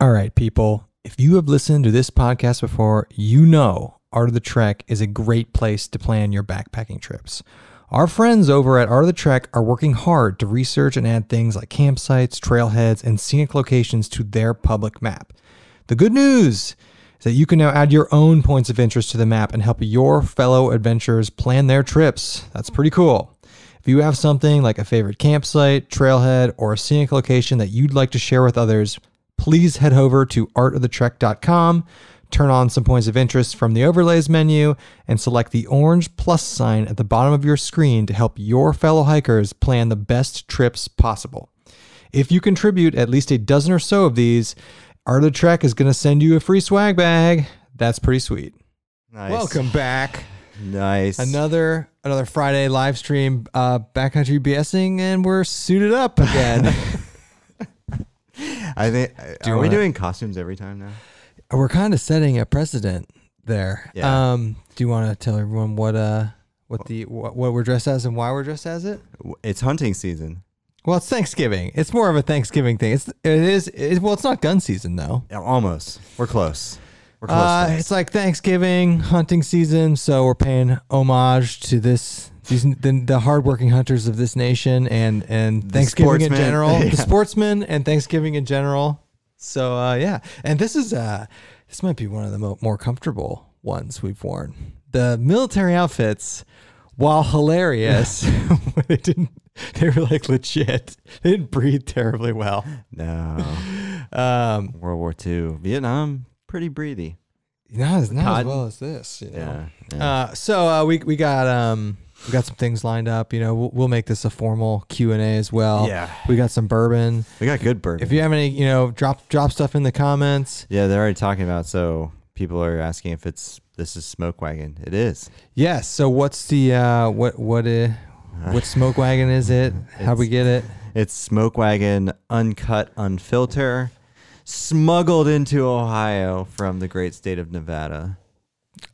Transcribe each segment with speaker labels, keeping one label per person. Speaker 1: All right, people. If you have listened to this podcast before, you know Art of the Trek is a great place to plan your backpacking trips. Our friends over at Art of the Trek are working hard to research and add things like campsites, trailheads, and scenic locations to their public map. The good news is that you can now add your own points of interest to the map and help your fellow adventurers plan their trips. That's pretty cool. If you have something like a favorite campsite, trailhead, or a scenic location that you'd like to share with others, please head over to artofthetrek.com, turn on some points of interest from the overlays menu, and select the orange plus sign at the bottom of your screen to help your fellow hikers plan the best trips possible. If you contribute at least a dozen or so of these, Art of the Trek is going to send you a free swag bag. That's pretty sweet.
Speaker 2: Nice.
Speaker 1: Welcome back.
Speaker 2: Nice.
Speaker 1: Another another Friday live stream, uh, backcountry BSing, and we're suited up again.
Speaker 2: I think. are we
Speaker 1: wanna-
Speaker 2: doing costumes every time now?
Speaker 1: we're kind of setting a precedent there.
Speaker 2: Yeah.
Speaker 1: Um, do you want to tell everyone what uh what the what, what we're dressed as and why we're dressed as it?
Speaker 2: W- It's hunting season.
Speaker 1: Well, it's Thanksgiving. It's more of a Thanksgiving thing. It's it is it, well, it's not gun season though.
Speaker 2: Yeah, Almost. We're close. We're close.
Speaker 1: Uh,
Speaker 2: folks.
Speaker 1: it's like Thanksgiving hunting season, so we're paying homage to this these the, the hardworking hunters of this nation and and Thanksgiving in
Speaker 2: sportsmen.
Speaker 1: general,
Speaker 2: Yeah.
Speaker 1: the sportsmen and Thanksgiving in general. So uh, yeah, and this is uh this might be one of the mo- more comfortable ones we've worn. The military outfits, while hilarious, they didn't. They were like legit. They didn't breathe terribly well.
Speaker 2: no.
Speaker 1: Um,
Speaker 2: World War II. Vietnam. Pretty breathy.
Speaker 1: not as not as
Speaker 2: Cotton.
Speaker 1: well as this. You know?
Speaker 2: Yeah. yeah.
Speaker 1: Uh, so uh, we we got um we got some things lined up. You know, we'll, we'll make this a formal Q and A as well.
Speaker 2: Yeah.
Speaker 1: we got some bourbon.
Speaker 2: we got good bourbon.
Speaker 1: If you have any, you know, drop drop stuff in the comments.
Speaker 2: yeah, they're already talking about. So people are asking if it's this is smoke wagon. It is.
Speaker 1: Yes. So what's the uh what what uh, what smoke wagon is it? How we get it?
Speaker 2: It's smoke wagon, uncut, unfiltered, smuggled into Ohio from the great state of Nevada.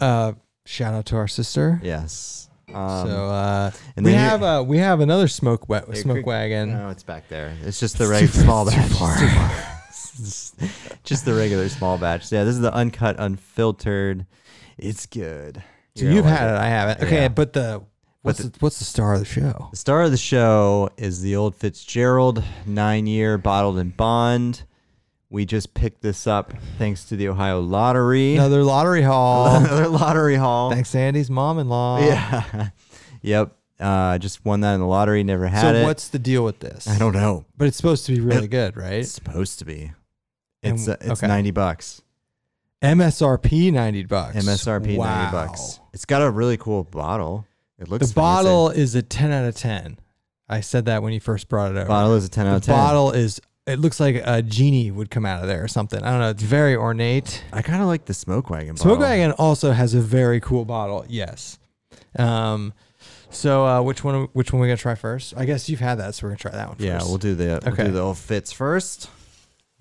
Speaker 1: Uh, shout out to our sister.
Speaker 2: Yes. Um,
Speaker 1: so uh,
Speaker 2: and
Speaker 1: we
Speaker 2: then you-
Speaker 1: have uh we have another smoke wa-
Speaker 2: It
Speaker 1: smoke
Speaker 2: could-
Speaker 1: wagon.
Speaker 2: No, it's back there. It's just the regular small batch. It's just- just the regular small batch. Yeah, this is the uncut, unfiltered. It's good.
Speaker 1: so
Speaker 2: You're
Speaker 1: you've
Speaker 2: gonna
Speaker 1: had
Speaker 2: like
Speaker 1: it. I haven't. Okay,
Speaker 2: Yeah.
Speaker 1: but the what's
Speaker 2: the-
Speaker 1: the, what's the star of the show?
Speaker 2: The star of the show is the old Fitzgerald nine year bottled and bond. We just picked this up thanks to the Ohio lottery.
Speaker 1: Another lottery haul.
Speaker 2: Another lottery haul.
Speaker 1: Thanks, Andy's mom-in-law.
Speaker 2: Yeah. yep. Uh, just won that in the lottery. Never had
Speaker 1: so
Speaker 2: it.
Speaker 1: what's the deal with this?
Speaker 2: I don't know.
Speaker 1: But it's supposed to be really good, right?
Speaker 2: It's supposed to be. It's
Speaker 1: And-
Speaker 2: uh, it's
Speaker 1: okay.
Speaker 2: ninety bucks.
Speaker 1: MSRP ninety bucks.
Speaker 2: MSRP ninety bucks. It's got a really cool bottle. It
Speaker 1: The
Speaker 2: looks
Speaker 1: bottle is a ten out of ten. I said that when you first brought it over.
Speaker 2: fancy. bottle is a ten out of
Speaker 1: the
Speaker 2: ten.
Speaker 1: bottle is. It looks like a genie would come out of there or something. I don't know. It's very ornate.
Speaker 2: I kind of like the smoke wagon.
Speaker 1: Smoke
Speaker 2: bottle.
Speaker 1: Wagon also has a very cool bottle. Yes. Um. So uh, which one? Which one we gonna try first? I guess you've had that, so we're gonna try that one first.
Speaker 2: Yeah, we'll do the we'll
Speaker 1: Okay.
Speaker 2: do the old Fitz first.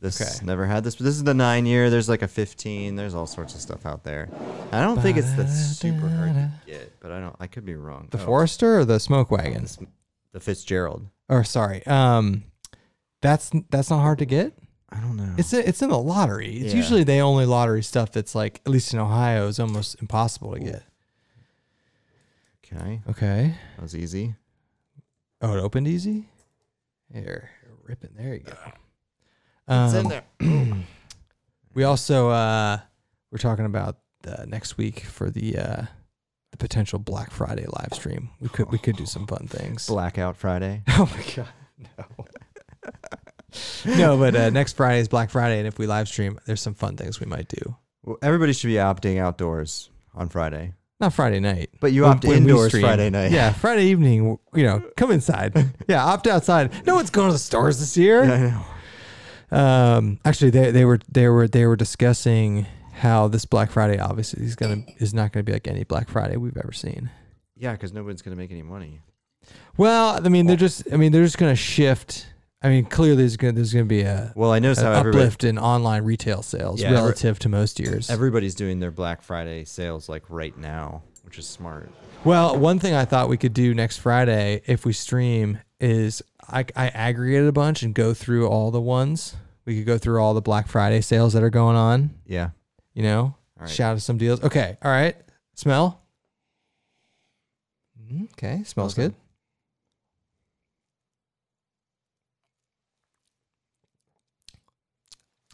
Speaker 2: This
Speaker 1: Okay.
Speaker 2: never had this, but this is the nine year. There's like a fifteen. There's all sorts of stuff out there. I don't think it's that super hard to get, but I don't. I could be wrong.
Speaker 1: the
Speaker 2: Oh,
Speaker 1: Forester or the Smoke Wagon.
Speaker 2: this- the Fitzgerald.
Speaker 1: or sorry, um, that's that's not hard to get.
Speaker 2: I don't know.
Speaker 1: It's it's in the lottery. It's
Speaker 2: Mm-hmm. Yeah.
Speaker 1: usually the only lottery stuff that's like at least in Ohio is almost impossible to get.
Speaker 2: okay.
Speaker 1: Okay.
Speaker 2: That was easy.
Speaker 1: Oh, it opened easy. Here, rip it. There you go.
Speaker 2: It's in
Speaker 1: Um,
Speaker 2: there.
Speaker 1: We also uh, we're talking about the next week for the uh, the potential Black Friday live stream. We could we could do some fun things.
Speaker 2: Blackout Friday.
Speaker 1: Oh my god, no. no, but uh, next Friday is Black Friday, and if we live stream, there's some fun things we might do.
Speaker 2: Well, everybody should be opting outdoors on Friday,
Speaker 1: Not Friday night,
Speaker 2: but you
Speaker 1: When-
Speaker 2: opt
Speaker 1: when we
Speaker 2: indoors
Speaker 1: stream.
Speaker 2: Friday night.
Speaker 1: Yeah, Friday evening. You know, come inside. yeah, opt outside. No one's going to the stores this year.
Speaker 2: I know.
Speaker 1: Um, actually, they they were they were they were discussing how this Black Friday obviously is gonna is not gonna be like any Black Friday we've ever seen.
Speaker 2: Yeah, because nobody's gonna make any money.
Speaker 1: Well, I mean, they're just I mean they're just gonna shift. I mean, clearly there's gonna there's gonna be a
Speaker 2: Well, I noticed
Speaker 1: an
Speaker 2: how everybody,
Speaker 1: Uh, uplift in online retail sales
Speaker 2: Yeah, every-
Speaker 1: relative to most years.
Speaker 2: everybody's doing their Black Friday sales like right now, which is smart.
Speaker 1: well, one thing I thought we could do next Friday if we stream is I, I aggregate a bunch and go through all the ones. We could go through all the Black Friday sales that are going on.
Speaker 2: Yeah.
Speaker 1: You know,
Speaker 2: All right.
Speaker 1: shout out some deals. Okay, all right. Smell. Mm, Okay, smells
Speaker 2: Smells
Speaker 1: good.
Speaker 2: good.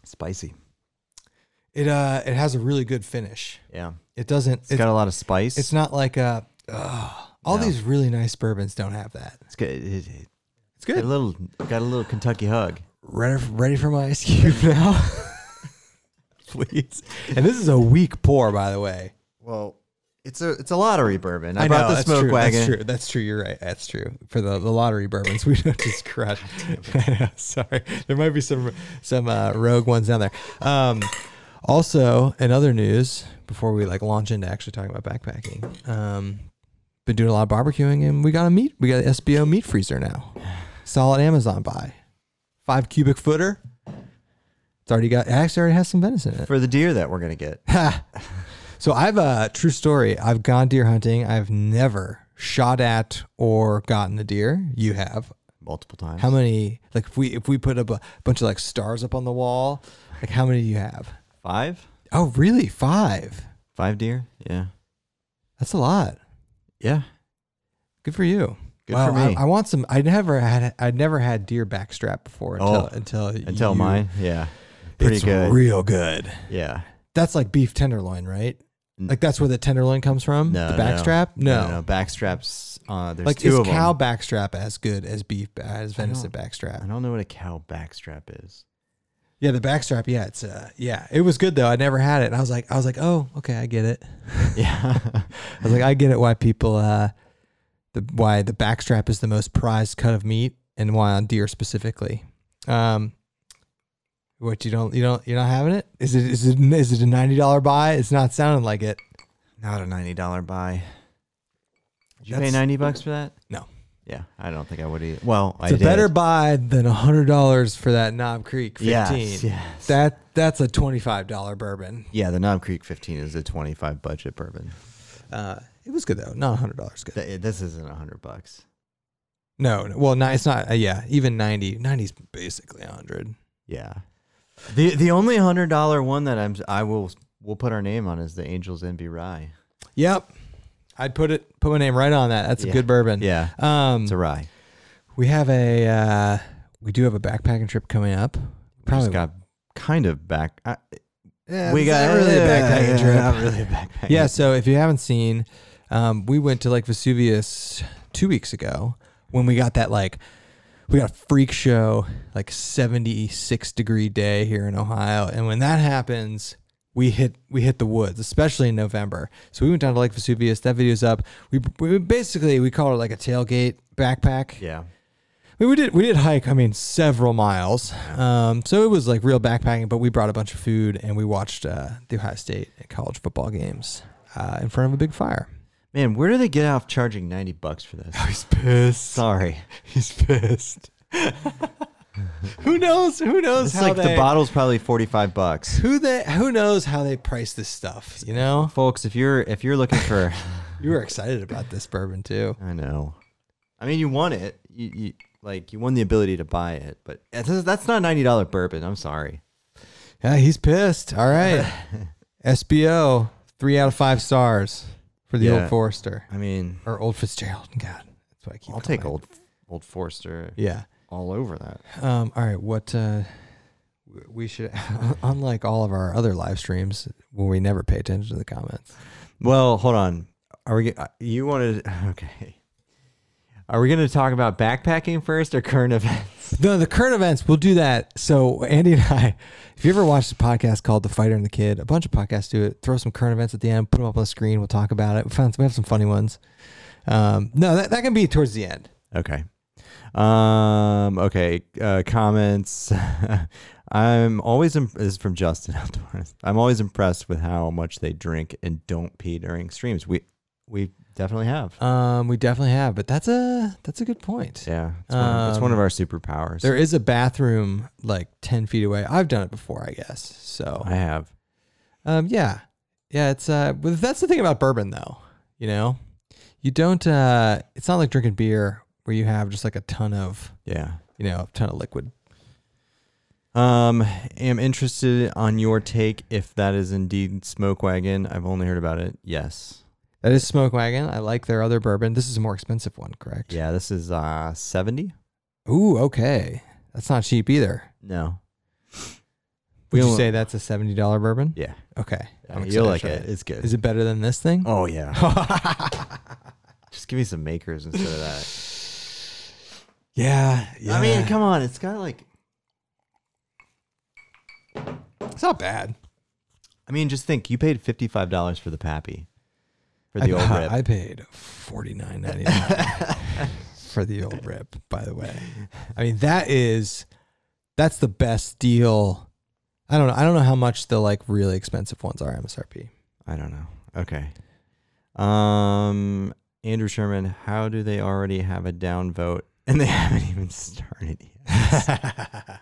Speaker 2: Spicy.
Speaker 1: It uh, it has a really good finish.
Speaker 2: Yeah.
Speaker 1: It doesn't. It's,
Speaker 2: it's got a lot of spice.
Speaker 1: it's not like a. ugh. all
Speaker 2: No.
Speaker 1: these really nice bourbons don't have that.
Speaker 2: It's good. It, it-
Speaker 1: It's
Speaker 2: got a little got a little Kentucky hug.
Speaker 1: Ready, ready for my ice cube now, please. And this is a weak pour, by the way.
Speaker 2: Well, it's a it's a lottery bourbon. I,
Speaker 1: I
Speaker 2: brought
Speaker 1: know,
Speaker 2: the
Speaker 1: that's
Speaker 2: smoke
Speaker 1: true,
Speaker 2: wagon.
Speaker 1: That's true. That's true. You're right. That's true. For the, the lottery bourbons, we don't just crush. I know, Sorry, there might be some some uh, rogue ones down there. Um, also, in other news, before we like launch into actually talking about backpacking, um, been doing a lot of barbecuing, and we got a meat. We got an SBO meat freezer now. Solid Amazon buy, five cubic footer. It's already got. It actually already has some venison in it.
Speaker 2: For the deer that we're gonna get.
Speaker 1: Ha. so I've a uh, true story. I've gone deer hunting. I've never shot at or gotten a deer. You have.
Speaker 2: Multiple times.
Speaker 1: How many? Like if we if we put up a bunch of like stars up on the wall, like how many do you have?
Speaker 2: Five?
Speaker 1: Oh, really? Five.
Speaker 2: Five deer? Yeah.
Speaker 1: That's a lot.
Speaker 2: Yeah.
Speaker 1: Good for you.
Speaker 2: Good
Speaker 1: Wow,
Speaker 2: for me.
Speaker 1: I, I want some. I never had. I'd never had deer backstrap before until
Speaker 2: Oh,
Speaker 1: until
Speaker 2: Until
Speaker 1: you-
Speaker 2: mine. Yeah. Pretty
Speaker 1: it's
Speaker 2: good.
Speaker 1: Real good.
Speaker 2: yeah.
Speaker 1: That's like beef tenderloin, right?
Speaker 2: N-
Speaker 1: Like that's where the tenderloin comes from.
Speaker 2: No.
Speaker 1: the backstrap.
Speaker 2: No. no, no. Backstraps uh there's
Speaker 1: like
Speaker 2: two
Speaker 1: is
Speaker 2: of 'em.
Speaker 1: cow backstrap as good as beef as
Speaker 2: I
Speaker 1: venison
Speaker 2: don't- I
Speaker 1: backstrap?
Speaker 2: don't know what a cow backstrap is.
Speaker 1: Yeah, the backstrap. Yeah, it's uh, yeah, it was good though. I never had it, and I was like, I was like, oh, okay, I get it.
Speaker 2: Yeah.
Speaker 1: I was like, I get it. Why people uh, the why the backstrap is the most prized cut of meat, and why on deer specifically. Um, what you don't you don't you're not having it? Is it is it is it a ninety dollar buy? It's not sounding like it.
Speaker 2: Not a ninety dollar buy. Did you
Speaker 1: That's-
Speaker 2: pay ninety bucks for that?
Speaker 1: No.
Speaker 2: Yeah. I don't think I would either. Well, I
Speaker 1: It's a
Speaker 2: did.
Speaker 1: better buy than hundred dollars for that Knob Creek fifteen.
Speaker 2: Yes, yes.
Speaker 1: That that's a twenty five dollar bourbon.
Speaker 2: Yeah, the Knob Creek 15 is a 25 budget bourbon.
Speaker 1: Uh, it was good though. Not a hundred dollars good.
Speaker 2: Th- eh, This isn't 100 bucks.
Speaker 1: No, no well, no, it's not. Uh, yeah, even 90. 90's basically a hundred.
Speaker 2: Yeah. The the only $100 one that I'm I will we'll put our name on is the Angels Envy Rye.
Speaker 1: Yep, I'd put it put my name right on that. That's
Speaker 2: Yeah.
Speaker 1: a good bourbon.
Speaker 2: Yeah.
Speaker 1: Um,
Speaker 2: It's a rye.
Speaker 1: we have a uh, we do have a backpacking trip coming up. Probably
Speaker 2: Just got kind of back I,
Speaker 1: Yeah,
Speaker 2: we
Speaker 1: it's
Speaker 2: got
Speaker 1: not really a backpacking
Speaker 2: yeah,
Speaker 1: trip.
Speaker 2: Not really a backpacking.
Speaker 1: yeah. So if you haven't seen, um, we went to Lake Vesuvius two weeks ago when we got that like we got a freak show like 76 degree day here in Ohio, and when that happens, we hit we hit the woods, especially in November. So we went down to Lake Vesuvius. That video's up. We, we basically we call it like a tailgate backpack.
Speaker 2: Yeah.
Speaker 1: I mean, we did we did hike. I mean, several miles. Um, so it was like real backpacking. But we brought a bunch of food and we watched uh, the Ohio State and college football games uh, in front of a big fire.
Speaker 2: Man, where do they get off charging 90 bucks for this?
Speaker 1: He's pissed.
Speaker 2: Sorry.
Speaker 1: He's pissed. who knows? Who knows
Speaker 2: It's
Speaker 1: how
Speaker 2: like
Speaker 1: they?
Speaker 2: the bottle's probably 45 bucks.
Speaker 1: who they? Who knows how they price this stuff? You know,
Speaker 2: Folks, if you're if you're looking for
Speaker 1: you were excited about this bourbon too.
Speaker 2: I know. I mean, you won it. You, you like you won the ability to buy it, but that's, that's not ninety dollar bourbon. I'm sorry.
Speaker 1: Yeah, he's pissed. All right, SBO three out of five stars for the
Speaker 2: Yeah.
Speaker 1: Old Forester
Speaker 2: I mean,
Speaker 1: or Old Fitzgerald. God, that's why I keep.
Speaker 2: I'll take
Speaker 1: calling
Speaker 2: old old Forster
Speaker 1: it. Yeah.
Speaker 2: all over that.
Speaker 1: Um, all right, what uh, w- we should, unlike all of our other live streams, where we never pay attention to the comments.
Speaker 2: Well, hold on. Are we? get- uh, You wanted? Okay. Are we going to talk about backpacking first or current events?
Speaker 1: No, the current events, we'll do that. So Andy and I, if you ever watched a podcast called The Fighter and the Kid, a bunch of podcasts do it. Throw some current events at the end, put them up on the screen. We'll talk about it. We found we have some funny ones. Um, no, that, that can be towards the end.
Speaker 2: Okay. Um. Okay. Uh, comments. I'm always imp- this is from Justin Outdoors. I'm always impressed with how much they drink and don't pee during streams. We we definitely have.
Speaker 1: Um, we definitely have, but that's a that's a good point.
Speaker 2: Yeah, it's, one, it's one of our superpowers.
Speaker 1: Um, There is a bathroom like ten feet away. I've done it before, I guess. So
Speaker 2: I have.
Speaker 1: Um, yeah, yeah. It's uh, but that's the thing about bourbon, though. You know, you don't. Uh, it's not like drinking beer where you have just like a ton of,
Speaker 2: Yeah.
Speaker 1: you know, a ton of liquid.
Speaker 2: Um, am interested on your take if that is indeed Smoke Wagon. I've only heard about it. Yes.
Speaker 1: That is Smoke Wagon. I like their other bourbon. This is a more expensive one, correct?
Speaker 2: Yeah, this is uh 70?
Speaker 1: Ooh, okay. That's not cheap either.
Speaker 2: No.
Speaker 1: Would you
Speaker 2: don't-
Speaker 1: say that's a seventy dollar bourbon?
Speaker 2: Yeah.
Speaker 1: Okay.
Speaker 2: I mean,
Speaker 1: excited
Speaker 2: you'll
Speaker 1: to
Speaker 2: like
Speaker 1: try
Speaker 2: it. It's good.
Speaker 1: Is it better than this thing?
Speaker 2: oh yeah. Just give me some makers instead of that.
Speaker 1: Yeah,
Speaker 2: I mean,
Speaker 1: yeah.
Speaker 2: come on, it's got like
Speaker 1: it's not bad.
Speaker 2: I mean, just think you paid fifty five dollars for the Pappy. For the
Speaker 1: I,
Speaker 2: old rip.
Speaker 1: I paid forty nine ninety nine for the old rip. By the way, I mean that is that's the best deal. I don't know. I don't know how much the like really expensive ones are MSRP.
Speaker 2: I don't know. Okay. Um Andrew Sherman, how do they already have a down vote and they haven't even started yet?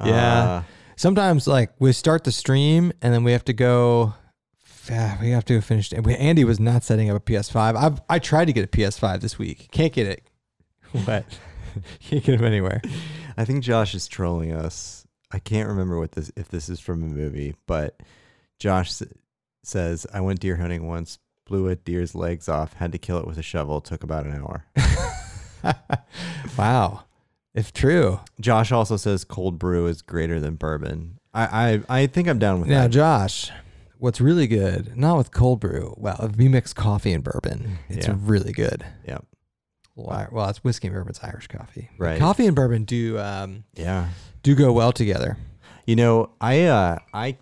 Speaker 2: Uh,
Speaker 1: Yeah. Sometimes like we start the stream and then we have to go. ah, We have to finish. and we- Andy was not setting up a PS5. I've I tried to get a PS5 this week. Can't get it. What? Can't get them anywhere.
Speaker 2: Uh, I think Josh is trolling us. I can't remember what this if this is from a movie, but Josh s- says I went deer hunting once, blew a deer's legs off, had to kill it with a shovel, took about an hour.
Speaker 1: wow. If true.
Speaker 2: Josh also says cold brew is greater than bourbon. I I, I think I'm down with
Speaker 1: Now,
Speaker 2: that.
Speaker 1: Josh, what's really good, not with cold brew, well, if you mix coffee and bourbon, it's
Speaker 2: Mm, Yeah.
Speaker 1: really good.
Speaker 2: Yep.
Speaker 1: Well, I- well, it's whiskey and bourbon, it's Irish coffee. But
Speaker 2: Right.
Speaker 1: Coffee and bourbon do um,
Speaker 2: Yeah.
Speaker 1: do go well together.
Speaker 2: You know, I uh I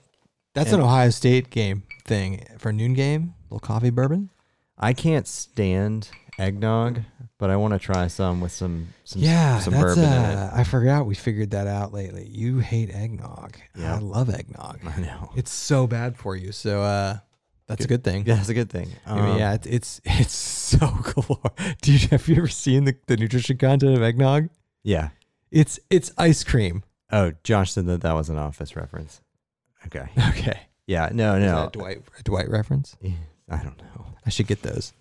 Speaker 1: That's an Ohio State game thing for noon game, little coffee bourbon.
Speaker 2: I can't stand eggnog, but I want to try some with some some
Speaker 1: Yeah,
Speaker 2: some
Speaker 1: that's
Speaker 2: bourbon
Speaker 1: uh, I forgot we figured that out lately. You hate eggnog.
Speaker 2: Yeah.
Speaker 1: I love eggnog.
Speaker 2: in it. I know.
Speaker 1: It's so bad for you. So uh, that's a good thing.
Speaker 2: Yeah, that's a good thing. Um,
Speaker 1: I mean, yeah, it's it's, it's so galore. Do you have you ever seen the, the nutrition content of eggnog?
Speaker 2: yeah.
Speaker 1: It's it's ice cream.
Speaker 2: Oh, Josh said that that was an office reference. Okay.
Speaker 1: Okay.
Speaker 2: Yeah. No.
Speaker 1: Is
Speaker 2: No.
Speaker 1: that a Dwight a Dwight reference?
Speaker 2: Yeah, I don't know.
Speaker 1: I should get those.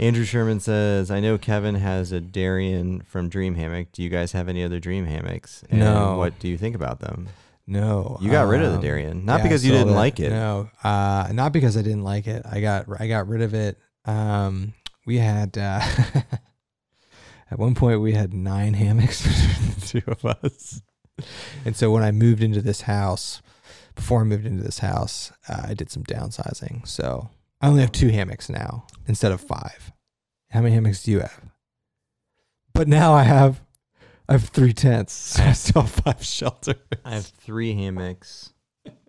Speaker 2: Andrew Sherman says, "I know Kevin has a Darien from Dream Hammock. Do you guys have any other Dream Hammocks? And
Speaker 1: No.
Speaker 2: What do you think about them?
Speaker 1: No,
Speaker 2: You got rid of the
Speaker 1: um,
Speaker 2: Darien, not
Speaker 1: yeah,
Speaker 2: because
Speaker 1: I
Speaker 2: you
Speaker 1: saw
Speaker 2: didn't
Speaker 1: that.
Speaker 2: like it.
Speaker 1: No, uh, not because I didn't like it. I got I got rid of it. Um, we had uh, at one point we had nine hammocks between the two of us, and so when I moved into this house, before I moved into this house, uh, I did some downsizing. So I only have two hammocks now instead of five. How many hammocks do you have? But now I have. I have three tents, so I still have five shelters.
Speaker 2: I have three hammocks.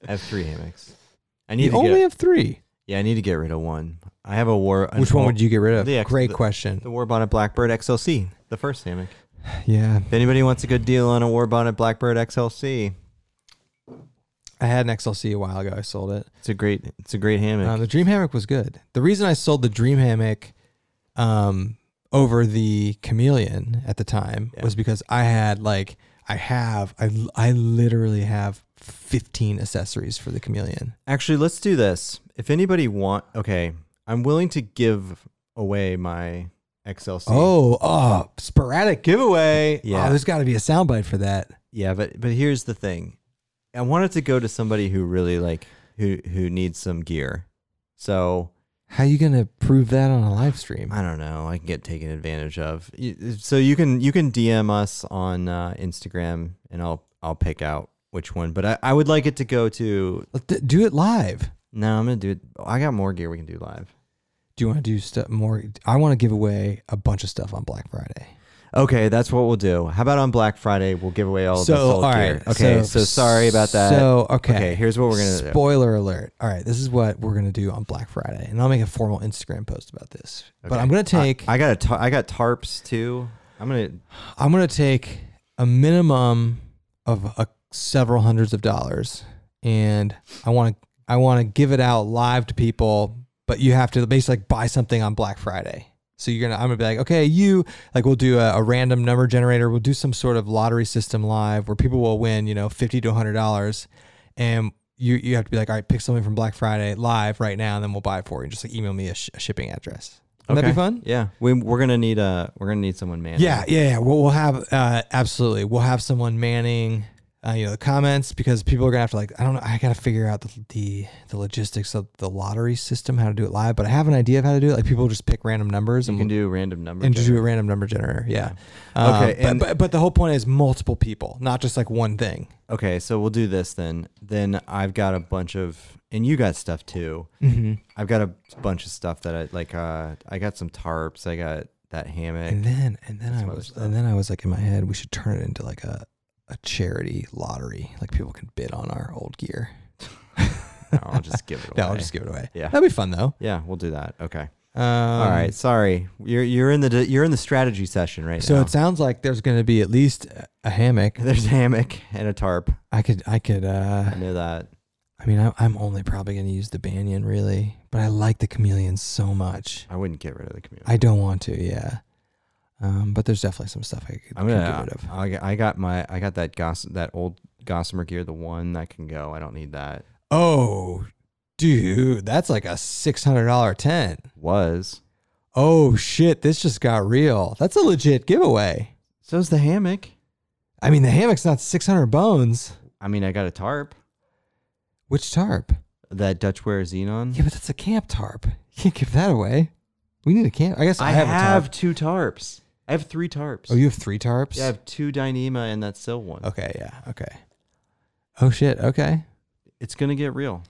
Speaker 2: I have three hammocks. I need
Speaker 1: You
Speaker 2: to
Speaker 1: only
Speaker 2: get,
Speaker 1: have three.
Speaker 2: Yeah, I need to get rid of one. I have a war.
Speaker 1: Which one would you get rid of?
Speaker 2: the ex-
Speaker 1: Great
Speaker 2: the-
Speaker 1: question.
Speaker 2: The Warbonnet Blackbird XLC, the first hammock.
Speaker 1: yeah,
Speaker 2: If anybody wants a good deal on a Warbonnet Blackbird XLC,
Speaker 1: I had an XLC a while ago. I sold it.
Speaker 2: it's a great, it's a great hammock.
Speaker 1: Uh, the Dream Hammock was good. The reason I sold the Dream Hammock um, over the Chameleon at the time
Speaker 2: Yeah.
Speaker 1: was because I had like I have I l- I literally have fifteen accessories for the Chameleon.
Speaker 2: Actually, let's do this. If anybody want, okay, I'm willing to give away my XLC.
Speaker 1: Oh, oh, sporadic giveaway.
Speaker 2: Yeah.
Speaker 1: oh, there's got to be a soundbite for that.
Speaker 2: yeah, but but here's the thing. I wanted to go to somebody who really like who who needs some gear. So
Speaker 1: How you gonna prove that on a live stream?
Speaker 2: I don't know. I can get taken advantage of. You- So you can you can DM us on uh, Instagram, and I'll I'll pick out which one. But I, I would like it to go to.
Speaker 1: Let's d- do it live.
Speaker 2: No, I'm gonna do it. I got more gear we can do live.
Speaker 1: Do you want to do stuff more? I want to give away a bunch of stuff on Black Friday.
Speaker 2: Okay, that's what we'll do. How about on Black Friday we'll give away Oh, all the sold gear. Okay, so, sorry about that.
Speaker 1: So okay,
Speaker 2: okay, here's what we're gonna do.
Speaker 1: Spoiler alert! All right, this is what we're gonna do on Black Friday, and I'll make a formal Instagram post about this. But
Speaker 2: Okay.
Speaker 1: I'm gonna take
Speaker 2: I got a tar- I got tarps too. I'm gonna.
Speaker 1: I, am gonna take a minimum of a, several hundreds of dollars, and I want to I want to give it out live to people. But you have to basically like buy something on Black Friday. So you're gonna I'm gonna be like, okay, you like we'll do a, a random number generator. We'll do some sort of lottery system live where people will win, you know, fifty to hundred dollars, and you you have to be like, all right, pick something from Black Friday live right now, and then we'll buy it for you. Just like email me a, sh- a shipping address. Wouldn't that be fun?
Speaker 2: Yeah, we, we're gonna need a we're gonna need someone manning.
Speaker 1: Yeah, yeah, yeah. We'll, we'll have uh, absolutely. We'll have someone manning, uh, you know, the comments because people are gonna have to like. I don't know. I gotta figure out the, the the logistics of the lottery system, how to do it live. But I have an idea of how to do it. Like people just pick random numbers
Speaker 2: you
Speaker 1: and
Speaker 2: can do random number.
Speaker 1: and just do
Speaker 2: generator.
Speaker 1: a random number generator. Yeah.
Speaker 2: Okay,
Speaker 1: Um, but-
Speaker 2: and-
Speaker 1: but, but the whole point is multiple people, not just like one thing.
Speaker 2: okay, so we'll do this then. Then I've got a bunch of and you got stuff too.
Speaker 1: Mm-hmm.
Speaker 2: I've got a bunch of stuff that I like. Uh, I got some tarps. I got that hammock.
Speaker 1: And then and then I
Speaker 2: Some other
Speaker 1: was
Speaker 2: stuff.
Speaker 1: and then I was like in my head, we should turn it into like a a charity lottery. Like people can bid on our old gear.
Speaker 2: No, I'll just give it away.
Speaker 1: No, I'll just give it away.
Speaker 2: Yeah.
Speaker 1: That'd be fun though.
Speaker 2: Yeah, we'll do that. Okay.
Speaker 1: Um,
Speaker 2: All right. Sorry, you're you're in the di- you're in the strategy session right
Speaker 1: So
Speaker 2: now.
Speaker 1: it sounds like there's going to be at least a- a hammock.
Speaker 2: there's a hammock and a tarp.
Speaker 1: I could, I could, uh,
Speaker 2: I know that.
Speaker 1: I mean, I, I'm only probably going to use the banyan really, but I like the chameleon so much.
Speaker 2: I wouldn't get rid of the community.
Speaker 1: I don't want to, yeah. Um, but there's definitely some stuff I could,
Speaker 2: I'm
Speaker 1: could
Speaker 2: gonna.
Speaker 1: get rid of.
Speaker 2: I, I got my. I got that goss. That old gossamer gear. The one that can go. I don't need that.
Speaker 1: Oh, dude, that's like a $600 tent.
Speaker 2: Was
Speaker 1: Oh shit, this just got real. That's a legit giveaway.
Speaker 2: so's the hammock.
Speaker 1: I mean, the hammock's not 600 bones.
Speaker 2: I mean, I got a tarp.
Speaker 1: Which tarp?
Speaker 2: That Dutchware xenon.
Speaker 1: Yeah, but that's a camp tarp. You can't give that away. We need a camp. I guess I, have, a tarp.
Speaker 2: two tarps. I have three tarps.
Speaker 1: Oh, you have three tarps?
Speaker 2: yeah, I have two Dyneema and that Sill one.
Speaker 1: Okay, yeah, okay. Oh shit, okay.
Speaker 2: It's gonna get real.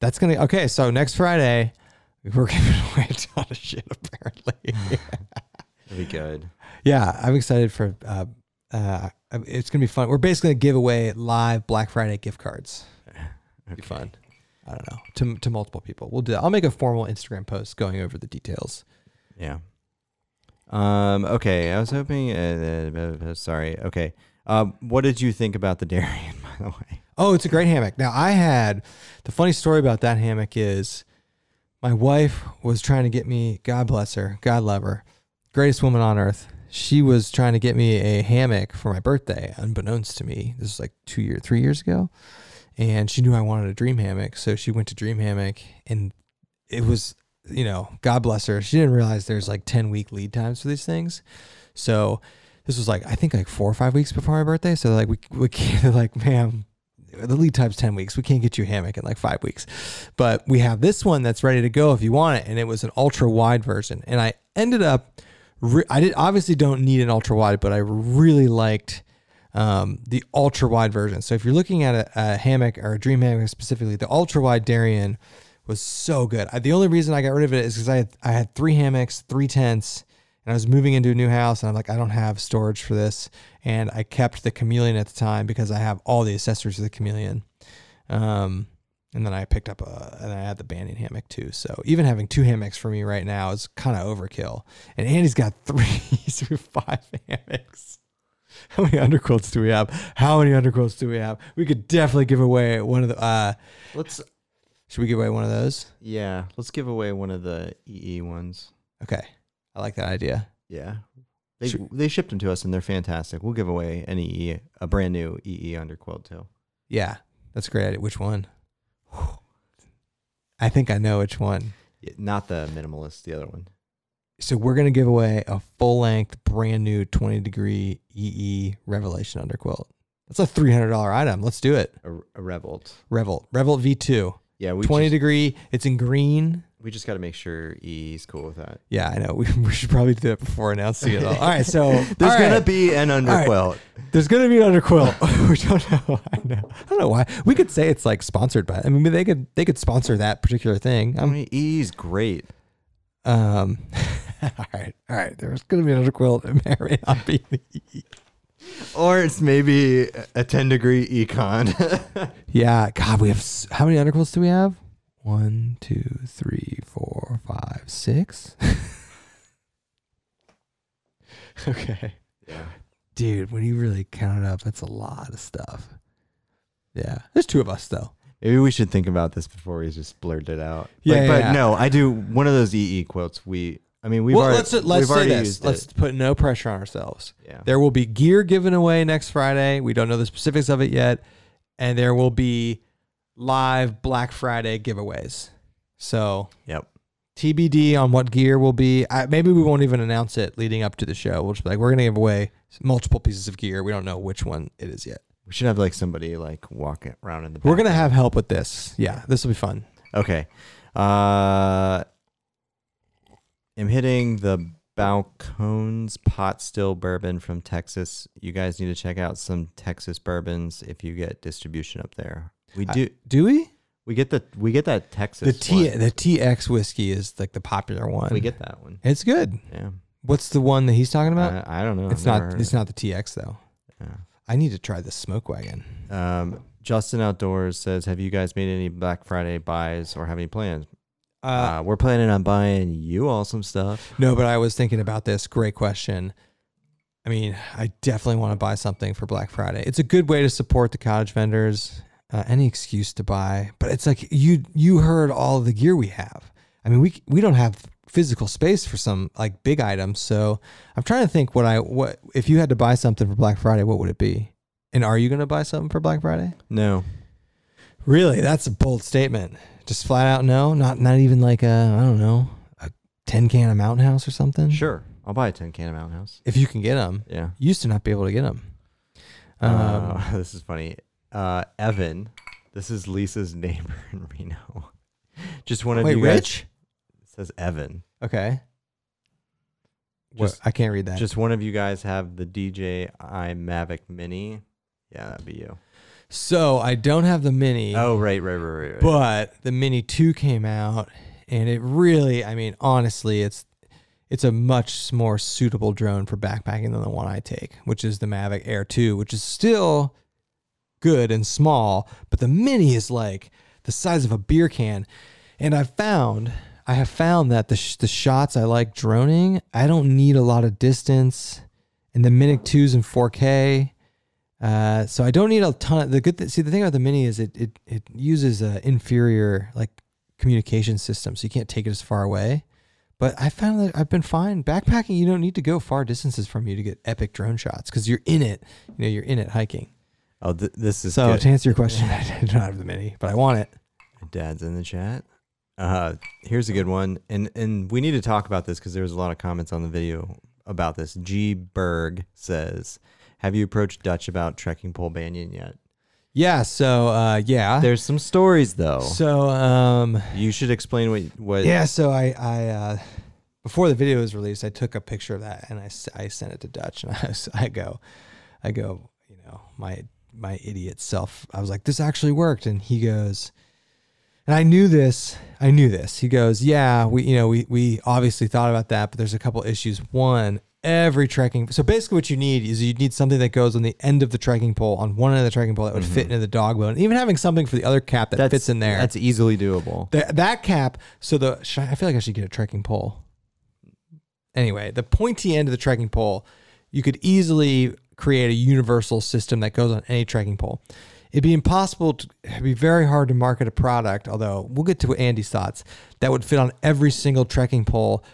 Speaker 1: That's gonna okay, so next Friday we're giving away a ton of shit apparently.
Speaker 2: It'll be good.
Speaker 1: yeah, I'm excited for uh uh it's gonna be fun. We're basically gonna give away live Black Friday gift cards.
Speaker 2: Okay.
Speaker 1: fun. I don't know. To to multiple people. We'll do that. I'll make a formal Instagram post going over the details.
Speaker 2: Yeah. Um. Okay. I was hoping. Uh, uh, uh, sorry. Okay. Um. What did you think about the Darien, by the way?
Speaker 1: Oh, it's a great hammock. Now, I had the funny story about that hammock is my wife was trying to get me, God bless her, God love her, greatest woman on earth. She was trying to get me a hammock for my birthday, unbeknownst to me. This was like two year, three years ago, and she knew I wanted a dream hammock, so she went to Dream Hammock, and it was, you know, God bless her. She didn't realize there's like ten week lead times for these things, so. This was like I think like four or five weeks before my birthday, so like we we can't they're like ma'am, the lead time's 10 weeks. We can't get you a hammock in like five weeks. But we have this one that's ready to go if you want it. And it was an ultra wide version. And I ended up, re- I did obviously don't need an ultra wide, but I really liked um, the ultra wide version. So if you're looking at a, a hammock or a dream hammock specifically, the ultra wide Darien was so good. I, the only reason I got rid of it is because I had, I had three hammocks, three tents, and I was moving into a new house, and I'm like, I don't have storage for this. And I kept the chameleon at the time because I have all the accessories of the chameleon. Um, and then I picked up a, and I had the banyan hammock too. So even having two hammocks for me right now is kind of overkill. And Andy's got three through five hammocks. How many underquilts do we have? How many underquilts do we have? We could definitely give away one of the. Uh,
Speaker 2: Let's.
Speaker 1: should we give away one of those?
Speaker 2: Yeah. Let's give away one of the EE ones.
Speaker 1: Okay, I like that idea.
Speaker 2: Yeah. They,
Speaker 1: Sure.
Speaker 2: they shipped them to us and they're fantastic. We'll give away an EE, a brand new EE underquilt too.
Speaker 1: Yeah, that's a great idea. Which one? I think I know which one.
Speaker 2: Yeah, not the minimalist, the other one.
Speaker 1: So we're gonna give away a full length, brand new twenty degree EE Revelation underquilt. That's a three hundred dollar item. Let's do it.
Speaker 2: A, a Revolt.
Speaker 1: Revolt, Revolt V two,
Speaker 2: Yeah, we
Speaker 1: twenty
Speaker 2: just,
Speaker 1: degree. It's in green.
Speaker 2: we just got to make sure EE's cool with that.
Speaker 1: Yeah, I know. We, we should probably do that before announcing it all. All right, so
Speaker 2: There's
Speaker 1: all
Speaker 2: gonna
Speaker 1: right.
Speaker 2: be an
Speaker 1: right.
Speaker 2: underquilt.
Speaker 1: There's gonna be an underquilt. we don't know. I know. I don't know why. We could say it's like sponsored by. I mean, they could they could sponsor that particular thing.
Speaker 2: I
Speaker 1: I'm
Speaker 2: mean, EE's great.
Speaker 1: Um, all right, all right. There's going to be another quilt. It may or may not be.
Speaker 2: Or it's maybe a 10 degree econ.
Speaker 1: yeah. God, we have s- how many underquilts do we have? One, two, three, four, five, six. okay,
Speaker 2: yeah.
Speaker 1: dude. When you really count it up, that's a lot of stuff. Yeah, there's two of us though.
Speaker 2: Maybe we should think about this before we just blurt it out.
Speaker 1: Yeah,
Speaker 2: Like,
Speaker 1: yeah,
Speaker 2: but
Speaker 1: yeah.
Speaker 2: no, I do one of those EE quilts. We, I mean, we've
Speaker 1: well,
Speaker 2: already
Speaker 1: let's uh, let's
Speaker 2: we've
Speaker 1: say
Speaker 2: already
Speaker 1: this.
Speaker 2: used
Speaker 1: Let's
Speaker 2: it.
Speaker 1: put no pressure on ourselves.
Speaker 2: Yeah.
Speaker 1: There will be gear given away next Friday. We don't know the specifics of it yet. And there will be live Black Friday giveaways. So
Speaker 2: Yep.
Speaker 1: TBD on what gear will be. I, maybe we won't even announce it leading up to the show. We'll just be like, we're going to give away multiple pieces of gear. We don't know which one it is yet.
Speaker 2: We should have like somebody like walking around in the. Back.
Speaker 1: We're going to have help with this. Yeah, this will be fun.
Speaker 2: Okay. Uh, I'm hitting the Balcones Pot Still Bourbon from Texas. You guys need to check out some Texas bourbons if you get distribution up there. We do.
Speaker 1: Do we?
Speaker 2: we get the we get that Texas.
Speaker 1: The T
Speaker 2: one.
Speaker 1: the TX whiskey is like the popular one.
Speaker 2: We get that one.
Speaker 1: It's good.
Speaker 2: Yeah.
Speaker 1: What's the one that he's talking about?
Speaker 2: I, I don't know.
Speaker 1: it's
Speaker 2: I've never
Speaker 1: not
Speaker 2: heard
Speaker 1: it's
Speaker 2: of
Speaker 1: not the TX though.
Speaker 2: Yeah.
Speaker 1: I need to try the smoke wagon.
Speaker 2: it. Um, Justin Outdoors says, "Have you guys made any Black Friday buys or have any plans?"
Speaker 1: Uh,
Speaker 2: Uh, we're planning on buying you all some stuff.
Speaker 1: no, but I was thinking about this. Great question. I mean, I definitely want to buy something for Black Friday. It's a good way to support the cottage vendors. Uh, any excuse to buy, but it's like you you heard all the gear we have. I mean, we c- we don't have physical space for some like big items. So I'm trying to think what I what if you had to buy something for Black Friday, what would it be? And are you going to buy something for Black Friday?
Speaker 2: No.
Speaker 1: Really, that's a bold statement. Just flat out no. Not not even like a I don't know a ten can of Mountain House or something.
Speaker 2: Sure. I'll buy a tin can of Mountain House.
Speaker 1: if you can get them.
Speaker 2: Yeah.
Speaker 1: Used to not be able to get them. Um,
Speaker 2: Uh, this is funny. Uh, Evan, this is Lisa's neighbor in Reno. Just one of
Speaker 1: wait,
Speaker 2: you guys
Speaker 1: Rich?
Speaker 2: says Evan.
Speaker 1: Okay. What-
Speaker 2: Just-
Speaker 1: I can't read that.
Speaker 2: Just one of you guys have the DJI Mavic Mini. Yeah, that'd be you.
Speaker 1: so I don't have the mini,
Speaker 2: Oh, right, right, right, right. right.
Speaker 1: but the mini two came out, and it really, I mean, honestly, it's it's a much more suitable drone for backpacking than the one I take, which is the Mavic Air 2, which is still good and small, but the mini is like the size of a beer can. And I found, I have found that the, sh- the shots I like droning, I don't need a lot of distance. And the Minic 2s in 4K. Uh, so I don't need a ton. The good th- see the thing about the mini is it it it uses a inferior like communication system, so you can't take it as far away. But I found that I've been fine backpacking. You don't need to go far distances from you to get epic drone shots because you're in it. You know, you're in it hiking.
Speaker 2: oh, th- this is
Speaker 1: So
Speaker 2: good.
Speaker 1: to answer your question, I don't have the mini, but I want it.
Speaker 2: Dad's in the chat. Uh, here's a good one, and and we need to talk about this because there was a lot of comments on the video about this. G Berg says, "Have you approached Dutch about trekking Pole Banyan yet?"
Speaker 1: Yeah. So uh, yeah.
Speaker 2: There's some stories though.
Speaker 1: so um,
Speaker 2: you should explain what what.
Speaker 1: yeah. So I I uh, before the video was released, I took a picture of that and I, s- I sent it to Dutch and I was, I go I go you know my my idiot self. I was like this actually worked and he goes. And I knew this. I knew this. He goes, "Yeah, we, you know, we we obviously thought about that, but there's a couple issues. One, every trekking. So basically, what you need is you need something that goes on the end of the trekking pole, on one end of the trekking pole that would fit into the dog bone. Even having something for the other cap that
Speaker 2: That's-
Speaker 1: fits in there.
Speaker 2: That's easily doable.
Speaker 1: Th- that cap. So the should I I feel like I should get a trekking pole. Anyway, the pointy end of the trekking pole, you could easily create a universal system that goes on any trekking pole. It'd be impossible to it'd be very hard to market a product, although we'll get to Andy's thoughts, that would fit on every single trekking pole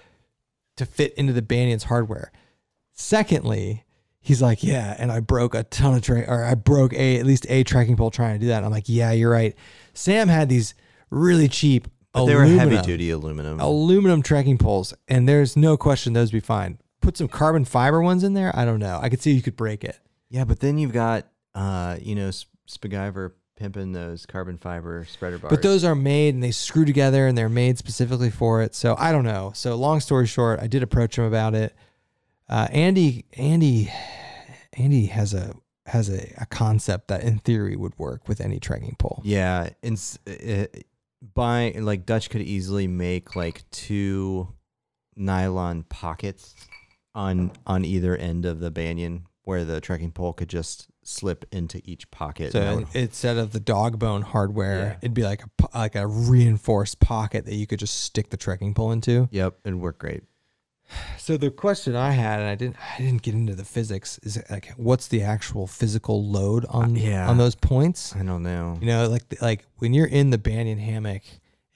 Speaker 1: to fit into the Banyan's hardware. Secondly, he's like, yeah, and I broke a ton of tra- or I broke a at least a tracking pole trying to do that. And I'm like, yeah, you're right. Sam had these really cheap
Speaker 2: But they were
Speaker 1: aluminum
Speaker 2: heavy duty aluminum.
Speaker 1: aluminum trekking poles, and there's no question those would be fine. Put some carbon fiber ones in there. I don't know. I could see you could break it.
Speaker 2: Yeah, but then you've got uh, you know, Sp- Spagyver pimping those carbon fiber spreader bars.
Speaker 1: But those are made and they screw together and they're made specifically for it. So I don't know. So long story short, I did approach him about it. Uh, Andy, Andy, Andy has a has a, a concept that in theory would work with any trekking pole.
Speaker 2: Yeah, and s- uh, by like Dutch could easily make like two nylon pockets on on either end of the banyan where the trekking pole could just slip into each pocket. and that
Speaker 1: So
Speaker 2: would-
Speaker 1: instead of the dog bone hardware,
Speaker 2: Yeah.
Speaker 1: it'd be like a po- like a reinforced pocket that you could just stick the trekking pole into.
Speaker 2: yep, it'd work great.
Speaker 1: So the question I had, and I didn't, I didn't get into the physics, is like, what's the actual physical load on
Speaker 2: yeah.
Speaker 1: on those points?
Speaker 2: I don't know.
Speaker 1: You know, like like when you're in the banyan hammock,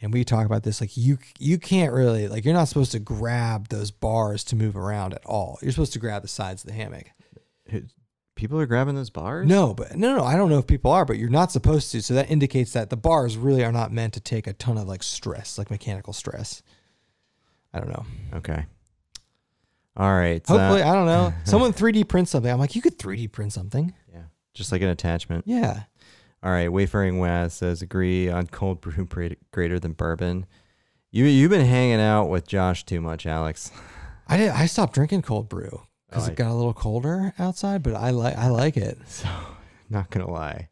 Speaker 1: and we talk about this, like you you can't really like you're not supposed to grab those bars to move around at all. You're supposed to grab the sides of the hammock.
Speaker 2: People are grabbing those bars?
Speaker 1: No, but no, no, I don't know if people are, but you're not supposed to. So that indicates that the bars really are not meant to take a ton of like stress, like mechanical stress. I don't know.
Speaker 2: Okay. All right. so-
Speaker 1: Hopefully, I don't know. Someone 3D print something. I'm like, you could 3D print something.
Speaker 2: yeah. Just like an attachment.
Speaker 1: Yeah.
Speaker 2: All right, Wayfaring West says agree on cold brew pre- greater than bourbon. You you've been hanging out with Josh too much, Alex.
Speaker 1: I did, I stopped drinking cold brew because
Speaker 2: Oh, I-
Speaker 1: it got a little colder outside, but I like I like it.
Speaker 2: So not gonna lie,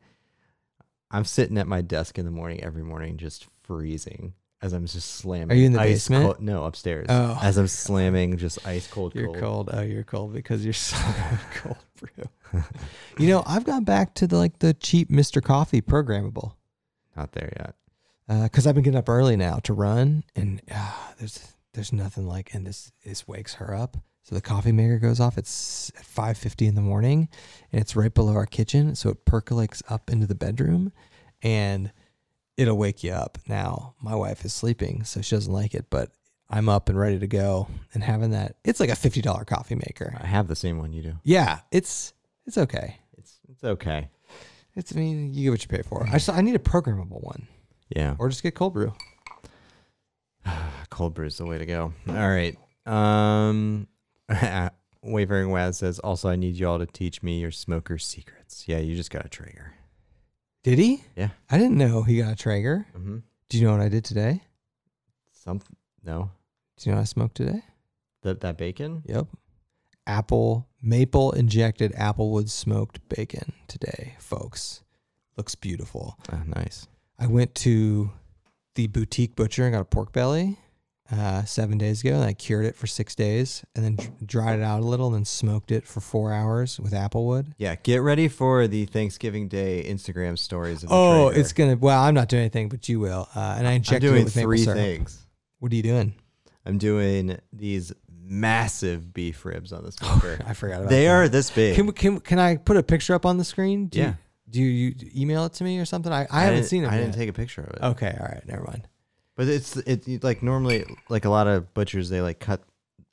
Speaker 2: I'm sitting at my desk in the morning every morning, just freezing as I'm just slamming.
Speaker 1: Are you in the
Speaker 2: ice
Speaker 1: basement?
Speaker 2: cold- no, upstairs.
Speaker 1: Oh.
Speaker 2: As I'm slamming just ice cold.
Speaker 1: You're
Speaker 2: cold.
Speaker 1: cold. Oh, you're cold because you're so cold brew. you know, I've gone back to the, like the cheap Mr. Coffee programmable
Speaker 2: Not there yet.
Speaker 1: because I've been getting up early now to run, and ah, there's there's nothing like, and this this wakes her up. So the coffee maker goes off. It's at five fifty in the morning, and it's right below our kitchen, so it percolates up into the bedroom, and it'll wake you up. Now my wife is sleeping, so she doesn't like it, but I'm up and ready to go. And having that, it's like a fifty dollar coffee maker.
Speaker 2: I have the same one you do.
Speaker 1: Yeah, it's it's okay.
Speaker 2: It's it's okay.
Speaker 1: It's I mean you get what you pay for. I just I need a programmable one,
Speaker 2: Yeah.
Speaker 1: or just get cold brew.
Speaker 2: Cold brew is the way to go. All right. Um, Wavering Waz says, also, I need you all to teach me your smoker secrets. Yeah, you just got a trigger.
Speaker 1: Did he?
Speaker 2: Yeah.
Speaker 1: I didn't know he got a Traeger.
Speaker 2: Mm-hmm.
Speaker 1: Do you know what I did today?
Speaker 2: Some no
Speaker 1: Do you know what I smoked today?
Speaker 2: that that bacon.
Speaker 1: Yep. Apple, maple injected applewood smoked bacon today, folks. Looks beautiful.
Speaker 2: Oh, nice.
Speaker 1: I went to the boutique butcher and got a pork belly uh, seven days ago, and I cured it for six days, and then dr- dried it out a little, and then smoked it for four hours with applewood.
Speaker 2: Yeah, get ready for the Thanksgiving Day Instagram stories. Of the
Speaker 1: Oh,
Speaker 2: Traeger.
Speaker 1: it's gonna. Well, I'm not doing anything, but you will. Uh, and I
Speaker 2: I'm
Speaker 1: injected it
Speaker 2: doing
Speaker 1: with maple
Speaker 2: three
Speaker 1: syrup.
Speaker 2: things.
Speaker 1: What are you doing?
Speaker 2: I'm doing these massive beef ribs on this smoker.
Speaker 1: I forgot about.
Speaker 2: they
Speaker 1: that.
Speaker 2: are this big.
Speaker 1: Oh, Can, we- can can I put a picture up on the screen? Do
Speaker 2: Yeah.
Speaker 1: You, do you email it to me or something? I, I,
Speaker 2: I
Speaker 1: haven't
Speaker 2: didn't-
Speaker 1: seen it.
Speaker 2: I didn't
Speaker 1: yet. Oh.
Speaker 2: take a picture of it.
Speaker 1: Okay, all right, never mind.
Speaker 2: But it's it you- like normally like a lot of butchers they like cut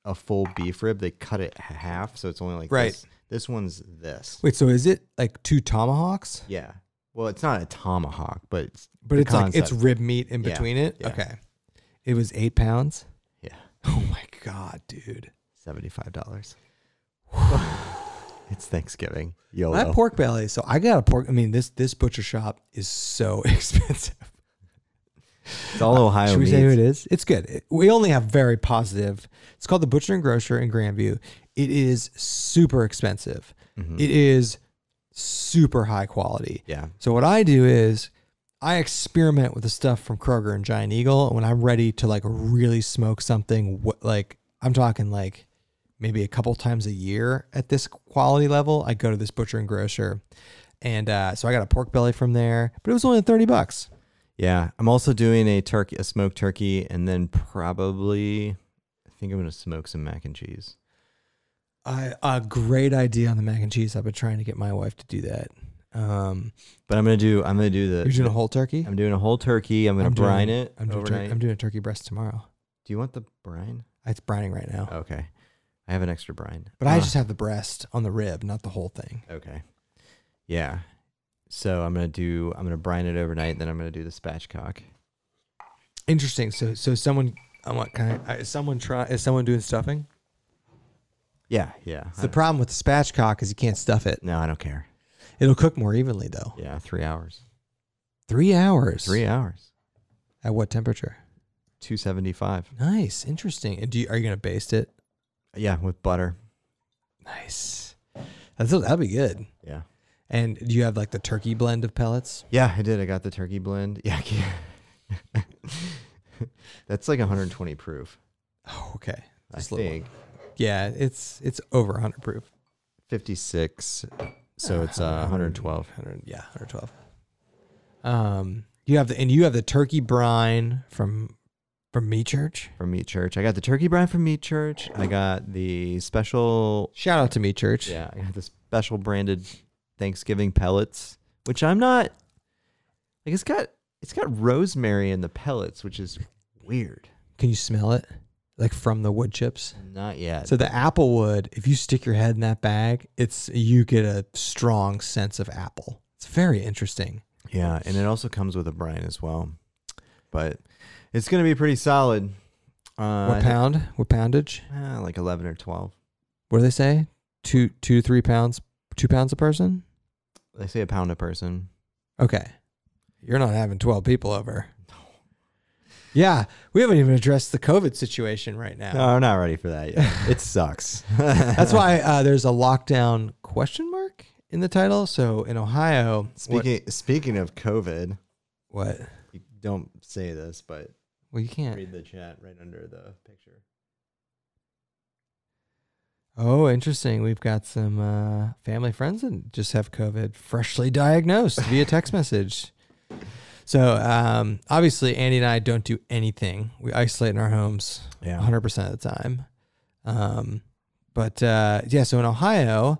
Speaker 2: a full beef rib they cut it ha- half so it's only like
Speaker 1: Right.
Speaker 2: This, this one's this.
Speaker 1: Wait, so is it like two tomahawks?
Speaker 2: Yeah. Well, it's not a tomahawk, but it's,
Speaker 1: But
Speaker 2: the
Speaker 1: it's like it's
Speaker 2: concept.
Speaker 1: rib meat in
Speaker 2: Yeah,
Speaker 1: between it.
Speaker 2: yeah.
Speaker 1: Okay, it was eight pounds.
Speaker 2: yeah
Speaker 1: Oh my god, dude!
Speaker 2: seventy five dollars. it's Thanksgiving. YOLO.
Speaker 1: My pork belly. So I got a pork. I mean, this this butcher shop is so expensive.
Speaker 2: it's all Ohio
Speaker 1: Uh, Should we
Speaker 2: meats.
Speaker 1: say who it is? It's good. It- we only have very positive. It's called the Butcher and Grocer in Grandview. It is super expensive. It is super high quality.
Speaker 2: Yeah.
Speaker 1: So what I do is I experiment with the stuff from Kroger and Giant Eagle. And when I'm ready to like really smoke something, wh- like I'm talking like maybe a couple times a year at this quality level, I go to this butcher and grocer. And uh, so I got a pork belly from there, but it was only 30 bucks.
Speaker 2: Yeah. I'm also doing a turkey, a smoked turkey, and then probably I think I'm gonna smoke some mac and cheese.
Speaker 1: I, a great idea on the mac and cheese. I've been trying to get my wife to do that. Um,
Speaker 2: But I'm gonna do I'm gonna do the
Speaker 1: you're doing a whole turkey.
Speaker 2: I'm doing a whole turkey. I'm gonna
Speaker 1: doing-
Speaker 2: brine it
Speaker 1: I'm doing, tur-
Speaker 2: overnight.
Speaker 1: I'm doing a turkey breast tomorrow.
Speaker 2: Do you want the brine?
Speaker 1: It's brining right now,
Speaker 2: Okay. I have an extra brine.
Speaker 1: but I
Speaker 2: Uh,
Speaker 1: just have the breast on the rib, not the whole thing.
Speaker 2: Okay. Yeah. So I'm gonna do I'm gonna brine it overnight, then I'm gonna do the spatchcock.
Speaker 1: Interesting. So, so someone, I want kind of, is someone try, is someone doing stuffing?
Speaker 2: Yeah, yeah. I
Speaker 1: The
Speaker 2: don't-
Speaker 1: problem with the spatchcock is you can't stuff it.
Speaker 2: no, I don't care.
Speaker 1: It'll cook more evenly though.
Speaker 2: Yeah, three hours.
Speaker 1: Three hours.
Speaker 2: Three hours.
Speaker 1: At what temperature?
Speaker 2: Two seventy five.
Speaker 1: Nice. Interesting. And do you, are you gonna baste it?
Speaker 2: Yeah, with butter.
Speaker 1: Nice. That's that'll be good.
Speaker 2: Yeah.
Speaker 1: And do you have like the turkey blend of pellets?
Speaker 2: Yeah, I did. I got the turkey blend. Yeah. I can't- That's like 120 proof.
Speaker 1: Oh, okay.
Speaker 2: I
Speaker 1: Just a little-
Speaker 2: think
Speaker 1: Yeah, it's it's over 100 proof.
Speaker 2: 56. So
Speaker 1: Ah,
Speaker 2: it's uh, 112.
Speaker 1: 100, yeah, 112. Um, you have the and you have the turkey brine from from Me Church.
Speaker 2: from Meat Church. I got the turkey brine from Meat Church. I got the special
Speaker 1: Shout out to Me Church.
Speaker 2: yeah, I got the special branded Thanksgiving pellets, which I'm not like it's got it's got rosemary in the pellets, which is weird.
Speaker 1: Can you smell it? Like from the wood chips.
Speaker 2: Not yet.
Speaker 1: So the apple wood, if you stick your head in that bag, it's you get a strong sense of apple. It's very interesting.
Speaker 2: yeah, and it also comes with a brine as well. But it's gonna be pretty solid. Uh, I
Speaker 1: what
Speaker 2: think-
Speaker 1: pound? What poundage?
Speaker 2: Uh, like 11 or 12.
Speaker 1: What do they say? Two, two, three pounds, two pounds a person.
Speaker 2: They say a pound a person.
Speaker 1: Okay, you're not having twelve people over. Yeah, we haven't even addressed the COVID situation right now.
Speaker 2: No, I'm not ready for that yet. it sucks.
Speaker 1: That's why uh, there's a lockdown question mark in the title. So in Ohio, what-
Speaker 2: Speaking speaking of COVID,
Speaker 1: what?
Speaker 2: you don't say this, but
Speaker 1: Well, you can't.
Speaker 2: read the chat right under the picture.
Speaker 1: Oh, interesting. We've got some uh, family friends that just have COVID, freshly diagnosed via text message. So um, obviously, Andy and I don't do anything. We isolate in our homes.
Speaker 2: Yeah.
Speaker 1: 100% of the time. Um, but uh, yeah, so in Ohio,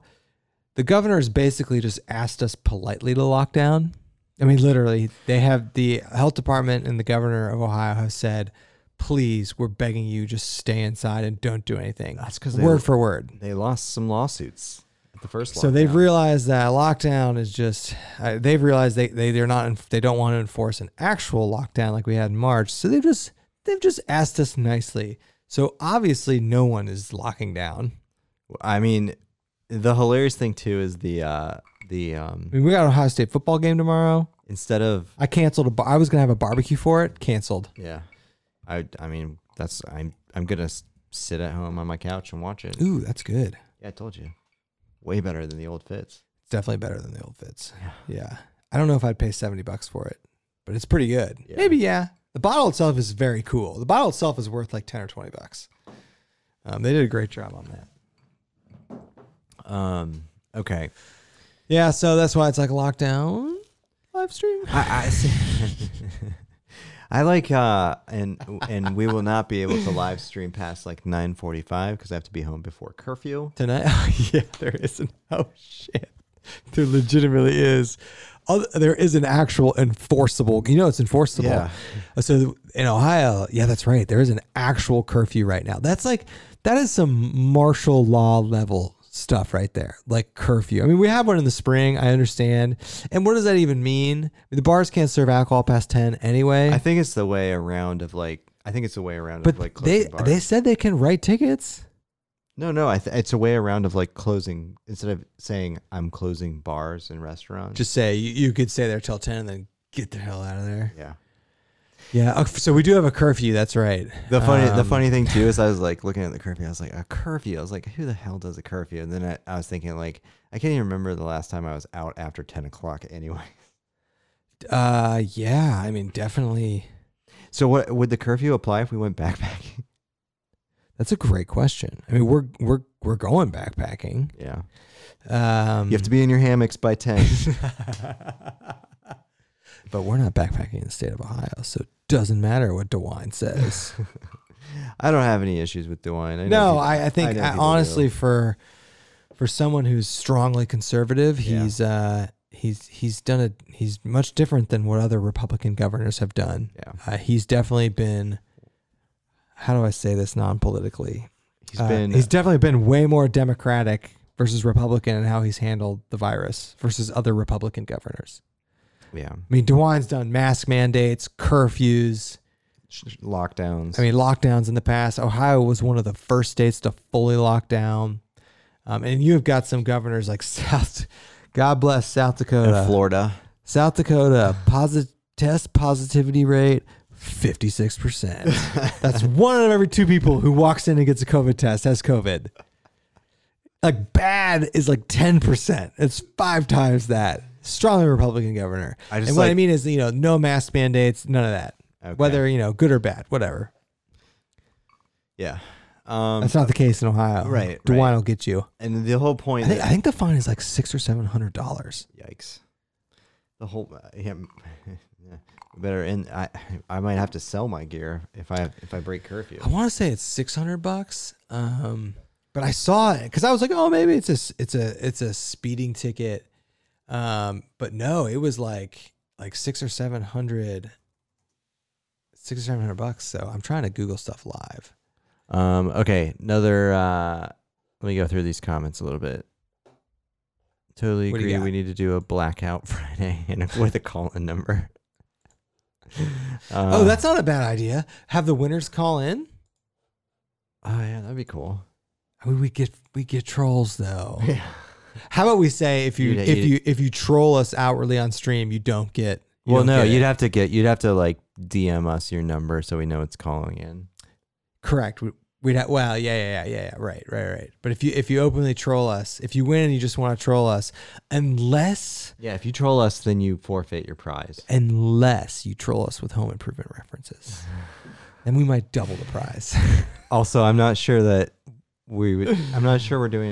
Speaker 1: the governor's basically just asked us politely to lock down. I mean, literally, they have the health department and the governor of Ohio have said, please, we're begging you, just stay inside and don't do anything.
Speaker 2: That's 'cause they-
Speaker 1: word for word.
Speaker 2: They lost some lawsuits at the first
Speaker 1: So they've
Speaker 2: lockdown.
Speaker 1: realized that lockdown is just uh, they've realized they they they're not they don't want to enforce an actual lockdown like we had in March. So they've just they've just asked us nicely. So obviously no one is locking down.
Speaker 2: I mean, the hilarious thing too is the uh the um
Speaker 1: I mean, we got an Ohio State football game tomorrow.
Speaker 2: instead of
Speaker 1: I canceled a bar- I was gonna have a barbecue for it. Canceled.
Speaker 2: yeah, I I mean that's I'm I'm gonna s- sit at home on my couch and watch it.
Speaker 1: Ooh, that's good.
Speaker 2: Yeah, I told you, way better than the old fits.
Speaker 1: It's definitely better than the old fits. Yeah. I don't know if I'd pay seventy bucks for it, but it's pretty good.
Speaker 2: Yeah.
Speaker 1: Maybe yeah. The bottle itself is very cool. The bottle itself is worth like ten or twenty bucks. Um, they did a great job on that.
Speaker 2: Um. Okay.
Speaker 1: Yeah, so that's why it's like lockdown live stream.
Speaker 2: I, I see. I like uh and and we will not be able to live stream past like 9:45 cuz I have to be home before curfew.
Speaker 1: Tonight? Oh, yeah, there isn't. Oh shit. There legitimately is. Other, there is an actual enforceable. You know, it's enforceable. Uh,
Speaker 2: Yeah.
Speaker 1: So in Ohio, yeah, that's right. There is an actual curfew right now. That's like that is some martial law level stuff right there. Like curfew. I mean, we have one in the spring. I understand. And what does that even mean? The bars can't serve alcohol past ten anyway.
Speaker 2: I think it's the way around of like I think it's the way around
Speaker 1: but
Speaker 2: of like
Speaker 1: they
Speaker 2: closing bars.
Speaker 1: they said they can write tickets.
Speaker 2: No, no, I th- it's a way around of like closing instead of saying I'm closing bars and restaurants.
Speaker 1: just say you, you could stay there till 10 and then get the hell out of there
Speaker 2: yeah.
Speaker 1: yeah okay, so we do have a curfew that's right
Speaker 2: The funny, the
Speaker 1: Um,
Speaker 2: funny thing too is I was like looking at the curfew. I was like a curfew. I was like, who the hell does a curfew? And then I, I was thinking like I can't even remember the last time I was out after ten o'clock anyway.
Speaker 1: uh yeah i mean definitely
Speaker 2: So what would the curfew apply if we went backpacking?
Speaker 1: that's a great question i mean we're we're we're going backpacking
Speaker 2: Yeah,
Speaker 1: um
Speaker 2: you have to be in your hammocks by ten.
Speaker 1: but we're not backpacking in the state of ohio so it doesn't matter what dewine says
Speaker 2: I don't have any issues with Dewine.
Speaker 1: no
Speaker 2: I know people-
Speaker 1: I, I think
Speaker 2: know
Speaker 1: I
Speaker 2: people do.
Speaker 1: honestly for for someone who's strongly conservative
Speaker 2: Yeah.
Speaker 1: he's uh he's he's done a he's much different than what other republican governors have done
Speaker 2: yeah,
Speaker 1: uh, he's definitely been how do i say this non-politically
Speaker 2: he's
Speaker 1: Uh,
Speaker 2: been
Speaker 1: he's definitely been way more democratic versus republican in how he's handled the virus versus other republican governors
Speaker 2: yeah
Speaker 1: i mean dewine's done mask mandates curfews
Speaker 2: sh- sh- lockdowns.
Speaker 1: I mean, lockdowns in the past. Ohio was one of the first states to fully lock down. Um, and you have got some governors like South, God bless South
Speaker 2: And
Speaker 1: Dakota.
Speaker 2: Florida.
Speaker 1: South Dakota, posit- test positivity rate 56%. That's one out of every two people who walks in and gets a COVID test has COVID. Like bad is like 10%. It's five times that. Strongly Republican governor.
Speaker 2: I just
Speaker 1: and what I
Speaker 2: like-
Speaker 1: mean is, you know, no mask mandates, none of that.
Speaker 2: Okay.
Speaker 1: Whether, you know, good or bad, whatever.
Speaker 2: Yeah. Um,
Speaker 1: That's not the case in Ohio.
Speaker 2: Right,
Speaker 1: DeWine
Speaker 2: right.
Speaker 1: will get you.
Speaker 2: and the whole point.
Speaker 1: I think,
Speaker 2: that-
Speaker 1: I think the fine is like six or seven hundred dollars.
Speaker 2: Yikes. The whole uh, yeah, m- yeah. better and I I might have to sell my gear if I if I break curfew.
Speaker 1: I want to say it's six hundred bucks. Um, but I saw it because I was like, oh, maybe it's a s- it's a it's a speeding ticket. Um, but no, it was like like six or seven hundred. Six or seven hundred bucks. So I'm trying to Google stuff live.
Speaker 2: Um okay, another uh let me go through these comments a little bit. Totally
Speaker 1: What do you
Speaker 2: agree
Speaker 1: got?
Speaker 2: we need to do a blackout Friday and a- with a call in number. Uh,
Speaker 1: oh, that's not a bad idea. Have the winners call in.
Speaker 2: Oh yeah, that'd be cool.
Speaker 1: I mean, we get we get trolls though.
Speaker 2: Yeah.
Speaker 1: How about we say if you
Speaker 2: You'd-
Speaker 1: if
Speaker 2: you'd-
Speaker 1: you if you troll us outwardly on stream, you don't get. you
Speaker 2: well,
Speaker 1: don't
Speaker 2: no,
Speaker 1: get it.
Speaker 2: you'd have to get you'd have to like DM us your number so we know it's calling in.
Speaker 1: correct. We, we'd have, well, yeah, yeah, yeah, yeah, yeah, right, right, right. But if you if you openly troll us, if you win and you just want to troll us, unless
Speaker 2: Yeah, if you troll us, then you forfeit your prize.
Speaker 1: unless you troll us with home improvement references, then we might double the prize.
Speaker 2: Also, I'm not sure that we would. I'm not sure we're doing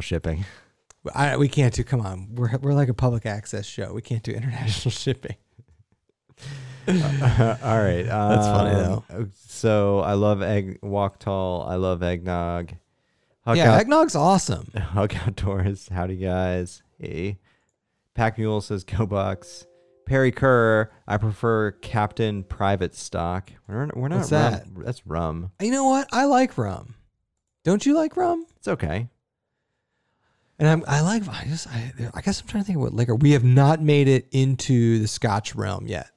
Speaker 2: shipping.
Speaker 1: I, we can't do. Come on, we're we're like a public access show. We can't do international shipping.
Speaker 2: All right,
Speaker 1: That's funny, though.
Speaker 2: though. So I love egg walk tall. I love eggnog. Huck
Speaker 1: yeah,
Speaker 2: out,
Speaker 1: eggnog's awesome.
Speaker 2: hug outdoors. Howdy guys. Hey, Pack Mule says go Bucks. Perry Kerr. I prefer Captain Private Stock. We're we're not
Speaker 1: What's
Speaker 2: rum-
Speaker 1: that?
Speaker 2: That's rum.
Speaker 1: You know what? I like rum. Don't you like rum?
Speaker 2: It's okay.
Speaker 1: And I'm, I like, I just, I, there- I guess I'm trying to think of what liquor. We have not made it into the Scotch realm yet.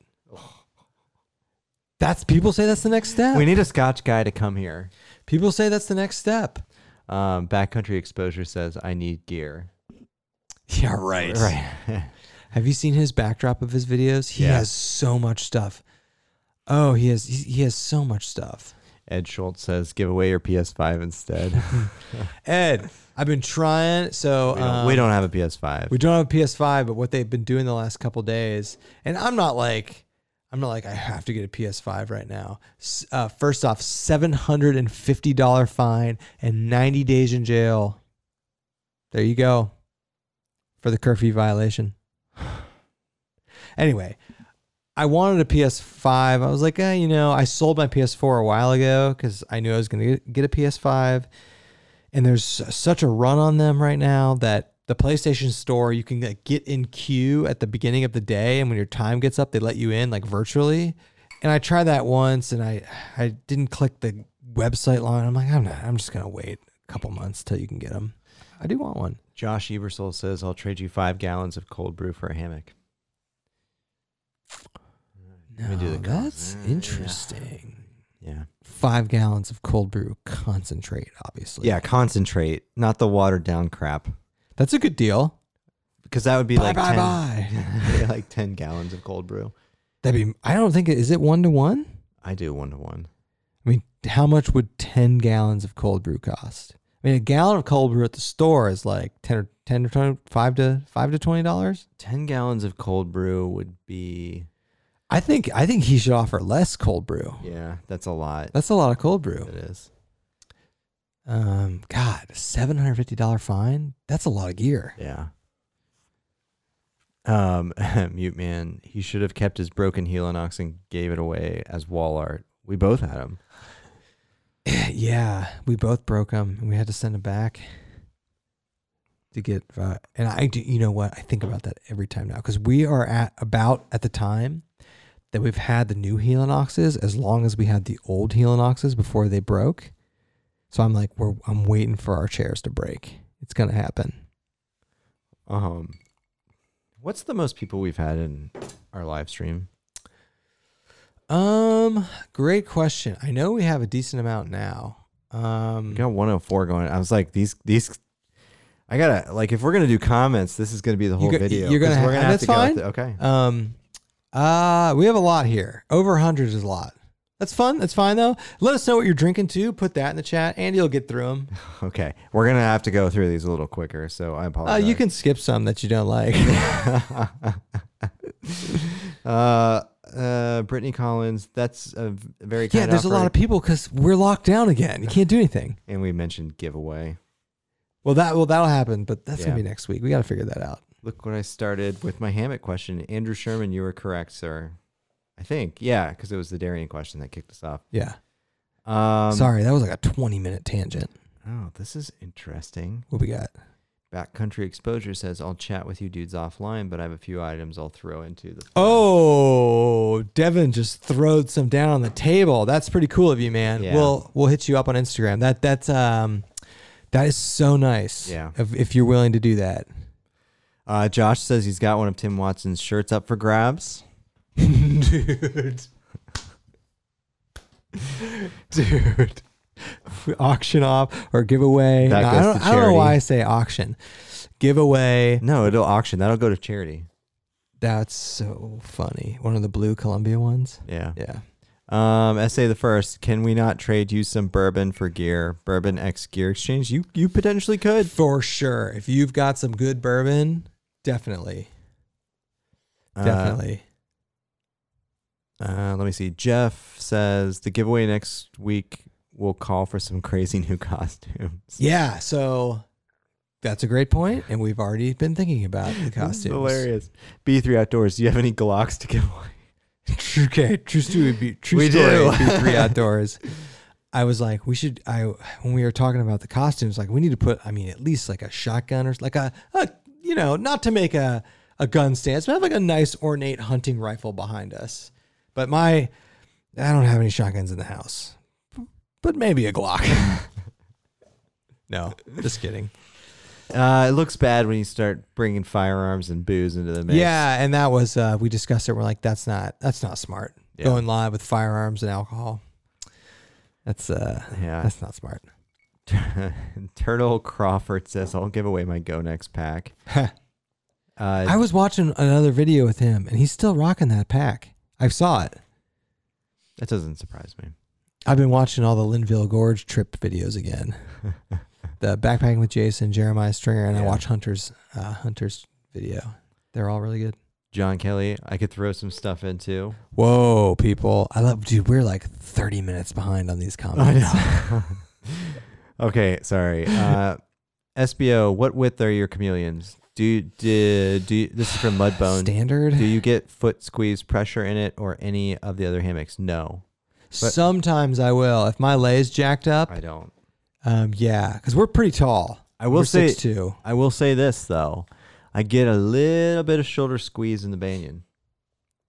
Speaker 1: That's people say that's the next step.
Speaker 2: We need a Scotch guy to come here.
Speaker 1: people say that's the next step.
Speaker 2: Um, Backcountry Exposure says I need gear.
Speaker 1: Yeah, right.
Speaker 2: Right.
Speaker 1: Have you seen his backdrop of his videos? He
Speaker 2: Yeah.
Speaker 1: has so much stuff. Oh, he has, he, he has so much stuff.
Speaker 2: Ed Schultz says, "Give away your PS5 instead." we,
Speaker 1: Ed, I've been trying. So
Speaker 2: don't,
Speaker 1: um,
Speaker 2: we don't have a PS5.
Speaker 1: We don't have a PS5, but what they've been doing the last couple days, and I'm not like, I'm not like I have to get a PS5 right now. S- Uh, first off, seven hundred and fifty dollar fine and ninety days in jail. There you go, for the curfew violation. Anyway, I wanted a PS5. I was like, eh, you know, I sold my PS4 a while ago because I knew I was going to get a PS5. And there's such a run on them right now that the PlayStation Store, you can like, get in queue at the beginning of the day. And when your time gets up, they let you in like virtually. And I tried that once and I, I didn't click the website line. I'm like, I'm not, I'm just going to wait a couple months till you can get them. I do want one.
Speaker 2: Josh Ebersol says, "I'll trade you five gallons of cold brew for a hammock."
Speaker 1: No,
Speaker 2: me do the
Speaker 1: that's
Speaker 2: cons- Yeah.
Speaker 1: interesting.
Speaker 2: Yeah.
Speaker 1: Five gallons of cold brew concentrate, obviously.
Speaker 2: Yeah. Concentrate, not the watered down crap,
Speaker 1: That's a good deal.
Speaker 2: because that would be
Speaker 1: Bye
Speaker 2: like
Speaker 1: bye
Speaker 2: 10,
Speaker 1: bye.
Speaker 2: yeah, like ten gallons of cold brew.
Speaker 1: That'd be. I don't think it- is it one to one.
Speaker 2: I do one to one.
Speaker 1: I mean, how much would ten gallons of cold brew cost? I mean, a gallon of cold brew at the store is like ten or ten or twenty five to five to twenty dollars.
Speaker 2: Ten gallons of cold brew would be.
Speaker 1: I think I think he should offer less cold brew.
Speaker 2: Yeah, that's a lot.
Speaker 1: That's a lot of cold brew.
Speaker 2: It is.
Speaker 1: Um, God, seven hundred fifty dollar fine. That's a lot of gear.
Speaker 2: Yeah. Um, mute man. He should have kept his broken helinox and gave it away as wall art. We both had him.
Speaker 1: yeah, we both broke them, and we had to send them back to get. Uh, and I do. You know what? I think about that every time now because we are at about at the time that we've had the new Helinoxes as long as we had the old Helinoxes before they broke. So I'm like, we're I'm waiting for our chairs to break. It's gonna happen.
Speaker 2: Um, what's the most people we've had in our live stream?
Speaker 1: Um, great question. I know we have a decent amount now. Um,
Speaker 2: We got 104 going. I was like, these these. I gotta like if we're gonna do comments, this is gonna be the whole
Speaker 1: go-
Speaker 2: video.
Speaker 1: you're gonna
Speaker 2: 'cause we're
Speaker 1: ha-
Speaker 2: gonna have
Speaker 1: that's
Speaker 2: to go
Speaker 1: fine.
Speaker 2: with the- okay.
Speaker 1: Um, uh, we have a lot here. Over 100 is a lot. That's fun. That's fine though. Let us know what you're drinking too. Put that in the chat. Andy will get through them.
Speaker 2: Okay, we're gonna have to go through these a little quicker. So I
Speaker 1: Uh,
Speaker 2: apologize.
Speaker 1: you can skip some that you don't like.
Speaker 2: uh, uh, Brittany Collins. That's a v- very
Speaker 1: yeah,
Speaker 2: kind
Speaker 1: there's a lot
Speaker 2: offer.
Speaker 1: of people because we're locked down again. You can't do anything.
Speaker 2: and we mentioned giveaway.
Speaker 1: Well, that well that'll happen, but that's gonna
Speaker 2: Yeah.
Speaker 1: be next week. We got to figure that out.
Speaker 2: Look what I started with my hammock question. Andrew Sherman, you were correct, sir. I think yeah, because it was the Darian question that kicked us off.
Speaker 1: Yeah.
Speaker 2: Um,
Speaker 1: Sorry, that was like a 20 minute tangent.
Speaker 2: Oh, this is interesting.
Speaker 1: What we got?
Speaker 2: Backcountry Exposure says, I'll chat with you dudes offline, but I have a few items I'll throw into the.
Speaker 1: Oh, Devin just throwed some down on the table. That's pretty cool of you, man.
Speaker 2: Yeah.
Speaker 1: We'll we'll hit you up on Instagram. That that's um that is so nice.
Speaker 2: Yeah.
Speaker 1: If, if you're willing to do that.
Speaker 2: Uh, Josh says he's got one of Tim Watson's shirts up for grabs.
Speaker 1: Dude. Dude. auction off or give away.
Speaker 2: That
Speaker 1: No, I,
Speaker 2: goes
Speaker 1: don't,
Speaker 2: to
Speaker 1: I don't know why
Speaker 2: charity.
Speaker 1: I say auction. Giveaway.
Speaker 2: No, it'll auction. That'll go to charity.
Speaker 1: That's so funny. One of the blue Columbia ones.
Speaker 2: Yeah.
Speaker 1: Yeah.
Speaker 2: Um, essay the first. Can we not trade you some bourbon for gear? Bourbon X gear exchange. You you potentially could.
Speaker 1: For sure. If you've got some good bourbon, definitely.
Speaker 2: Uh,
Speaker 1: Definitely.
Speaker 2: Uh, let me see. Jeff says the giveaway next week will call for some crazy new costumes.
Speaker 1: Yeah, so that's a great point, and we've already been thinking about the
Speaker 2: This is
Speaker 1: costumes.
Speaker 2: Hilarious. B3 Outdoors, do you have any Glocks to give away?
Speaker 1: okay, true story. True
Speaker 2: We
Speaker 1: story.
Speaker 2: do.
Speaker 1: Be three outdoors. I was like, we should. I when we were talking about the costumes, like we need to put. I mean, at least like a shotgun or like a, a you know, not to make a a gun stance, but have like a nice ornate hunting rifle behind us. But my, I don't have any shotguns in the house, but maybe a Glock. no, just kidding.
Speaker 2: Uh, it looks bad when you start bringing firearms and booze into the mix.
Speaker 1: Yeah, and that was uh, we discussed it. We're like, that's not that's not smart.
Speaker 2: Yeah.
Speaker 1: Going live with firearms and alcohol. That's uh,
Speaker 2: Yeah.
Speaker 1: that's not smart.
Speaker 2: Turtle Crawford says, I'll give away my Go Next pack. uh,
Speaker 1: I was watching another video with him, and he's still rocking that pack. I saw it.
Speaker 2: that doesn't surprise me.
Speaker 1: I've been watching all the Linville Gorge trip videos again. the backpacking with Jason, Jeremiah Stringer, and I
Speaker 2: Yeah.
Speaker 1: watch Hunter's uh, Hunter's video. They're all really good.
Speaker 2: John Kelly, I could throw some stuff into.
Speaker 1: Whoa, people! I love, dude. We're like thirty minutes behind on these comments.
Speaker 2: okay, sorry. Uh, SBO, what width are your chameleons? Do, do, do this is from Mudbone.
Speaker 1: Standard.
Speaker 2: Do you get foot squeeze pressure in it or any of the other hammocks? No, But-
Speaker 1: Sometimes I will if my lay's jacked up.
Speaker 2: I don't.
Speaker 1: Um, yeah, because we're pretty tall.
Speaker 2: I will
Speaker 1: we're
Speaker 2: say-
Speaker 1: six two.
Speaker 2: I will say this though, I get a little bit of shoulder squeeze in the banyan.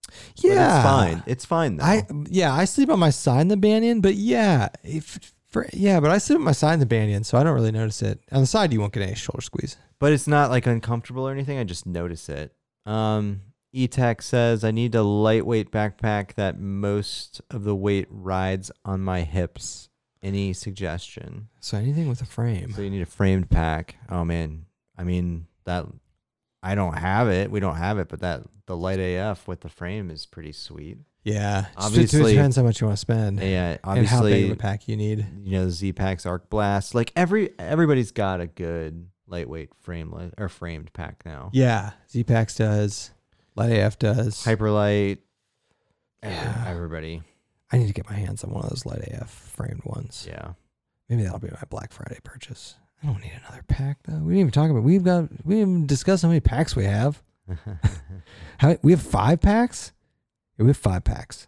Speaker 2: but
Speaker 1: Yeah,
Speaker 2: it's fine. It's fine though.
Speaker 1: I yeah, I sleep on my side in the banyan, but yeah, if for, yeah, but I sleep on my side in the banyan, so I don't really notice it. On the side, you won't get any shoulder squeeze.
Speaker 2: but it's not like uncomfortable or anything. I just notice it. Um, Etech says I need a lightweight backpack that most of the weight rides on my hips. Any suggestion?
Speaker 1: So anything with a frame.
Speaker 2: So you need a framed pack. Oh man, I mean that. I don't have it. We don't have it, but that the light AF with the frame is pretty sweet.
Speaker 1: Yeah, just it
Speaker 2: Obviously-
Speaker 1: depends how much you want to spend
Speaker 2: Yeah,
Speaker 1: and how big of a
Speaker 2: obviously,
Speaker 1: pack you need.
Speaker 2: you know, Z packs, Arc Blast, like every everybody's got a good lightweight frameless or framed pack now.
Speaker 1: Yeah, Z-Pax does, Light AF does.
Speaker 2: Hyperlight, every-
Speaker 1: Yeah.
Speaker 2: everybody,
Speaker 1: I need to get my hands on one of those Light AF framed ones.
Speaker 2: yeah.
Speaker 1: Maybe that'll be my Black Friday purchase. I don't need another pack though. We didn't even talk about. We've got. We didn't even discuss how many packs we have. How we have five packs. Yeah, we have five packs.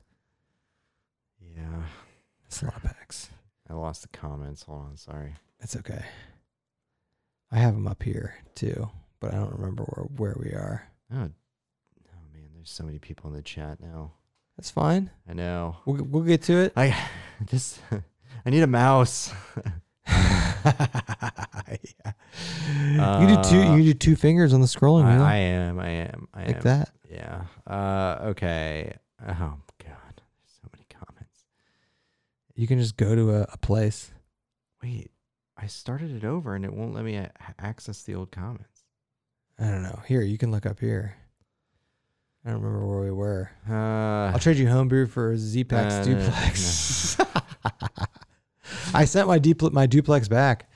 Speaker 2: yeah,
Speaker 1: That's a lot of packs.
Speaker 2: I lost the comments. Hold on, sorry.
Speaker 1: That's okay. I have them up here too, but I don't remember where where we are.
Speaker 2: Oh, oh man, there's so many people in the chat now.
Speaker 1: That's fine.
Speaker 2: I know.
Speaker 1: We'll we'll get to it.
Speaker 2: I this I need a mouse.
Speaker 1: You can do two. You can do two fingers on the scrolling
Speaker 2: Uh, I,
Speaker 1: wheel
Speaker 2: I am. I am. I
Speaker 1: Oh, like
Speaker 2: am.
Speaker 1: that.
Speaker 2: Yeah. Uh, okay. Oh god, there's so many comments.
Speaker 1: You can just go to a, a place.
Speaker 2: Wait, I started it over and it won't let me a- access the old comments.
Speaker 1: I don't know. Here, you can look up here. I don't remember where we were.
Speaker 2: Uh,
Speaker 1: I'll trade you homebrew for a Z-Pax
Speaker 2: Uh, no, no,
Speaker 1: duplex. I sent my dupl- my duplex back,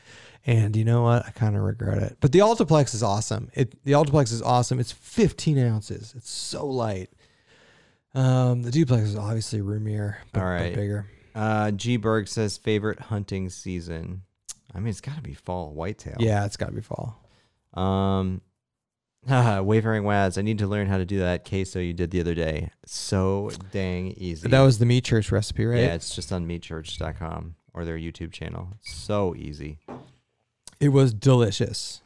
Speaker 1: and you know what? I kind of regret it. But the Altiplex is awesome. It the Altiplex is awesome. It's 15 ounces. It's so light. Um, the duplex is obviously roomier, but,
Speaker 2: All
Speaker 1: but
Speaker 2: right.
Speaker 1: bigger.
Speaker 2: uh, G Berg says favorite hunting season. I mean, it's got to be fall whitetail.
Speaker 1: Yeah, it's got to be fall.
Speaker 2: Um, haha, wavering wads. I need to learn how to do that queso you did the other day. So dang easy.
Speaker 1: That was the meat church recipe, right?
Speaker 2: Yeah, it's just on meatchurch.com or their YouTube channel. So easy.
Speaker 1: It was delicious.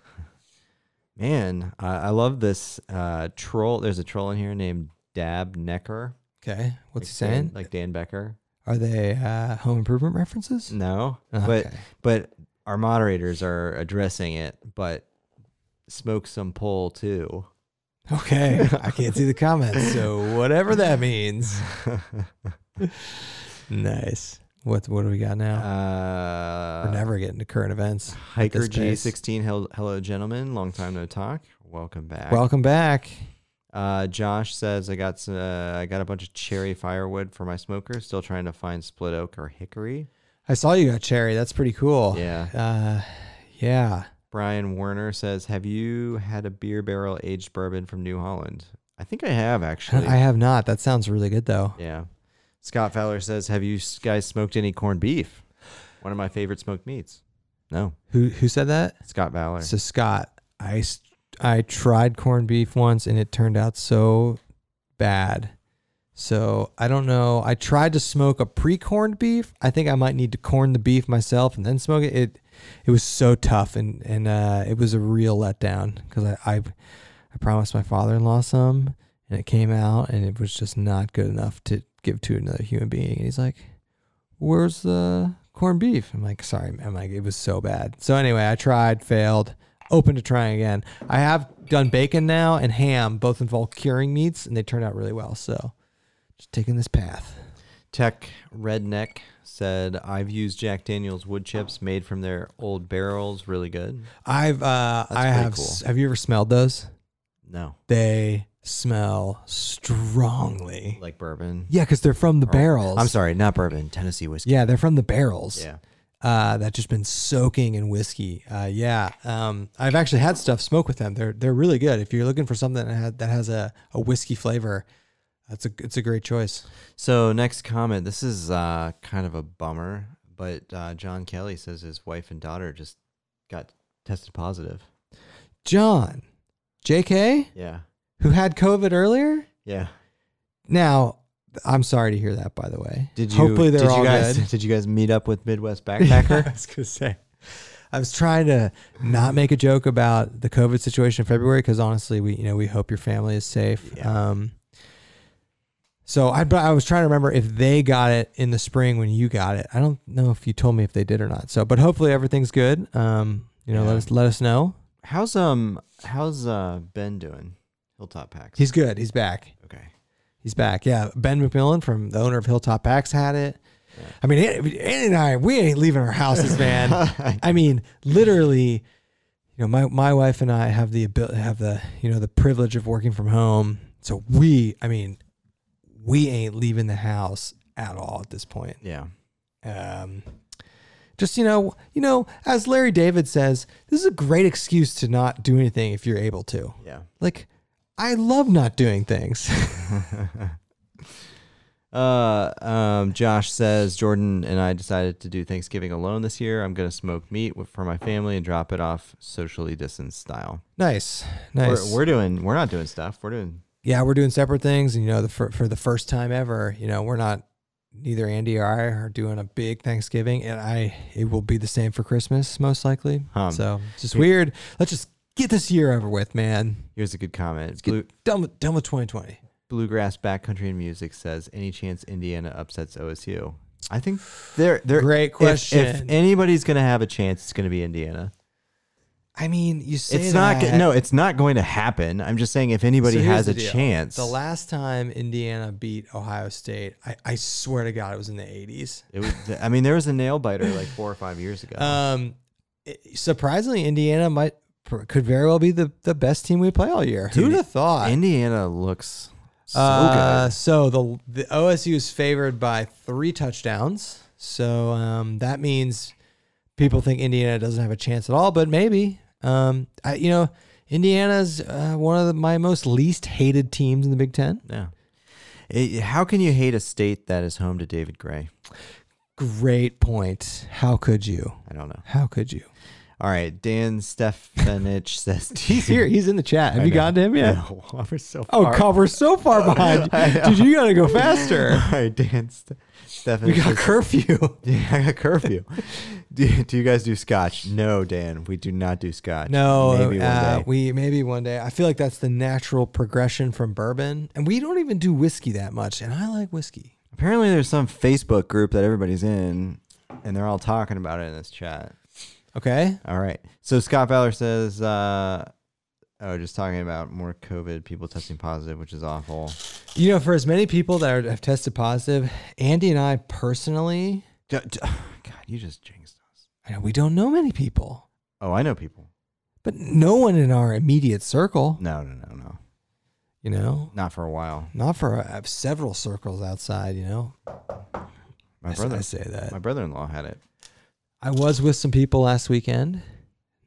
Speaker 2: Man, I I love this uh, troll. There's a troll in here named Dab Necker.
Speaker 1: Okay, what's he
Speaker 2: like Dan-
Speaker 1: saying?
Speaker 2: Like Dan Becker.
Speaker 1: Are they uh, home improvement references?
Speaker 2: No, but
Speaker 1: Okay.
Speaker 2: but our moderators are addressing it. But smoke some pole too.
Speaker 1: Okay, I can't see the comments, so whatever that means. nice. What what do we got now?
Speaker 2: Uh,
Speaker 1: We're never getting to current events.
Speaker 2: Hiker
Speaker 1: this pace.
Speaker 2: G16. Hel- hello, gentlemen. Long time no talk. Welcome back.
Speaker 1: Welcome back.
Speaker 2: Uh, Josh says I got s- uh, I got a bunch of cherry firewood for my smoker. Still trying to find split oak or hickory.
Speaker 1: I saw you got cherry. That's pretty cool.
Speaker 2: Yeah.
Speaker 1: Uh, yeah.
Speaker 2: Brian Warner says, "Have you had a beer barrel aged bourbon from New Holland?" I think I have actually.
Speaker 1: I have not. That sounds really good though.
Speaker 2: yeah. Scott Fowler says, "Have you s- guys smoked any corned beef? One of my favorite smoked meats." No,
Speaker 1: Who who said that?
Speaker 2: Scott Fowler.
Speaker 1: So Scott, I s- I tried corned beef once and it turned out so bad. So I don't know. I tried to smoke a pre-corned beef. I think I might need to corn the beef myself and then smoke it. It it was so tough and and uh, it was a real letdown because I, I I promised my father-in-law some and it came out and it was just not good enough to give to another human being. And he's like, "Where's the corned beef?" I'm like, "Sorry, I'm like it was so bad." So anyway, I tried, failed. Open to trying again. I have done bacon now and ham, both involve curing meats, and they turned out really well. So just taking this path.
Speaker 2: Tech Redneck said, "I've used Jack Daniel's wood chips made from their old barrels. Really good."
Speaker 1: I've uh I
Speaker 2: pretty
Speaker 1: have
Speaker 2: cool.
Speaker 1: s- have you ever smelled those?
Speaker 2: No,
Speaker 1: They smell strongly.
Speaker 2: like bourbon.
Speaker 1: Yeah, cuz they're from the barrels.
Speaker 2: I'm sorry, not bourbon. Tennessee whiskey.
Speaker 1: Yeah, they're from the barrels.
Speaker 2: Yeah.
Speaker 1: Uh, that just been soaking in whiskey. Uh, yeah, um, I've actually had stuff smoke with them. They're they're really good. If you're looking for something that has, that has a, a whiskey flavor, that's a it's a great choice.
Speaker 2: So next comment. This is uh, kind of a bummer, but uh, John Kelly says his wife and daughter just got tested positive.
Speaker 1: John, J.K.
Speaker 2: Yeah.
Speaker 1: who had COVID earlier.
Speaker 2: Yeah.
Speaker 1: Now, I'm sorry to hear that. By the way,
Speaker 2: Did you?
Speaker 1: Hopefully, they're
Speaker 2: did
Speaker 1: all
Speaker 2: you guys,
Speaker 1: good.
Speaker 2: Did you guys meet up with Midwest
Speaker 1: I
Speaker 2: Backpacker?
Speaker 1: was gonna say, I was trying to not make a joke about the COVID situation in February because honestly, we you know we hope your family is safe.
Speaker 2: Yeah.
Speaker 1: Um, so I but I was trying to remember if they got it in the spring when you got it. I don't know if you told me if they did or not. So, but hopefully everything's good. Um, you know, let
Speaker 2: Yeah.
Speaker 1: us let us know.
Speaker 2: how's um How's uh Ben doing? Hilltop Packs.
Speaker 1: He's good. He's back.
Speaker 2: okay.
Speaker 1: He's back. Yeah, Ben McMillan from the owner of Hilltop Packs had it. I mean, Andy and I, we ain't leaving our houses, man. I mean, literally, you know, my, my wife and I have the ability, have the, you know, the privilege of working from home. So we, I mean, we ain't leaving the house at all at this point.
Speaker 2: Yeah.
Speaker 1: Um, just, you know, you know, as Larry David says, this is a great excuse to not do anything if you're able to.
Speaker 2: Yeah.
Speaker 1: Like, I love not doing things.
Speaker 2: Uh, um, Josh says Jordan and I decided to do Thanksgiving alone this year. I'm gonna smoke meat wi- for my family and drop it off socially distanced style.
Speaker 1: nice. Nice.
Speaker 2: We're, we're doing. We're not doing stuff. We're doing.
Speaker 1: yeah, we're doing separate things. And, you know, the, for, for the first time ever, you know, we're not, neither Andy or I are doing a big Thanksgiving. And I, it will be the same for Christmas, most likely.
Speaker 2: Um,
Speaker 1: so it's just weird. Let's just get this year over with, man.
Speaker 2: Here's a good comment.
Speaker 1: Get
Speaker 2: Blue,
Speaker 1: done, with, done with 2020.
Speaker 2: Bluegrass backcountry and music says, any chance Indiana upsets OSU? I think they're they're
Speaker 1: Great
Speaker 2: if- If,
Speaker 1: question.
Speaker 2: anybody's gonna have a chance, it's gonna be Indiana.
Speaker 1: I mean, you say
Speaker 2: It's not
Speaker 1: that.
Speaker 2: go- no, it's not going to happen. I'm just saying if anybody
Speaker 1: So here's
Speaker 2: has
Speaker 1: the
Speaker 2: a
Speaker 1: deal.
Speaker 2: chance,
Speaker 1: The last time Indiana beat Ohio State, I, I swear to God, it was in the 80s.
Speaker 2: it was, I mean, there was a nail biter like four or five years ago.
Speaker 1: Um, it- surprisingly, Indiana might could very well be the, the best team we play all year. Who'd have thought?
Speaker 2: Indiana looks so
Speaker 1: Uh,
Speaker 2: good.
Speaker 1: so the the OSU is favored by three touchdowns. So um, that means people think Indiana doesn't have a chance at all, but maybe. Um, I, you know, Indiana's uh, one of the, my most least hated teams in the Big Ten.
Speaker 2: Yeah. It- how can you hate a state that is home to David Gray?
Speaker 1: Great point. How could you?
Speaker 2: I don't know.
Speaker 1: How could you?
Speaker 2: All right, Dan Stefanich says
Speaker 1: He's here. He's in the chat. Have you
Speaker 2: know.
Speaker 1: gotten to him yet?
Speaker 2: No, we're so
Speaker 1: Oh,
Speaker 2: far.
Speaker 1: God, we're so far behind. Dude, you got to go faster.
Speaker 2: All right, Dan St-
Speaker 1: We
Speaker 2: Stefanich.
Speaker 1: got
Speaker 2: says-
Speaker 1: curfew.
Speaker 2: Yeah, I got curfew. do, do you guys do scotch? No, Dan, we do not do scotch.
Speaker 1: No,
Speaker 2: maybe one
Speaker 1: uh,
Speaker 2: day.
Speaker 1: we maybe one day. I feel like that's the natural progression from bourbon, and we don't even do whiskey that much. And I like whiskey.
Speaker 2: Apparently, there's some Facebook group that everybody's in, and they're all talking about it in this chat.
Speaker 1: Okay,
Speaker 2: All right. So Scott Fowler says, uh, oh, just talking about more COVID people testing positive, which is awful.
Speaker 1: you know, for as many people that are, have tested positive, Andy and I personally
Speaker 2: D- d- God, you just jinxed us.
Speaker 1: I know we don't know many people,
Speaker 2: Oh, I know people.
Speaker 1: but no one in our immediate circle,
Speaker 2: No, no, no, no.
Speaker 1: you know?
Speaker 2: Not for a while.
Speaker 1: Not for uh, several circles outside, you know?
Speaker 2: My
Speaker 1: I,
Speaker 2: brother,
Speaker 1: I say that.
Speaker 2: my brother-in-law had it.
Speaker 1: I was with some people last weekend,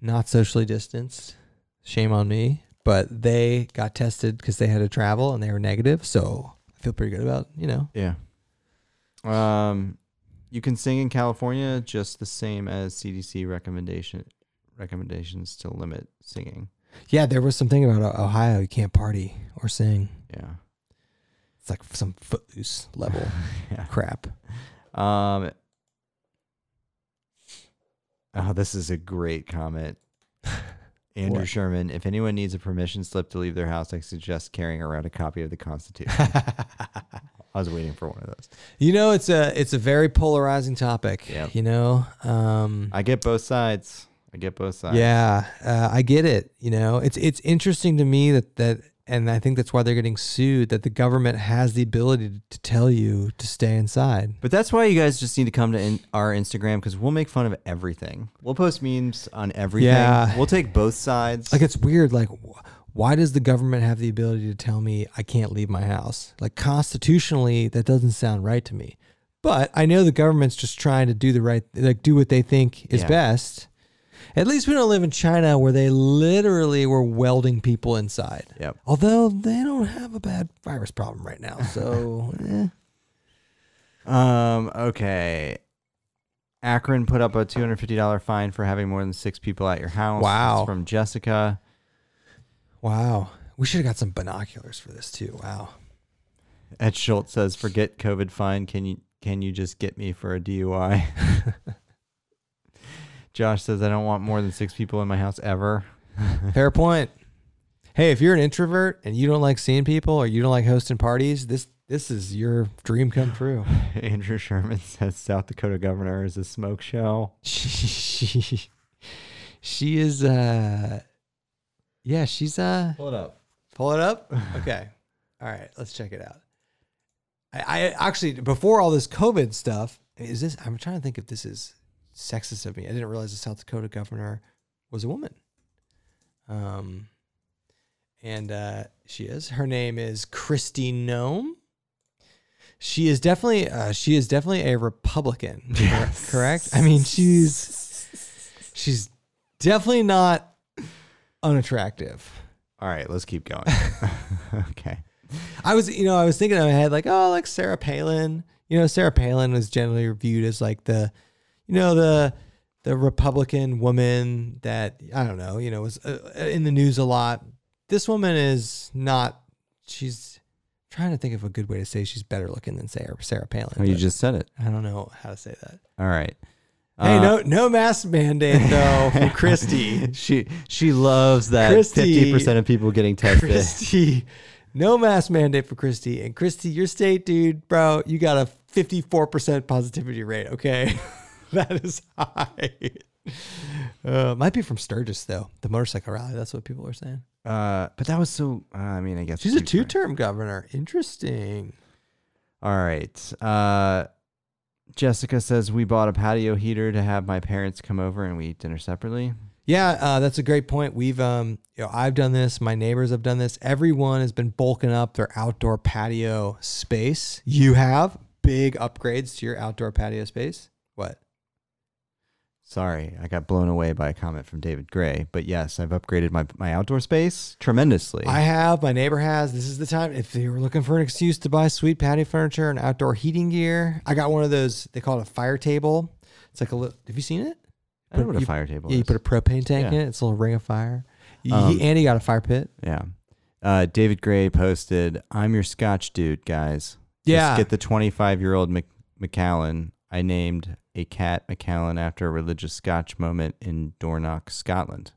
Speaker 1: not socially distanced. Shame on me. But they got tested because they had to travel and they were negative. So I feel pretty good about, you know.
Speaker 2: Yeah. Um, you can sing in California just the same as CDC recommendation recommendations to limit singing.
Speaker 1: Yeah, there was something about O- Ohio. You can't party or sing.
Speaker 2: Yeah.
Speaker 1: It's like some footloose level
Speaker 2: Yeah.
Speaker 1: crap.
Speaker 2: Um. Oh, this is a great comment. Andrew
Speaker 1: What?
Speaker 2: Sherman, if anyone needs a permission slip to leave their house, I suggest carrying around a copy of the Constitution. I was waiting for one of those.
Speaker 1: You know, it's a it's a very polarizing topic.
Speaker 2: Yep.
Speaker 1: You know, um,
Speaker 2: I get both sides. I get both sides.
Speaker 1: Yeah, uh, I get it. You know, it's it's interesting to me that that, and I think that's why they're getting sued. That the government has the ability to, to tell you to stay inside.
Speaker 2: But that's why you guys just need to come to in our Instagram because we'll make fun of everything. We'll post memes on everything.
Speaker 1: Yeah.
Speaker 2: We'll take both sides.
Speaker 1: Like it's weird. Like, wh- why does the government have the ability to tell me I can't leave my house? Like constitutionally, that doesn't sound right to me. But I know the government's just trying to do the right, like do what they think is
Speaker 2: Yeah.
Speaker 1: best. At least we don't live in China where they literally were welding people inside.
Speaker 2: Yep.
Speaker 1: Although they don't have a bad virus problem right now, so eh.
Speaker 2: Um, okay. Akron put up a $250 fine for having more than six people at your house.
Speaker 1: Wow.
Speaker 2: It's from Jessica.
Speaker 1: wow. We should have got some binoculars for this too. Wow.
Speaker 2: Ed Schultz says, forget COVID fine. Can you can you just get me for a DUI? Josh says, I don't want more than six people in my house ever.
Speaker 1: Fair point. Hey, if you're an introvert and you don't like seeing people or you don't like hosting parties, this this is your dream come true.
Speaker 2: Andrew Sherman says South Dakota governor is a smoke show.
Speaker 1: she, she is uh yeah, she's uh
Speaker 2: Pull it up.
Speaker 1: Pull it up. Okay. All right. Let's check it out. I, I actually before all this COVID stuff is this. I'm trying to think if this is sexist of me. I didn't realize the South Dakota governor was a woman. Um, and uh, she is. Her name is Christy Nome. She is definitely uh, she is definitely a Republican. cor- Correct. I mean, she's she's definitely not unattractive.
Speaker 2: All right, let's keep going. okay.
Speaker 1: I was, you know, I was thinking in my head like, oh, like Sarah Palin. You know, Sarah Palin was generally viewed as like the, you know, the the Republican woman that I don't know, you know, was uh, in the news a lot. This woman is not. She's trying to think of a good way to say she's better looking than Sarah Sarah Palin.
Speaker 2: Oh, you
Speaker 1: but
Speaker 2: just said it.
Speaker 1: I don't know how to say that.
Speaker 2: All right.
Speaker 1: hey,
Speaker 2: Uh,
Speaker 1: no, no mask mandate though for Christy.
Speaker 2: she she loves that
Speaker 1: Christy-
Speaker 2: fifty percent of people getting tested.
Speaker 1: Christy. No mask mandate for Christy. And Christy, your state, dude, bro, you got a 54% positivity rate. Okay. that is high. Uh, might be from Sturgis, though. The motorcycle rally. That's what people are saying.
Speaker 2: Uh, but that was so. Uh, I mean, I guess
Speaker 1: She's a
Speaker 2: two
Speaker 1: two term governor. Interesting.
Speaker 2: All right. Uh, Jessica says we bought a patio heater to have my parents come over and we eat dinner separately.
Speaker 1: Yeah, uh, that's a great point. We've, um, you know, I've done this. My neighbors have done this. Everyone has been bulking up their outdoor patio space. You have big upgrades to your outdoor patio space. What?
Speaker 2: Sorry, I got blown away by a comment from David Gray. But yes, I've upgraded my my outdoor space tremendously.
Speaker 1: I have. My neighbor has. This is the time. If you were looking for an excuse to buy sweet patio furniture and outdoor heating gear, I got one of those. They call it a fire table. It's like a little. Have you seen it?
Speaker 2: I don't know what
Speaker 1: you-
Speaker 2: a fire table
Speaker 1: Yeah, you
Speaker 2: is.
Speaker 1: put a propane tank
Speaker 2: Yeah.
Speaker 1: in it. It's a little ring of fire. You,
Speaker 2: Um,
Speaker 1: and you got a fire pit.
Speaker 2: yeah. Uh, David Gray posted, "I'm your Scotch dude, guys.
Speaker 1: Yeah.
Speaker 2: Just get the 25 year old Mc- McAllen. I named a cat McAllen after a religious Scotch moment in Dornoch, Scotland.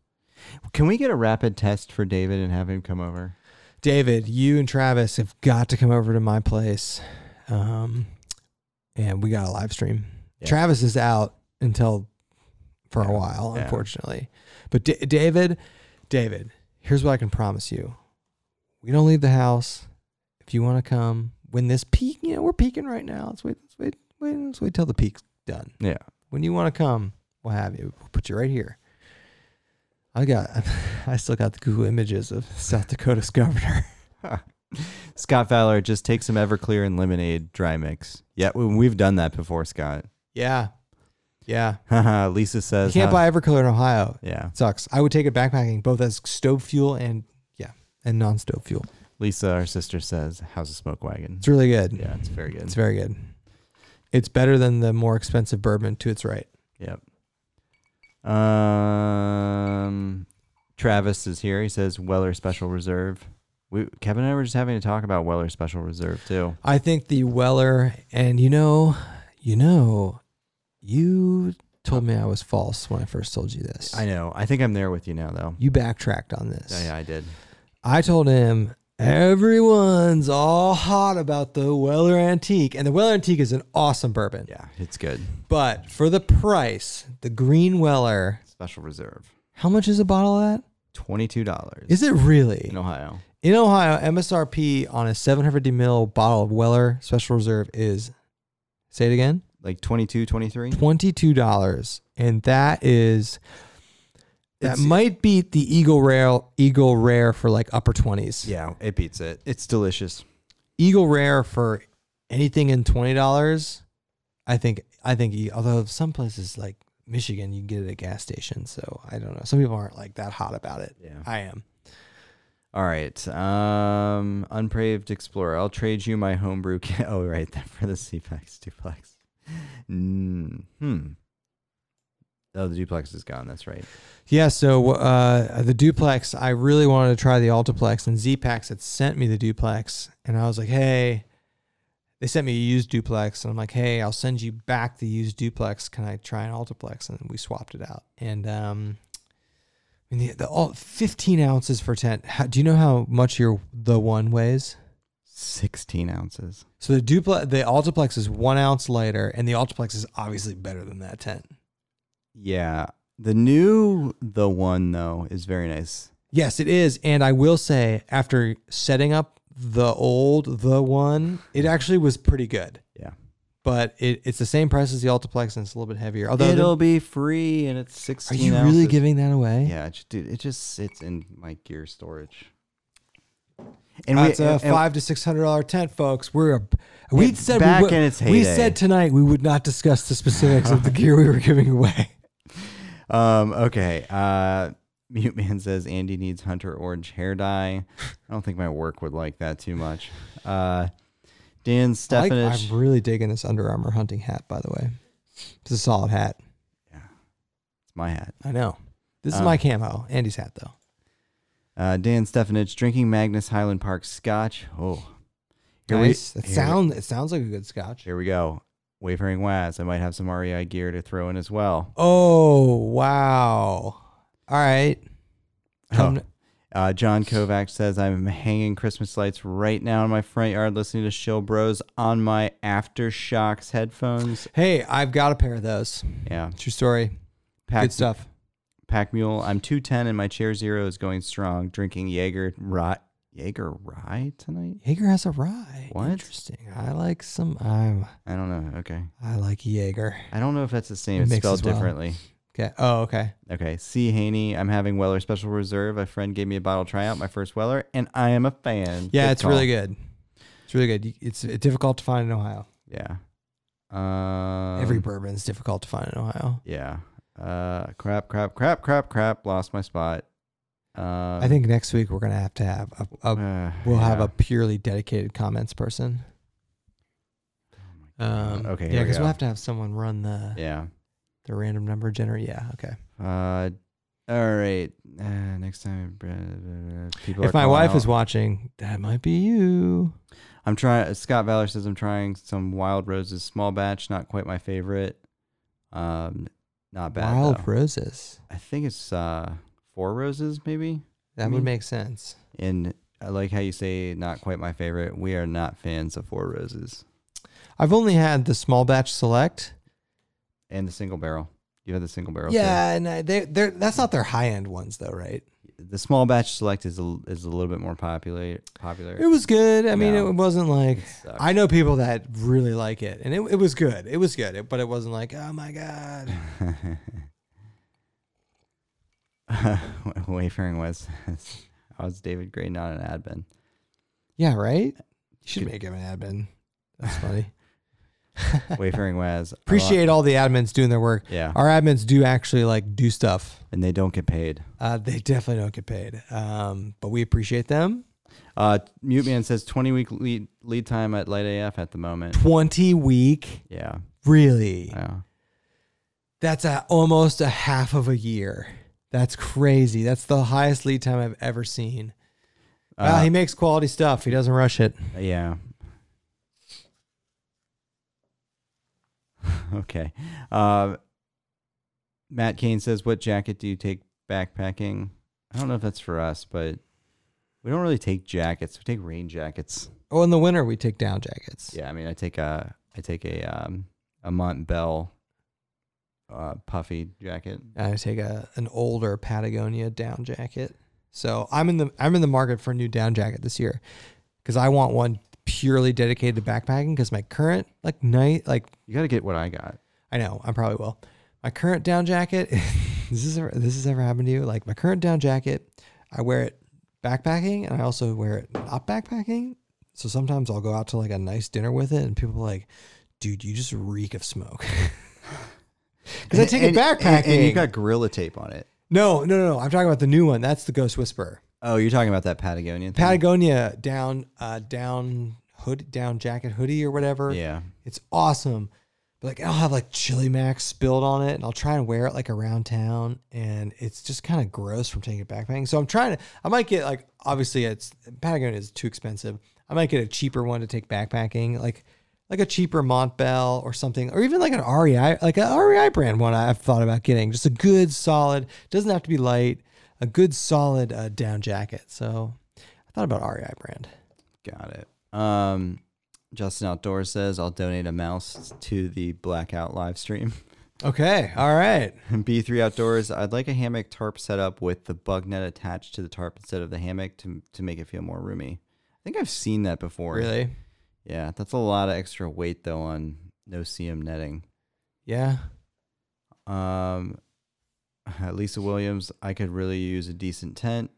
Speaker 2: Can we get a rapid test for David and have him come over?
Speaker 1: David, you and Travis have got to come over to my place. Um, and we got a live stream.
Speaker 2: Yeah.
Speaker 1: Travis is out until for
Speaker 2: Yeah.
Speaker 1: a while,
Speaker 2: Yeah.
Speaker 1: unfortunately. But D- David, David, here's what I can promise you. We don't leave the house. If you want to come when this peak, you know, we're peaking right now. Let's wait, let's wait, wait, let's wait till the peak done.
Speaker 2: Yeah.
Speaker 1: When you want to come, we'll have you. We'll put you right here. I got, I still got the Google images of South Dakota's governor.
Speaker 2: Scott Fowler, just take some Everclear and lemonade dry mix. Yeah, we- we've done that before, Scott.
Speaker 1: Yeah, yeah.
Speaker 2: Haha, Lisa
Speaker 1: You
Speaker 2: says.
Speaker 1: can't
Speaker 2: huh?
Speaker 1: buy Evercolor in Ohio.
Speaker 2: Yeah.
Speaker 1: It sucks. I would take it backpacking, both as stove fuel and yeah, and non-stove fuel.
Speaker 2: Lisa, our sister, says, how's a smoke wagon?
Speaker 1: It's really good.
Speaker 2: yeah, it's very good.
Speaker 1: It's very good. It's better than the more expensive bourbon to its right.
Speaker 2: yep. Um, Travis is here. He says Weller Special Reserve. We Kevin and I were just having to talk about Weller Special Reserve too.
Speaker 1: I think the Weller, and you know, you know, you told me I was false when I first told you this.
Speaker 2: I know. I think I'm there with you now, though.
Speaker 1: you backtracked on this.
Speaker 2: Yeah, yeah, I did.
Speaker 1: I told him everyone's all hot about the Weller Antique, and the Weller Antique is an awesome bourbon.
Speaker 2: Yeah, it's good.
Speaker 1: But for the price, the Green Weller,
Speaker 2: Special Reserve,
Speaker 1: how much is a bottle of that?
Speaker 2: twenty-two dollars
Speaker 1: Is it really?
Speaker 2: in Ohio.
Speaker 1: In Ohio, MSRP on a 750 ml bottle of Weller Special Reserve is, say it again,
Speaker 2: Like 22, 23?
Speaker 1: twenty-two dollars, and that is that
Speaker 2: It's-
Speaker 1: might beat the Eagle Rare Eagle Rare for like upper twenties.
Speaker 2: Yeah, it beats it. It's delicious.
Speaker 1: Eagle Rare for anything in twenty dollars, I think. I think. e- Although some places like Michigan, you can get it at a gas station. So I don't know. Some people aren't like that hot about it.
Speaker 2: Yeah.
Speaker 1: I am.
Speaker 2: All right. Um, Unpraved Explorer. I'll trade you my homebrew kit. Oh, right. That for the CPEX duplex. Mm, hmm. Oh, the duplex is gone. That's right.
Speaker 1: Yeah, so uh, the duplex, I really wanted to try the altiplex, and Z-Pax had sent me the duplex, and I was like, hey, they sent me a used duplex, and I'm like, hey, I'll send you back the used duplex. Can I try an altiplex? And we swapped it out, and um, I mean, the, the all 15 ounces for 10. How, do you know how much your the one weighs?
Speaker 2: 16 ounces.
Speaker 1: So the duplex, the altiplex is one ounce lighter, and the altiplex is obviously better than that 10.
Speaker 2: Yeah. The new, the one, though, is very nice.
Speaker 1: Yes, it is. And I will say, after setting up the old, the one, it actually was pretty good.
Speaker 2: Yeah.
Speaker 1: But it, it's the same price as the Altiplex and it's a little bit heavier. Although,
Speaker 2: It'll be free and it's
Speaker 1: are
Speaker 2: 16
Speaker 1: you really
Speaker 2: ounces.
Speaker 1: giving that away?
Speaker 2: Yeah, it, ju- dude, it just sits in my gear storage. Uh, And
Speaker 1: That's a
Speaker 2: and- and-
Speaker 1: five to six hundred dollar tent, folks. We're a, we
Speaker 2: It's
Speaker 1: said
Speaker 2: back
Speaker 1: we, would-
Speaker 2: in its
Speaker 1: we
Speaker 2: heyday.
Speaker 1: said tonight we would not discuss the specifics of the gear we were giving away.
Speaker 2: Um, okay. Uh, Mute Man says Andy needs hunter orange hair dye. I don't think my work would like that too much. Uh,
Speaker 1: I
Speaker 2: Dan
Speaker 1: like-
Speaker 2: Stefanich.
Speaker 1: I'm really digging this Under Armour hunting hat, by the way. It's a solid hat.
Speaker 2: it's my hat.
Speaker 1: I know. This is
Speaker 2: Um,
Speaker 1: my camo. Andy's hat, though.
Speaker 2: Uh, Dan Stefanich drinking Magnus Highland Park Scotch. Oh, Here we-
Speaker 1: Nice. It
Speaker 2: here-
Speaker 1: sound. It sounds like a good scotch.
Speaker 2: Here we go. Wavering Waz. I might have some REI gear to throw in as well.
Speaker 1: Oh wow! All right, come
Speaker 2: Oh. Uh, John Kovac says I'm hanging Christmas lights right now in my front yard, listening to Shill Bros on my AfterShocks headphones.
Speaker 1: hey, I've got a pair of those.
Speaker 2: Yeah,
Speaker 1: True story. Good
Speaker 2: packed
Speaker 1: stuff.
Speaker 2: Pack Mule. I'm 210 and my chair zero is going strong. Drinking Jaeger rye, Jaeger rye tonight?
Speaker 1: Jaeger has a rye.
Speaker 2: What?
Speaker 1: Interesting. I like some. I'm.
Speaker 2: I don't know. Okay.
Speaker 1: I like Jaeger.
Speaker 2: I don't know if that's the same.
Speaker 1: It
Speaker 2: It's
Speaker 1: mixes
Speaker 2: spelled
Speaker 1: well.
Speaker 2: differently.
Speaker 1: Okay. Oh, okay.
Speaker 2: Okay. C. Haney. I'm having Weller Special Reserve. A friend gave me a bottle tryout, my first Weller, and I am a fan.
Speaker 1: Yeah,
Speaker 2: Good
Speaker 1: it's really
Speaker 2: call.
Speaker 1: good. It's really good. You- It's uh, difficult to find in Ohio.
Speaker 2: Yeah. Um,
Speaker 1: Every bourbon is difficult to find in Ohio.
Speaker 2: Yeah. Uh, crap, crap, crap, crap, crap. Lost my spot. Um,
Speaker 1: I think next week we're gonna have to have a. a
Speaker 2: uh,
Speaker 1: we'll have
Speaker 2: yeah.
Speaker 1: a purely dedicated comments person. Um,
Speaker 2: Oh Okay, here
Speaker 1: Yeah,
Speaker 2: we
Speaker 1: because
Speaker 2: go.
Speaker 1: we'll have to have someone run the
Speaker 2: Yeah.
Speaker 1: the random number generator. Yeah. Okay.
Speaker 2: Uh, all right. Uh, next time, uh, people.
Speaker 1: if
Speaker 2: are
Speaker 1: my
Speaker 2: calling
Speaker 1: wife
Speaker 2: out.
Speaker 1: is watching, that might be you.
Speaker 2: I'm trying. Scott Valor says I'm trying some Wild Roses small batch. Not quite my favorite. Um, not bad.
Speaker 1: Wild
Speaker 2: though.
Speaker 1: roses.
Speaker 2: I think it's uh four roses maybe.
Speaker 1: That
Speaker 2: Mm.
Speaker 1: would make sense.
Speaker 2: And I like how you say not quite my favorite. We are not fans of four roses
Speaker 1: I've only had the small batch select.
Speaker 2: and the single barrel. You had the single barrel. too.
Speaker 1: Yeah, and I, they, they're that's not their high end ones though, right?
Speaker 2: the small batch select is a, is a little bit more popular. Popular.
Speaker 1: It was good. I mean,
Speaker 2: No.
Speaker 1: it wasn't like
Speaker 2: sucks.
Speaker 1: I know people that really like it, and it, it was good. It was good, it, but it wasn't like oh my god.
Speaker 2: Wayfaring West. says, How is David Gray not an admin?
Speaker 1: Yeah, right. You should
Speaker 2: Good.
Speaker 1: make him an admin. That's funny.
Speaker 2: Wayfaring Wes. I love-
Speaker 1: Appreciate all the admins doing their work.
Speaker 2: Yeah,
Speaker 1: Our admins do actually like do stuff.
Speaker 2: and they don't get paid.
Speaker 1: Uh, they definitely don't get paid, um, but we appreciate them.
Speaker 2: Uh, Mute Man says twenty week lead lead time at Light AF at the moment.
Speaker 1: Twenty week,
Speaker 2: Yeah,
Speaker 1: really?
Speaker 2: yeah.
Speaker 1: That's a, almost a half of a year. That's crazy. That's the highest lead time I've ever seen. Wow,
Speaker 2: Uh,
Speaker 1: he makes quality stuff. He doesn't rush it.
Speaker 2: Yeah. okay. Uh, Matt Kane says, "What jacket do you take backpacking?" I don't know if that's for us, but we don't really take jackets. We take rain jackets.
Speaker 1: Oh, in the winter we take down jackets.
Speaker 2: Yeah, I mean, I take a I take a um, a Mont Bell uh, puffy jacket.
Speaker 1: I take a an older Patagonia down jacket. So I'm in the I'm in the market for a new down jacket this year because I want one purely dedicated to backpacking because my current like night like
Speaker 2: You got to get what I got.
Speaker 1: I know I probably will. My current down jacket. this is this has ever happened to you? Like my current down jacket, I wear it backpacking and I also wear it not backpacking. So sometimes I'll go out to like a nice dinner with it and people are like, dude, you just reek of smoke. Because I take
Speaker 2: And-
Speaker 1: it backpacking.
Speaker 2: and, and you got gorilla tape on it.
Speaker 1: No, no, no, no. I'm talking about the new one. That's the Ghost Whisperer.
Speaker 2: Oh, you're talking about that Patagonian. Thing?
Speaker 1: Patagonia down, uh, down hood, down jacket hoodie or whatever.
Speaker 2: Yeah.
Speaker 1: It's awesome. But like, I'll have like Chili Max spilled on it and I'll try and wear it like around town. And it's just kind of gross from taking it backpacking. So I'm trying to, I might get like, obviously it's Patagonia is too expensive. I might get a cheaper one to take backpacking. Like, like a cheaper Montbell or something, or even like an REI, like a REI brand one I've thought about getting. Just a good solid, doesn't have to be light, a good solid uh, down jacket. So I thought about REI brand.
Speaker 2: Got it. Um, Justin Outdoors says, I'll donate a mouse to the blackout live stream.
Speaker 1: Okay. All right.
Speaker 2: B3 Outdoors, I'd like a hammock tarp set up with the bug net attached to the tarp instead of the hammock to, to make it feel more roomy. I think I've seen that before.
Speaker 1: Really?
Speaker 2: Yeah, that's a lot of extra weight though on no CM netting.
Speaker 1: Yeah.
Speaker 2: Um, Lisa Williams, I could really use a decent tent.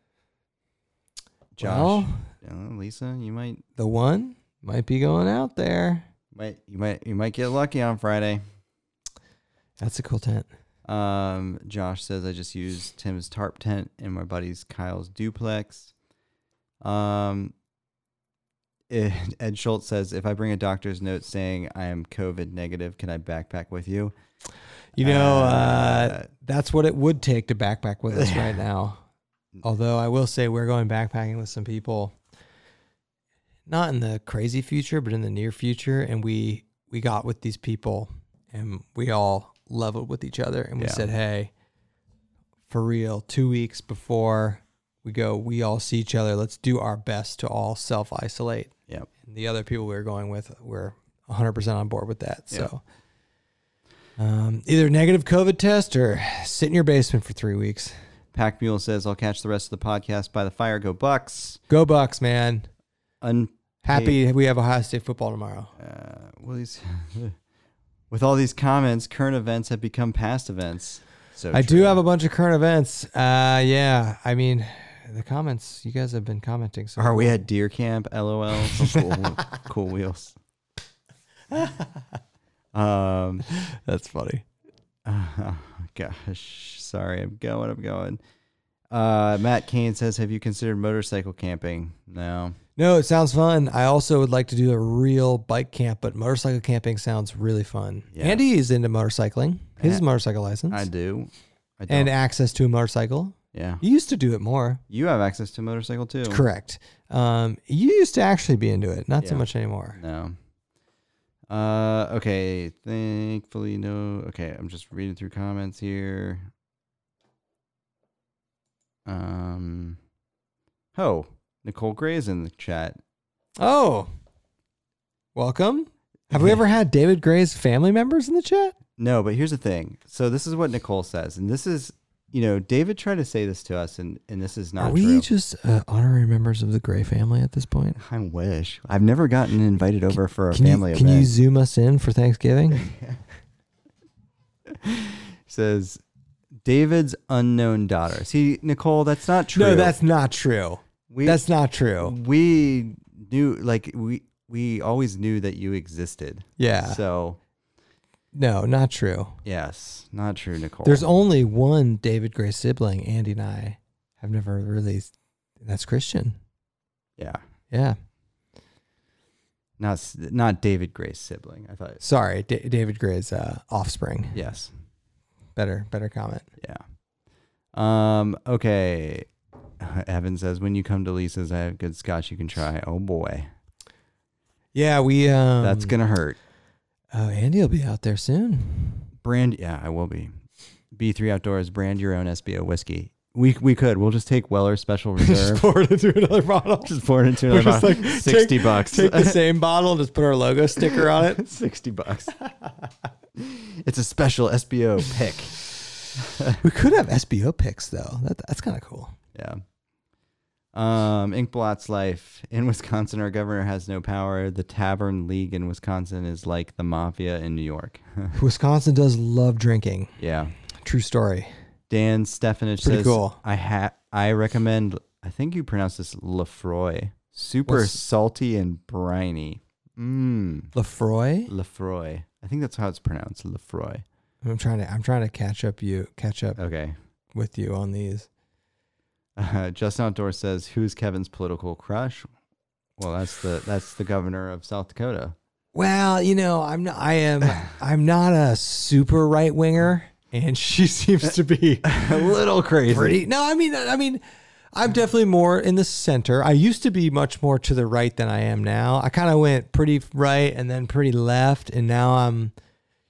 Speaker 2: Josh,
Speaker 1: Well,
Speaker 2: uh, Lisa, you might,
Speaker 1: the one might be going out there.
Speaker 2: might, you might, you might get lucky on Friday.
Speaker 1: That's a cool tent.
Speaker 2: Um, Josh says I just used Tim's tarp tent and my buddy's Kyle's duplex. Um, eh, Ed Schultz says if I bring a doctor's note saying I am COVID negative, can I backpack with you?
Speaker 1: You know, uh,
Speaker 2: Uh,
Speaker 1: that's what it would take to backpack with us right now. Although I will say we're going backpacking with some people, not in the crazy future, but in the near future, and we we got with these people, and we all leveled with each other, and we
Speaker 2: Yeah.
Speaker 1: said, "Hey, for real, two weeks before we go, we all see each other. Let's do our best to all self isolate."
Speaker 2: Yep.
Speaker 1: And the other people we were going with were 100% on board with that. So. Um, either negative COVID test or sit in your basement for three weeks.
Speaker 2: Pack Mule says I'll catch the rest of the podcast by the fire. Go Bucks!
Speaker 1: Go Bucks, man.
Speaker 2: Un-
Speaker 1: Happy we have Ohio State football tomorrow.
Speaker 2: uh, well, these- with all these comments, current events have become past events. So
Speaker 1: I do
Speaker 2: true.
Speaker 1: have a bunch of current events. Uh, yeah. I mean, the comments, you guys have been commenting. So
Speaker 2: Are we at deer camp? LOL. Cool, cool wheels. Um,
Speaker 1: That's funny.
Speaker 2: gosh, sorry, I'm going, I'm going. Uh, Matt Kane says, "Have you considered motorcycle camping?" No.
Speaker 1: No, it sounds fun. I also would like to do a real bike camp, but motorcycle camping sounds really fun.
Speaker 2: Yeah.
Speaker 1: Andy is into motorcycling, his
Speaker 2: Yeah.
Speaker 1: motorcycle license,
Speaker 2: I do. I don't.
Speaker 1: and access to a motorcycle.
Speaker 2: yeah,
Speaker 1: You used to do it more.
Speaker 2: you have access to a motorcycle too.
Speaker 1: Correct. Um, you used to actually be into it, not so
Speaker 2: Yeah.
Speaker 1: much anymore.
Speaker 2: No. Uh, okay. Thankfully, no. Okay, I'm just reading through comments here. Um, oh, Nicole Gray's in the chat.
Speaker 1: Oh, welcome. Have we ever had David Gray's family members in the chat?
Speaker 2: No, but here's the thing. So this is what Nicole says, and this is you know, David tried to say this to us, and and this is not
Speaker 1: Are we
Speaker 2: true.
Speaker 1: just uh, honorary members of the Gray family at this point?
Speaker 2: I wish I've never gotten invited over for a
Speaker 1: Can
Speaker 2: family
Speaker 1: you, can
Speaker 2: event.
Speaker 1: you zoom us in for Thanksgiving?
Speaker 2: says David's unknown daughter. See, Nicole, that's not true.
Speaker 1: not true.
Speaker 2: we,
Speaker 1: not true.
Speaker 2: we knew like we we always knew that you existed.
Speaker 1: Yeah.
Speaker 2: So
Speaker 1: No, not true.
Speaker 2: yes, not true, Nicole.
Speaker 1: There's only one David Gray sibling. Andy and I have never really. That's Christian.
Speaker 2: yeah,
Speaker 1: Yeah.
Speaker 2: not s- not David Gray's sibling. I thought
Speaker 1: Sorry, D- David Gray's uh, offspring.
Speaker 2: yes,
Speaker 1: Better, better comment.
Speaker 2: yeah. Um. Okay. Evan says, "When you come to Lisa's, I have good scotch you can try." Oh boy,
Speaker 1: Yeah, we. Um,
Speaker 2: that's gonna hurt.
Speaker 1: Oh, Andy will be out there soon.
Speaker 2: brand yeah i will be b3 outdoors brand your own sbo whiskey we we could we'll just take weller special reserve
Speaker 1: pour it into another bottle.
Speaker 2: just pour it into another
Speaker 1: just
Speaker 2: bottle.
Speaker 1: like,
Speaker 2: 60
Speaker 1: take-
Speaker 2: bucks
Speaker 1: Take the same bottle and just put our logo sticker on it.
Speaker 2: 60 bucks it's a special sbo pick
Speaker 1: We could have SBO picks though. That, that's kind of cool.
Speaker 2: yeah um inkblot's life in wisconsin our governor has no power the tavern league in wisconsin is like the mafia in new york
Speaker 1: Wisconsin does love drinking.
Speaker 2: yeah
Speaker 1: True story.
Speaker 2: dan stefanich
Speaker 1: Pretty
Speaker 2: says
Speaker 1: cool.
Speaker 2: I ha- I recommend. I think you pronounce this Lefroy. Super
Speaker 1: What's-
Speaker 2: salty and briny. Mmm.
Speaker 1: Lefroy.
Speaker 2: Lefroy. I think that's how it's pronounced. Lefroy.
Speaker 1: I'm trying to. I'm trying to catch up. You catch up
Speaker 2: Okay.
Speaker 1: with you on these.
Speaker 2: Uh, Justin Outdoor says, "Who's Kevin's political crush?" Well, that's the that's the governor of South Dakota.
Speaker 1: Well, you know, I'm. Not, I am. I'm not a super right winger, and she seems to be
Speaker 2: A little crazy.
Speaker 1: pretty. No, I mean, I mean, I'm definitely more in the center. I used to be much more to the right than I am now. I kind of went pretty right and then pretty left, and now I'm,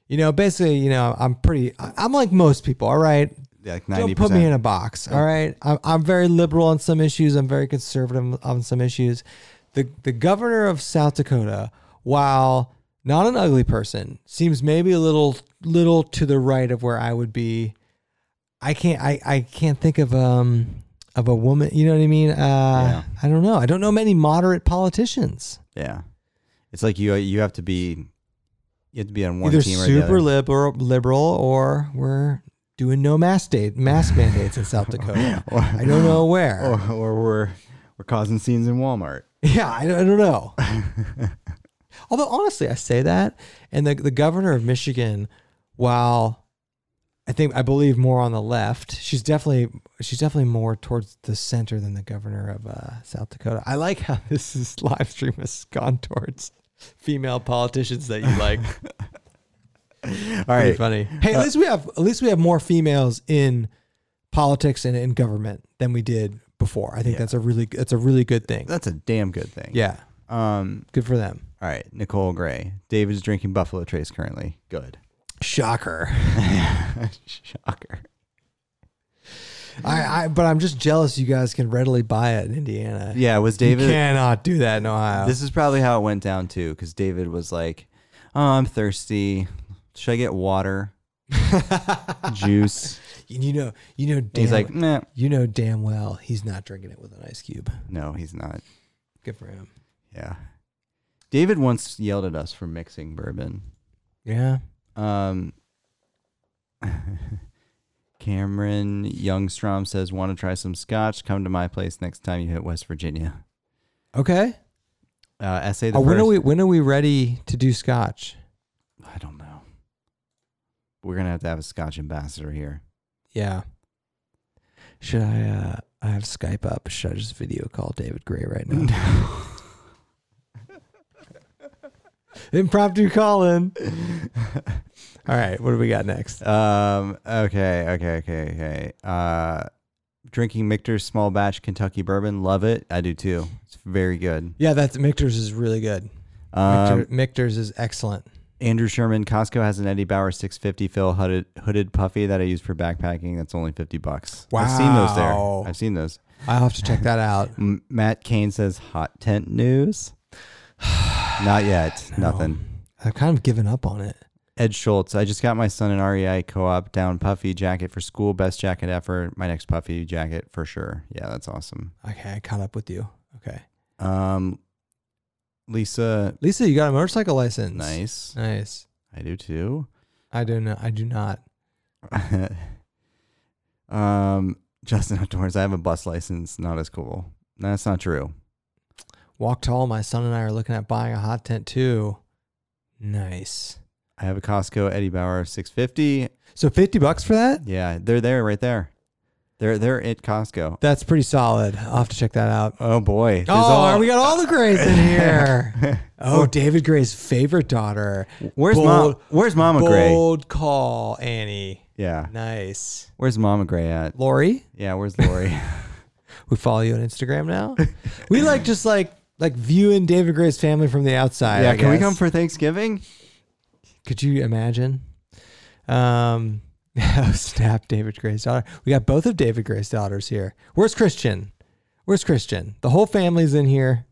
Speaker 1: you know, basically, you know, I'm pretty. I- I'm like most people. All right,
Speaker 2: Like
Speaker 1: don't
Speaker 2: ninety
Speaker 1: put me in
Speaker 2: percent.
Speaker 1: a box. All right, I'm, I'm very liberal on some issues. I'm very conservative on some issues. The the governor of South Dakota, while not an ugly person, seems maybe a little little to the right of where I would be. I can't I, I can't think of um of a woman. You know what I mean? Uh, I don't know. I don't know many moderate politicians.
Speaker 2: Yeah. It's like you you have to be you have to be on one
Speaker 1: Either
Speaker 2: team or the
Speaker 1: super
Speaker 2: other.
Speaker 1: liberal liberal or we're doing no mask date mask mandates in South Dakota.
Speaker 2: Or-
Speaker 1: I don't know where.
Speaker 2: or, or we're we're causing scenes in Walmart.
Speaker 1: Yeah, I don't, I don't know. Although honestly, I say that, and the the governor of Michigan, while I think I believe more on the left, she's definitely she's definitely more towards the center than the governor of uh, South Dakota. I like how this is live stream has gone towards female politicians that you like.
Speaker 2: All
Speaker 1: Pretty
Speaker 2: right.
Speaker 1: funny. Hey, at least we have at least we have more females in politics and in government than we did before. I think that's a really that's a really good thing.
Speaker 2: That's a damn good thing.
Speaker 1: Yeah,
Speaker 2: Um.
Speaker 1: good for them.
Speaker 2: All right, Nicole Gray. David's drinking Buffalo Trace currently. Good.
Speaker 1: Shocker.
Speaker 2: Shocker.
Speaker 1: I, I but I'm just jealous you guys can readily buy it in Indiana.
Speaker 2: Yeah, it was
Speaker 1: you
Speaker 2: David.
Speaker 1: cannot do that in Ohio.
Speaker 2: This is probably how it went down too, because David was like, "Oh, I'm thirsty. Should I get water, juice?"
Speaker 1: you know, you know, damn,
Speaker 2: He's like, "Nah,
Speaker 1: you know damn well he's not drinking it with an ice cube.
Speaker 2: no, he's not."
Speaker 1: Good for him.
Speaker 2: Yeah. David once yelled at us for mixing bourbon.
Speaker 1: Yeah.
Speaker 2: Um, Cameron Youngstrom says, "Want to try some scotch? Come to my place next time you hit West Virginia."
Speaker 1: Okay.
Speaker 2: Uh, essay the
Speaker 1: Uh, when
Speaker 2: first.
Speaker 1: are we when are we ready to do scotch?
Speaker 2: I don't know. We're gonna have to have a Scotch ambassador here.
Speaker 1: Yeah. Should I uh I have Skype up. Should I just video call David Gray right now? Impromptu call in. All right, what do we got next?
Speaker 2: um. Okay. Okay. Okay. Okay. Uh, drinking Michter's small batch Kentucky bourbon. Love it. I do too. It's very good.
Speaker 1: Yeah, that's Michter's is really good.
Speaker 2: Um,
Speaker 1: Michter, Michter's is excellent.
Speaker 2: Andrew Sherman. Costco has an Eddie Bauer 650 fill hooded hooded puffy that I use for backpacking. That's only 50 bucks. I've seen those
Speaker 1: Wow.
Speaker 2: there. I've seen those.
Speaker 1: I'll have to check that out.
Speaker 2: M- Matt Kane says hot tent news. Not yet. Nothing.
Speaker 1: I've kind of given up on it.
Speaker 2: Ed Schultz, I just got my son an REI co op down puffy jacket for school. Best jacket ever. My next puffy jacket for sure. Yeah, that's awesome.
Speaker 1: Okay, I caught up with you. Okay.
Speaker 2: Um, Lisa,
Speaker 1: Lisa, you got a motorcycle license.
Speaker 2: nice.
Speaker 1: Nice.
Speaker 2: I do too.
Speaker 1: I do not I do not.
Speaker 2: um, Justin outdoors. I have a bus license. Not as cool. No, That's not true.
Speaker 1: Walk tall, my son and I are looking at buying a hot tent too. Nice.
Speaker 2: I have a Costco Eddie Bauer 650.
Speaker 1: So fifty bucks for that?
Speaker 2: Yeah, they're there, right there. They're they're at Costco.
Speaker 1: That's pretty solid. I'll have to check that out.
Speaker 2: Oh boy. There's
Speaker 1: oh, we got all the Grays in here. oh, David Gray's favorite daughter.
Speaker 2: Where's
Speaker 1: Bold-
Speaker 2: mom? Where's Mama Gray?
Speaker 1: Bold call, Annie.
Speaker 2: Yeah.
Speaker 1: Nice.
Speaker 2: Where's Mama Gray at?
Speaker 1: Lori,
Speaker 2: Yeah. Where's Lori?
Speaker 1: we follow you on Instagram now. we like just like like viewing David Gray's family from the outside.
Speaker 2: yeah.
Speaker 1: I
Speaker 2: Can we
Speaker 1: guess.
Speaker 2: come for Thanksgiving?
Speaker 1: Could you imagine? Um, oh, snap, David Gray's daughter. We got both of David Gray's daughters here. Where's Christian? Where's Christian? The whole family's in here.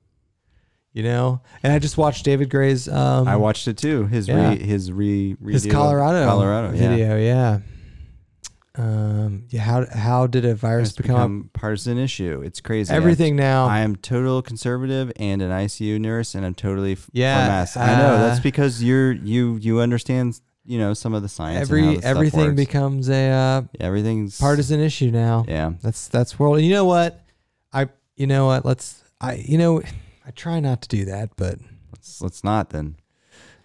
Speaker 1: You know, and I just watched David Gray's um
Speaker 2: I watched it too. His
Speaker 1: yeah.
Speaker 2: re his re redo
Speaker 1: his
Speaker 2: of
Speaker 1: Colorado
Speaker 2: Colorado yeah.
Speaker 1: video, yeah. Um, yeah. How how did a virus
Speaker 2: It's
Speaker 1: become,
Speaker 2: become partisan issue. It's crazy.
Speaker 1: everything now?
Speaker 2: I am total conservative and an ICU nurse, and I'm totally f-
Speaker 1: Yeah,
Speaker 2: FMS. I know that's
Speaker 1: uh,
Speaker 2: because you're you you understand you know some of the science. and how
Speaker 1: Every
Speaker 2: this stuff
Speaker 1: everything
Speaker 2: works.
Speaker 1: becomes a uh,
Speaker 2: everything's
Speaker 1: partisan issue now.
Speaker 2: Yeah,
Speaker 1: That's that's world. You know what? I you know what? Let's I you know I try not to do that, but
Speaker 2: let's let's not then.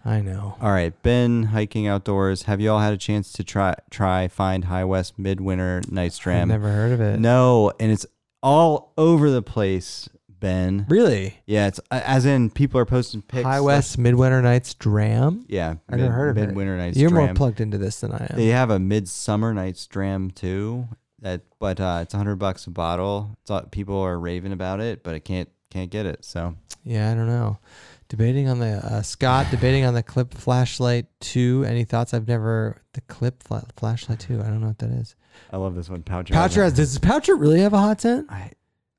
Speaker 1: I know.
Speaker 2: All right, Ben hiking outdoors. Have you all had a chance to try try find High West Midwinter Night
Speaker 1: I've
Speaker 2: Stram?
Speaker 1: never heard of it.
Speaker 2: No, and it's all over the place, Ben.
Speaker 1: Really?
Speaker 2: Yeah, it's uh, as in people are posting pics.
Speaker 1: High West Midwinter Nights Dram?
Speaker 2: Yeah,
Speaker 1: I never heard of it.
Speaker 2: Midwinter Night
Speaker 1: You're more
Speaker 2: Stram.
Speaker 1: plugged into this than I am.
Speaker 2: They have a Midsummer Night's Dram too. That, but uh, it's hundred bucks a bottle. It's, all- people are raving about it, but I can't can't get it. So
Speaker 1: Yeah, I don't know. Debating on the uh, Scott, debating on the clip flashlight two. Any thoughts? I've never the clip fla- flashlight two. I don't know what that is.
Speaker 2: I love this one. Poucher.
Speaker 1: Poucher has, does Poucher really have a hot tent?
Speaker 2: I,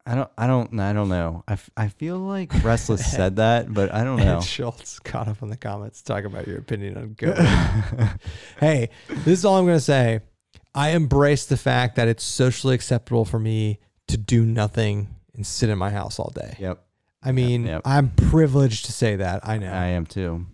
Speaker 2: I don't. I don't. I don't know. I, f- I feel like Restless said that, but I don't know.
Speaker 1: Schultz caught up on the comments talking about your opinion on COVID. hey, this is all I'm gonna say. I embrace the fact that it's socially acceptable for me to do nothing and sit in my house all day.
Speaker 2: Yep,
Speaker 1: I mean,
Speaker 2: yep.
Speaker 1: I'm privileged to say that. I know.
Speaker 2: I am too.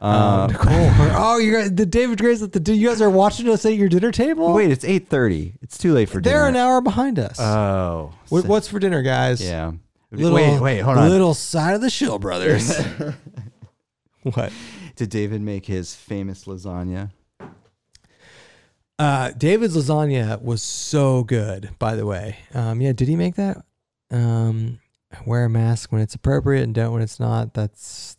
Speaker 1: Um,
Speaker 2: Uh,
Speaker 1: Nicole, we're- oh, you guys, the David Gray's at the. You guys are watching us at your dinner table.
Speaker 2: wait, it's eight thirty. It's too late for
Speaker 1: Uh, they're an
Speaker 2: dinner.
Speaker 1: hour behind us.
Speaker 2: oh,
Speaker 1: What-
Speaker 2: so-
Speaker 1: what's for dinner, guys?
Speaker 2: yeah.
Speaker 1: Little,
Speaker 2: wait, wait, hold on.
Speaker 1: Little side of the shill, brothers. what?
Speaker 2: Did David make his famous lasagna?
Speaker 1: Uh, David's lasagna was so good, by the way. Um, yeah, did he make that? Um, wear a mask when it's appropriate and don't when it's not. That's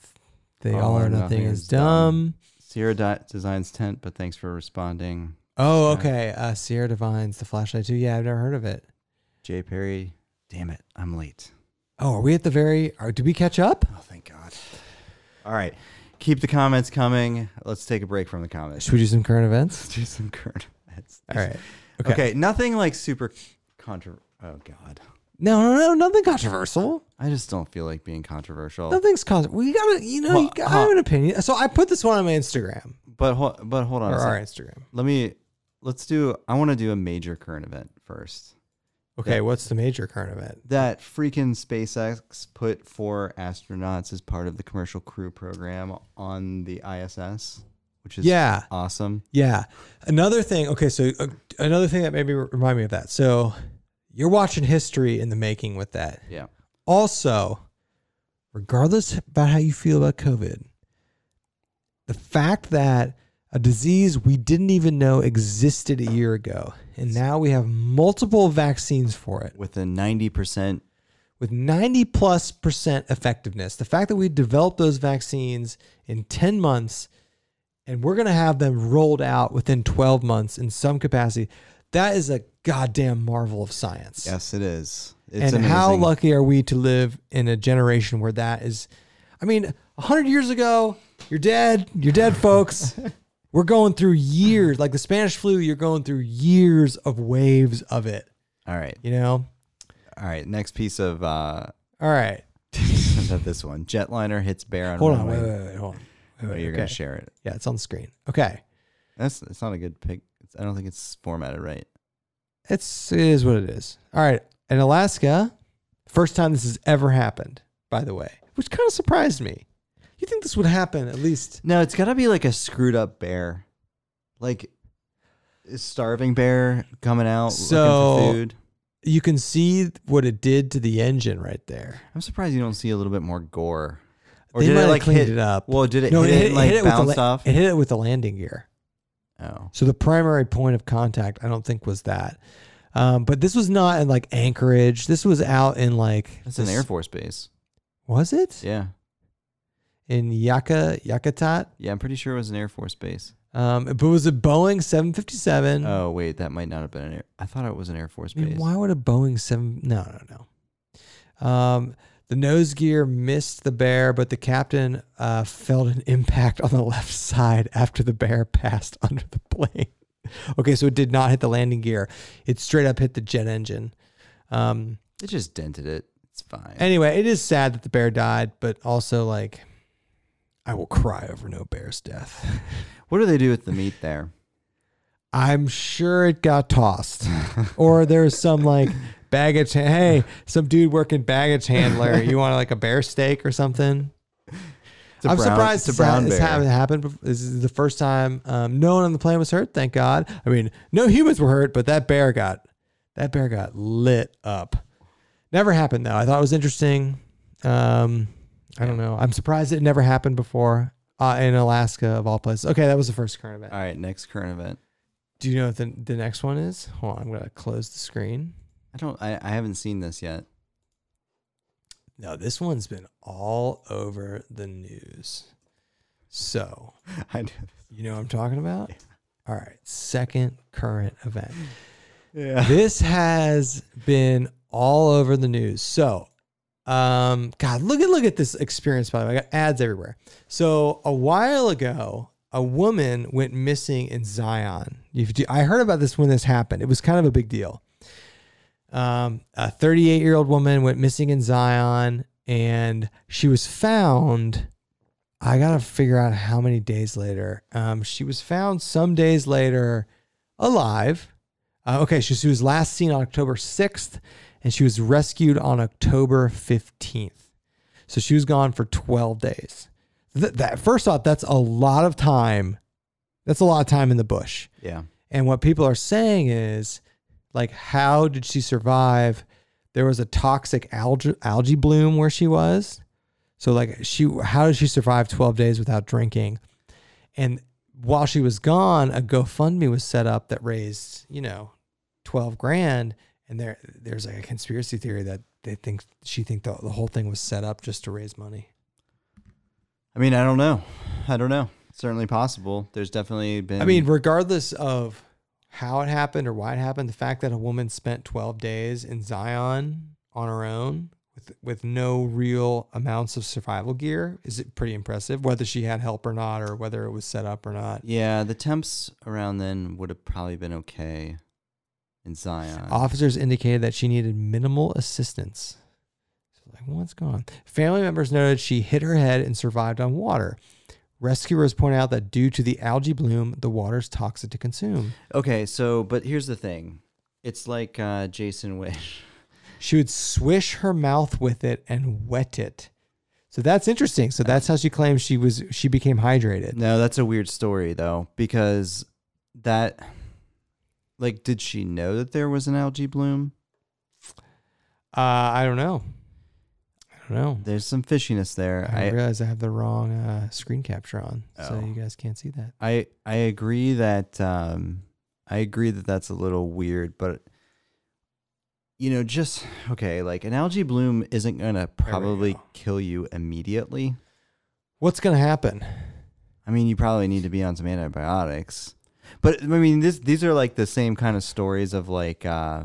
Speaker 1: the
Speaker 2: Oh,
Speaker 1: all, or nothing, is dumb.
Speaker 2: Sierra Di- Designs tent, but thanks for responding.
Speaker 1: Oh,
Speaker 2: Yeah.
Speaker 1: okay. Uh, Sierra Divines, the flashlight too. Yeah, I've never heard of it.
Speaker 2: Jay Perry, damn it, I'm late.
Speaker 1: Oh, are we at the very? Are, did we catch up?
Speaker 2: Oh, thank God. All right, keep the comments coming. Let's take a break from the comments.
Speaker 1: Should we do some current events?
Speaker 2: Let's do some current events.
Speaker 1: All right.
Speaker 2: Okay. nothing like super contra. Oh God,
Speaker 1: No, no, no, nothing controversial.
Speaker 2: I just don't feel like being controversial.
Speaker 1: Nothing's controversial. We gotta, you know, you
Speaker 2: Well, uh,
Speaker 1: gotta
Speaker 2: huh.
Speaker 1: have an opinion. So I put this one on my Instagram
Speaker 2: But hol- but hold on.
Speaker 1: or
Speaker 2: a
Speaker 1: our
Speaker 2: second.
Speaker 1: Instagram.
Speaker 2: Let me. Let's do. I want to do a major current event first.
Speaker 1: Okay,
Speaker 2: Yeah.
Speaker 1: what's the major current event?
Speaker 2: That freaking SpaceX put four astronauts as part of the commercial crew program on the ISS, which is
Speaker 1: Yeah,
Speaker 2: awesome.
Speaker 1: yeah. Another thing. Okay, so uh, another thing that made me remind me of that. So you're watching history in the making with that.
Speaker 2: Yeah.
Speaker 1: Also, regardless about how you feel about COVID, the fact that a disease we didn't even know existed a year ago, and now we have multiple vaccines for it
Speaker 2: With a ninety percent.
Speaker 1: with 90 plus percent effectiveness. The fact that we developed those vaccines in 10 months and we're going to have them rolled out within 12 months in some capacity, that is a goddamn marvel of science
Speaker 2: Yes, it is. It's
Speaker 1: and how
Speaker 2: amazing.
Speaker 1: lucky are we to live in a generation where that is i mean 100 years ago you're dead you're dead folks we're going through years like the spanish flu you're going through years of waves of it
Speaker 2: All right.
Speaker 1: you know
Speaker 2: All right. Next piece of. uh
Speaker 1: all right
Speaker 2: Not this one. Jetliner hits bear on
Speaker 1: hold on
Speaker 2: runway.
Speaker 1: wait wait wait hold on
Speaker 2: or you're
Speaker 1: Okay.
Speaker 2: gonna share it.
Speaker 1: Yeah, it's on the screen. Okay.
Speaker 2: That's it's not a good pick. It's, I don't think it's formatted right.
Speaker 1: It's it is what it is. All right. In Alaska, first time this has ever happened, by the way, which kind of surprised me. You think this would happen at least?
Speaker 2: No, it's gotta be like a screwed up bear, like a starving bear coming out looking
Speaker 1: So-
Speaker 2: for food.
Speaker 1: You can see what it did to the engine right there.
Speaker 2: I'm surprised you don't see a little bit more gore.
Speaker 1: They might have cleaned
Speaker 2: hit
Speaker 1: it up.
Speaker 2: Well, did it
Speaker 1: No,
Speaker 2: hit
Speaker 1: it
Speaker 2: it,
Speaker 1: hit-
Speaker 2: and,
Speaker 1: it
Speaker 2: like
Speaker 1: hit it with the
Speaker 2: bounce
Speaker 1: la-
Speaker 2: off?
Speaker 1: It hit it with the landing gear.
Speaker 2: oh,
Speaker 1: So the primary point of contact, I don't think, was that. Um, but this was not in like Anchorage. This was out in like.
Speaker 2: that's an
Speaker 1: this-
Speaker 2: Air Force base.
Speaker 1: Was it
Speaker 2: Yeah,
Speaker 1: in Yaka Yakutat?
Speaker 2: yeah, I'm pretty sure it was an Air Force base.
Speaker 1: Um, but it was a Boeing 757.
Speaker 2: Oh wait, that might not have been an air. I thought it was an Air Force
Speaker 1: I mean,
Speaker 2: base.
Speaker 1: why would a Boeing 7? No, no, no. Um, the nose gear missed the bear, but the captain uh, felt an impact on the left side after the bear passed under the plane. okay, so it did not hit the landing gear. It straight up hit the jet engine. Um,
Speaker 2: It just dented it. It's fine.
Speaker 1: anyway, it is sad that the bear died, but also like, I will cry over no bear's death.
Speaker 2: what do they do with the meat there?
Speaker 1: I'm sure it got tossed, or there's some like baggage. Han- hey, some dude working baggage handler. You want like a bear steak or something?
Speaker 2: It's a
Speaker 1: I'm
Speaker 2: brown-
Speaker 1: surprised this
Speaker 2: it's a
Speaker 1: ha-
Speaker 2: brown
Speaker 1: this
Speaker 2: bear.
Speaker 1: haven't happened. bef- This is the first time um, no one on the plane was hurt. Thank God. I mean, no humans were hurt, but that bear got that bear got lit up. Never happened though. I thought it was interesting. Um, I don't know. I'm surprised it never happened before uh, in Alaska of all places. Okay, that was the first current event.
Speaker 2: All right, next current event.
Speaker 1: Do you know what the, the next one is? Hold on, I'm gonna close the screen.
Speaker 2: I don't. I, I haven't seen this yet.
Speaker 1: No, this one's been all over the news. So
Speaker 2: I do.
Speaker 1: you know what I'm talking about? All right, second current event.
Speaker 2: Yeah.
Speaker 1: this has been all over the news. So, um, God, look at look at this experience. By the way, I got ads everywhere. So a while ago, a woman went missing in Zion. If you- I heard about this when this happened. It was kind of a big deal. Um, a 38 year old woman went missing in Zion, and she was found. I gotta figure out how many days later. Um, she was found some days later, alive. Uh, okay, she, she was last seen on October 6th and she was rescued on October 15th. So she was gone for 12 days. Th- that first off, that's a lot of time. That's a lot of time in the bush.
Speaker 2: Yeah.
Speaker 1: And what people are saying is, like, how did she survive? There was a toxic algae, algae bloom where she was. So, like, she, how did she survive 12 days without drinking? And while she was gone, a GoFundMe was set up that raised, you know, 12 grand. And there, there's like a conspiracy theory that they think she think the, the whole thing was set up just to raise money.
Speaker 2: I mean, I don't know. I don't know. Certainly possible. There's definitely been.
Speaker 1: I mean, regardless of how it happened or why it happened, the fact that a woman spent 12 days in Zion on her own with with no real amounts of survival gear is pretty impressive. Whether she had help or not, or whether it was set up or not.
Speaker 2: yeah, the temps around then would have probably been okay in Zion.
Speaker 1: Officers indicated that she needed minimal assistance. So like, what's going on? Family members noted she hit her head and survived on water. Rescuers point out that due to the algae bloom, the water's toxic to consume.
Speaker 2: Okay, so but here's the thing. It's like uh, Jason Wish.
Speaker 1: She would swish her mouth with it and wet it. So that's interesting. So that's how she claims she was she became hydrated.
Speaker 2: No, that's a weird story though, because that like did she know that there was an algae bloom?
Speaker 1: Uh, I don't know. I don't know.
Speaker 2: There's some fishiness there.
Speaker 1: I,
Speaker 2: I
Speaker 1: realize I have the wrong uh, screen capture on, so
Speaker 2: Oh.
Speaker 1: you guys can't see that.
Speaker 2: I I agree that um I agree that that's a little weird, but you know, just okay, like an algae bloom isn't going to probably
Speaker 1: go.
Speaker 2: kill you immediately.
Speaker 1: What's gonna happen?
Speaker 2: I mean, you probably need to be on some antibiotics. But I mean, this these are like the same kind of stories of like uh,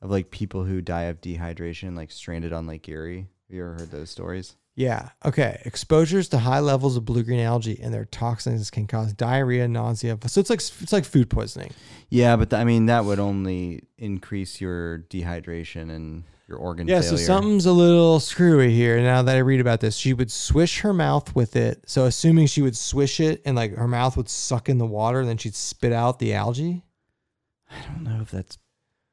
Speaker 2: of like people who die of dehydration, like stranded on Lake Erie. Have you ever heard those stories?
Speaker 1: Yeah. Okay. Exposures to high levels of blue green algae and their toxins can cause diarrhea, nausea. So it's like it's like food poisoning.
Speaker 2: Yeah, but th- I mean, that would only increase your dehydration and your organ
Speaker 1: yeah,
Speaker 2: failure.
Speaker 1: so something's a little screwy here. Now that I read about this, she would swish her mouth with it. So assuming she would swish it and like her mouth would suck in the water, and then she'd spit out the algae.
Speaker 2: I don't know if that's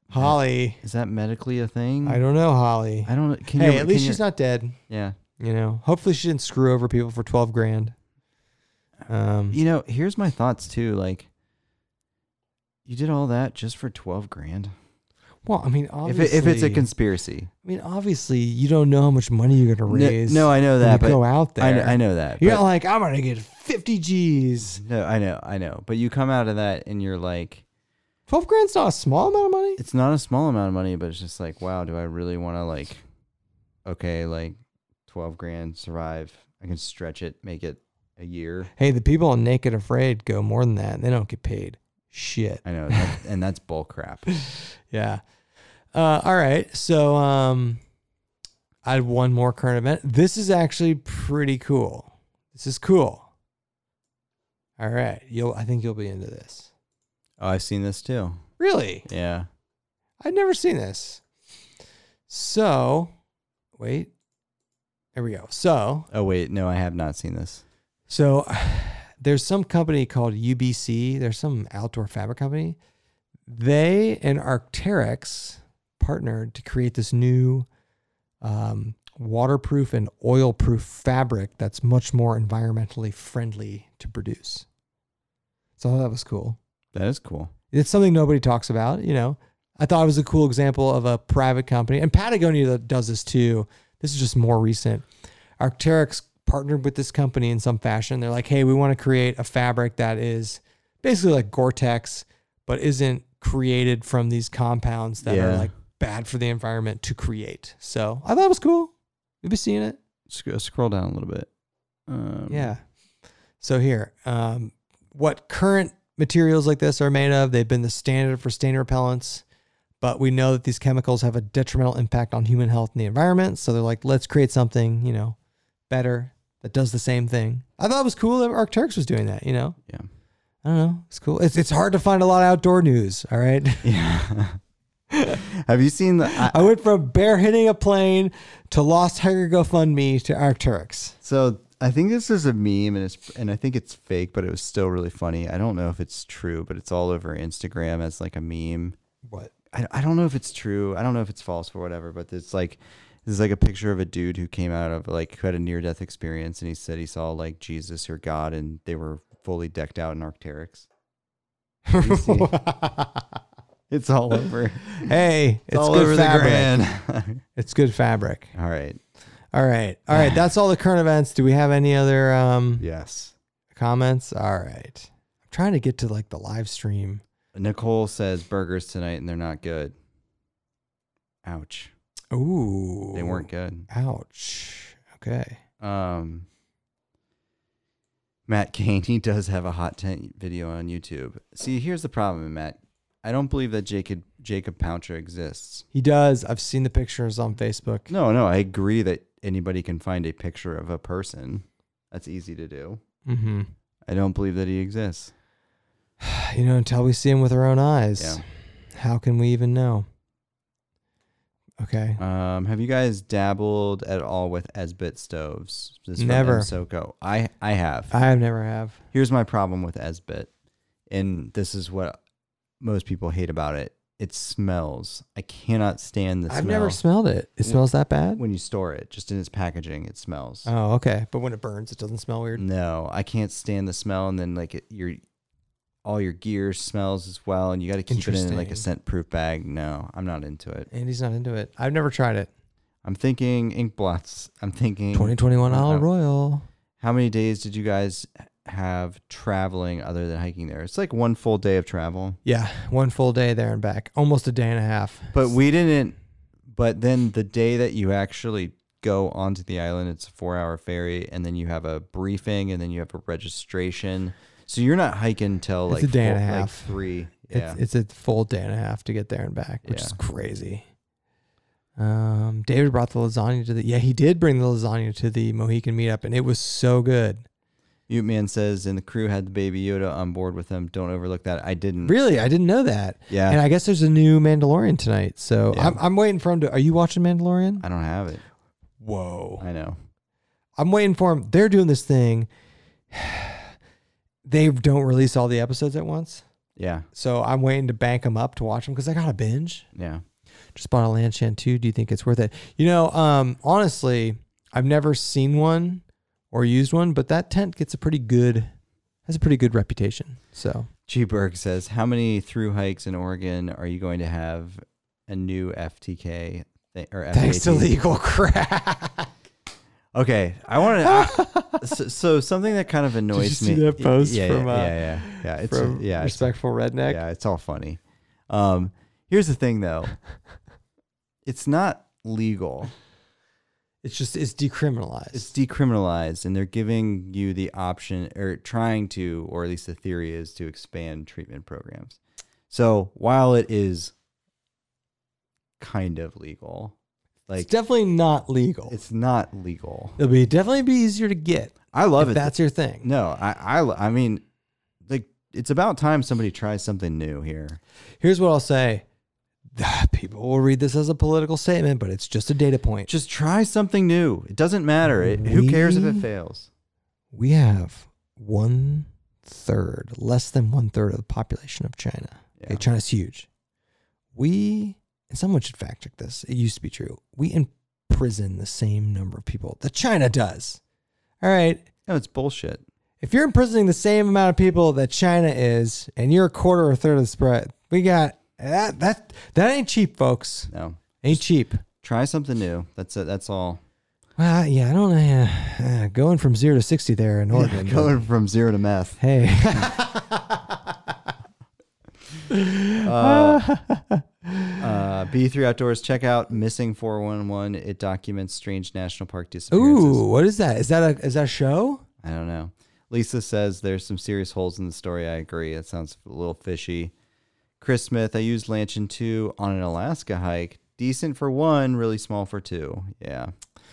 Speaker 1: Holly,
Speaker 2: is that medically a thing.
Speaker 1: I don't know, Holly.
Speaker 2: Mm. I don't. Can
Speaker 1: Hey,
Speaker 2: you,
Speaker 1: at
Speaker 2: can
Speaker 1: least
Speaker 2: you-
Speaker 1: she's not dead.
Speaker 2: Yeah.
Speaker 1: You know, hopefully she didn't screw over people for twelve grand. Um,
Speaker 2: You know, here's my thoughts too. Like, you did all that just for twelve grand.
Speaker 1: well, I mean,
Speaker 2: If
Speaker 1: obviously,
Speaker 2: it, if it's a conspiracy,
Speaker 1: I mean, obviously, you don't know how much money you're gonna
Speaker 2: no,
Speaker 1: raise.
Speaker 2: no, I know
Speaker 1: when
Speaker 2: that,
Speaker 1: you
Speaker 2: but
Speaker 1: go out there.
Speaker 2: I know, I know that.
Speaker 1: You're
Speaker 2: but-
Speaker 1: not like I'm gonna get fifty G's.
Speaker 2: no, I know, I know. But you come out of that and you're like,
Speaker 1: Twelve grand's not a small amount of money.
Speaker 2: it's not a small amount of money, but it's just like, wow, do I really want to like, okay, like, twelve grand, survive. I can stretch it, make it a year.
Speaker 1: Hey, the people on Naked Afraid go more than that. and They don't get paid. Shit.
Speaker 2: I know, that, and that's bull crap.
Speaker 1: Yeah. Uh, all right. So um, I had one more current event. This is actually pretty cool. This is cool. All right. You'll. I think you'll be into this.
Speaker 2: Oh, I've seen this too.
Speaker 1: Really?
Speaker 2: Yeah.
Speaker 1: I'd never seen this. So, wait. There we go. So,
Speaker 2: Oh wait, no, I have not seen this.
Speaker 1: So there's some company called UBC. There's some outdoor fabric company. They and Arcteryx partnered to create this new um, waterproof and oil-proof fabric that's much more environmentally friendly to produce. So I thought that was cool.
Speaker 2: That is cool.
Speaker 1: It's something nobody talks about, you know. I thought it was a cool example of a private company, and Patagonia does this too. This is just more recent. Arcteryx partnered with this company in some fashion. They're like, hey, we want to create a fabric that is basically like Gore-Tex, but isn't created from these compounds that are
Speaker 2: Yeah.
Speaker 1: like bad for the environment to create. So I thought it was cool. You'll be seeing it.
Speaker 2: Sc- scroll down a little bit. Um,
Speaker 1: Yeah. So here, um, what current materials like this are made of? They've been the standard for stain repellents, but we know that these chemicals have a detrimental impact on human health and the environment. So they're like, let's create something, you know, better that does the same thing. I thought it was cool that Arcturix was doing that. You know.
Speaker 2: Yeah.
Speaker 1: I don't know. It's cool. It's it's hard to find a lot of outdoor news. All right.
Speaker 2: Yeah. have you seen the? I,
Speaker 1: I went from bear hitting a plane to lost hiker GoFundMe to Arcturix.
Speaker 2: so I think this is a meme, and it's and I think it's fake, but it was still really funny. I don't know if it's true, but it's all over Instagram as like a meme.
Speaker 1: What?
Speaker 2: I, I don't know if it's true. I don't know if it's false or whatever, but it's like this is like a picture of a dude who came out of like who had a near death experience and he said he saw like Jesus or God and they were fully decked out in Arcteryx. You see. It's all over.
Speaker 1: hey, it's, good fabric.
Speaker 2: grand.
Speaker 1: It's good fabric.
Speaker 2: all right.
Speaker 1: All right. All right. That's all the current events. Do we have any other um,
Speaker 2: Yes.
Speaker 1: comments? All right. I'm trying to get to like the live stream.
Speaker 2: Nicole says burgers tonight and they're not good. Ouch.
Speaker 1: Ooh.
Speaker 2: They weren't good.
Speaker 1: Ouch. Okay.
Speaker 2: Um Matt Cain, he does have a hot tent video on YouTube. See, here's the problem, Matt. I don't believe that Jacob Jacob Poucher exists.
Speaker 1: He does. I've seen the pictures on Facebook.
Speaker 2: No, no, I agree that anybody can find a picture of a person. That's easy to do.
Speaker 1: Mm-hmm.
Speaker 2: I don't believe that he exists.
Speaker 1: You know, until we see him with our own eyes,
Speaker 2: Yeah.
Speaker 1: how can we even know? Okay.
Speaker 2: Um, have you guys dabbled at all with Esbit stoves? This is from
Speaker 1: Never.
Speaker 2: Soco. I I have.
Speaker 1: I have never have.
Speaker 2: Here's my problem with Esbit, and this is what most people hate about it. It smells. I cannot stand the
Speaker 1: I've
Speaker 2: smell.
Speaker 1: never smelled it. It smells that bad?
Speaker 2: when you store it, just in its packaging, it smells.
Speaker 1: Oh, okay. But when it burns, it doesn't smell weird.
Speaker 2: No, I can't stand the smell, and then like it, your all your gear smells as well, and you got to keep it in like
Speaker 1: Interesting.
Speaker 2: a scent-proof bag. No, I'm not into it.
Speaker 1: And he's not into it. I've never tried it.
Speaker 2: I'm thinking ink blots. I'm thinking
Speaker 1: 2021 Isle
Speaker 2: No.
Speaker 1: Royal.
Speaker 2: how many days did you guys have traveling other than hiking there? It's like one full day of travel.
Speaker 1: Yeah, one full day there and back. Almost a day and a half.
Speaker 2: But we didn't but then the day that you actually go onto the island, it's a 4-hour ferry and then you have a briefing and then you have a registration. So you're not hiking till
Speaker 1: It's
Speaker 2: like
Speaker 1: a day and a
Speaker 2: like
Speaker 1: half.
Speaker 2: 3. Yeah.
Speaker 1: It's, it's a full day and a half to get there and back, which is
Speaker 2: Yeah.
Speaker 1: crazy. Um, David brought the lasagna to the yeah he did bring the lasagna to the Mohican meetup and it was so good.
Speaker 2: Ute Man says, and the crew had the baby Yoda on board with them. Don't overlook that. I didn't.
Speaker 1: Really, I didn't know that.
Speaker 2: Yeah.
Speaker 1: And I guess there's a new Mandalorian tonight, so
Speaker 2: Yeah.
Speaker 1: I'm, I'm waiting for him to. Are you watching Mandalorian?
Speaker 2: I don't have it.
Speaker 1: Whoa.
Speaker 2: I know.
Speaker 1: I'm waiting for him. They're doing this thing. They don't release all the episodes at once,
Speaker 2: Yeah.
Speaker 1: so I'm waiting to bank them up to watch them because I got to binge.
Speaker 2: Yeah.
Speaker 1: Just bought a Lanchan too. Do you think it's worth it? You know, um, honestly, I've never seen one or used one, but that tent gets a pretty good has a pretty good reputation. So
Speaker 2: G Berg says, How many through hikes in Oregon are you going to have a new FTK thing, or
Speaker 1: thanks to
Speaker 2: FAT?
Speaker 1: legal crack.
Speaker 2: Okay, I want to. so, so something that kind of annoys
Speaker 1: see
Speaker 2: me.
Speaker 1: that post
Speaker 2: yeah,
Speaker 1: from,
Speaker 2: yeah,
Speaker 1: uh,
Speaker 2: yeah, yeah, yeah. It's
Speaker 1: From
Speaker 2: yeah, it's,
Speaker 1: respectful redneck.
Speaker 2: yeah, it's all funny. Um, here's the thing though, it's not legal.
Speaker 1: It's just it's decriminalized.
Speaker 2: It's decriminalized, and they're giving you the option, or trying to, or at least the theory is to expand treatment programs. So while it is kind of legal, like
Speaker 1: it's definitely not legal.
Speaker 2: it's not legal.
Speaker 1: It'll be definitely be easier to get.
Speaker 2: I love
Speaker 1: if
Speaker 2: it.
Speaker 1: That's your thing.
Speaker 2: No, I, I, I mean, like it's about time somebody tries something new here.
Speaker 1: Here's what I'll say. Ah, People will read this as a political statement, but it's just a data point.
Speaker 2: Just try something new. It doesn't matter. It, who cares if
Speaker 1: We-
Speaker 2: it fails?
Speaker 1: We have one third, less than one third of the population of China. Okay,
Speaker 2: Yeah.
Speaker 1: China's huge. We, and someone should fact check this. It used to be true. We imprison the same number of people that China does. All right.
Speaker 2: No, it's bullshit.
Speaker 1: if you're imprisoning the same amount of people that China is, and you're a quarter or third of the spread, we got that that that ain't cheap, folks.
Speaker 2: No,
Speaker 1: Ain't cheap.
Speaker 2: try something new. That's it. That's all.
Speaker 1: Well, yeah, I don't know. Uh, going from zero to sixty there in Oregon. but
Speaker 2: Going from zero to meth.
Speaker 1: hey,
Speaker 2: Uh, B3 Outdoors. Check out Missing 411. It documents strange national park disappearances.
Speaker 1: ooh, what is that? Is that a is that a show?
Speaker 2: I don't know. Lisa says there's some serious holes in the story. I agree. It sounds a little fishy. Chris Smith, I used Lanchin 2 on an Alaska hike. Decent for one, really small for two. Yeah.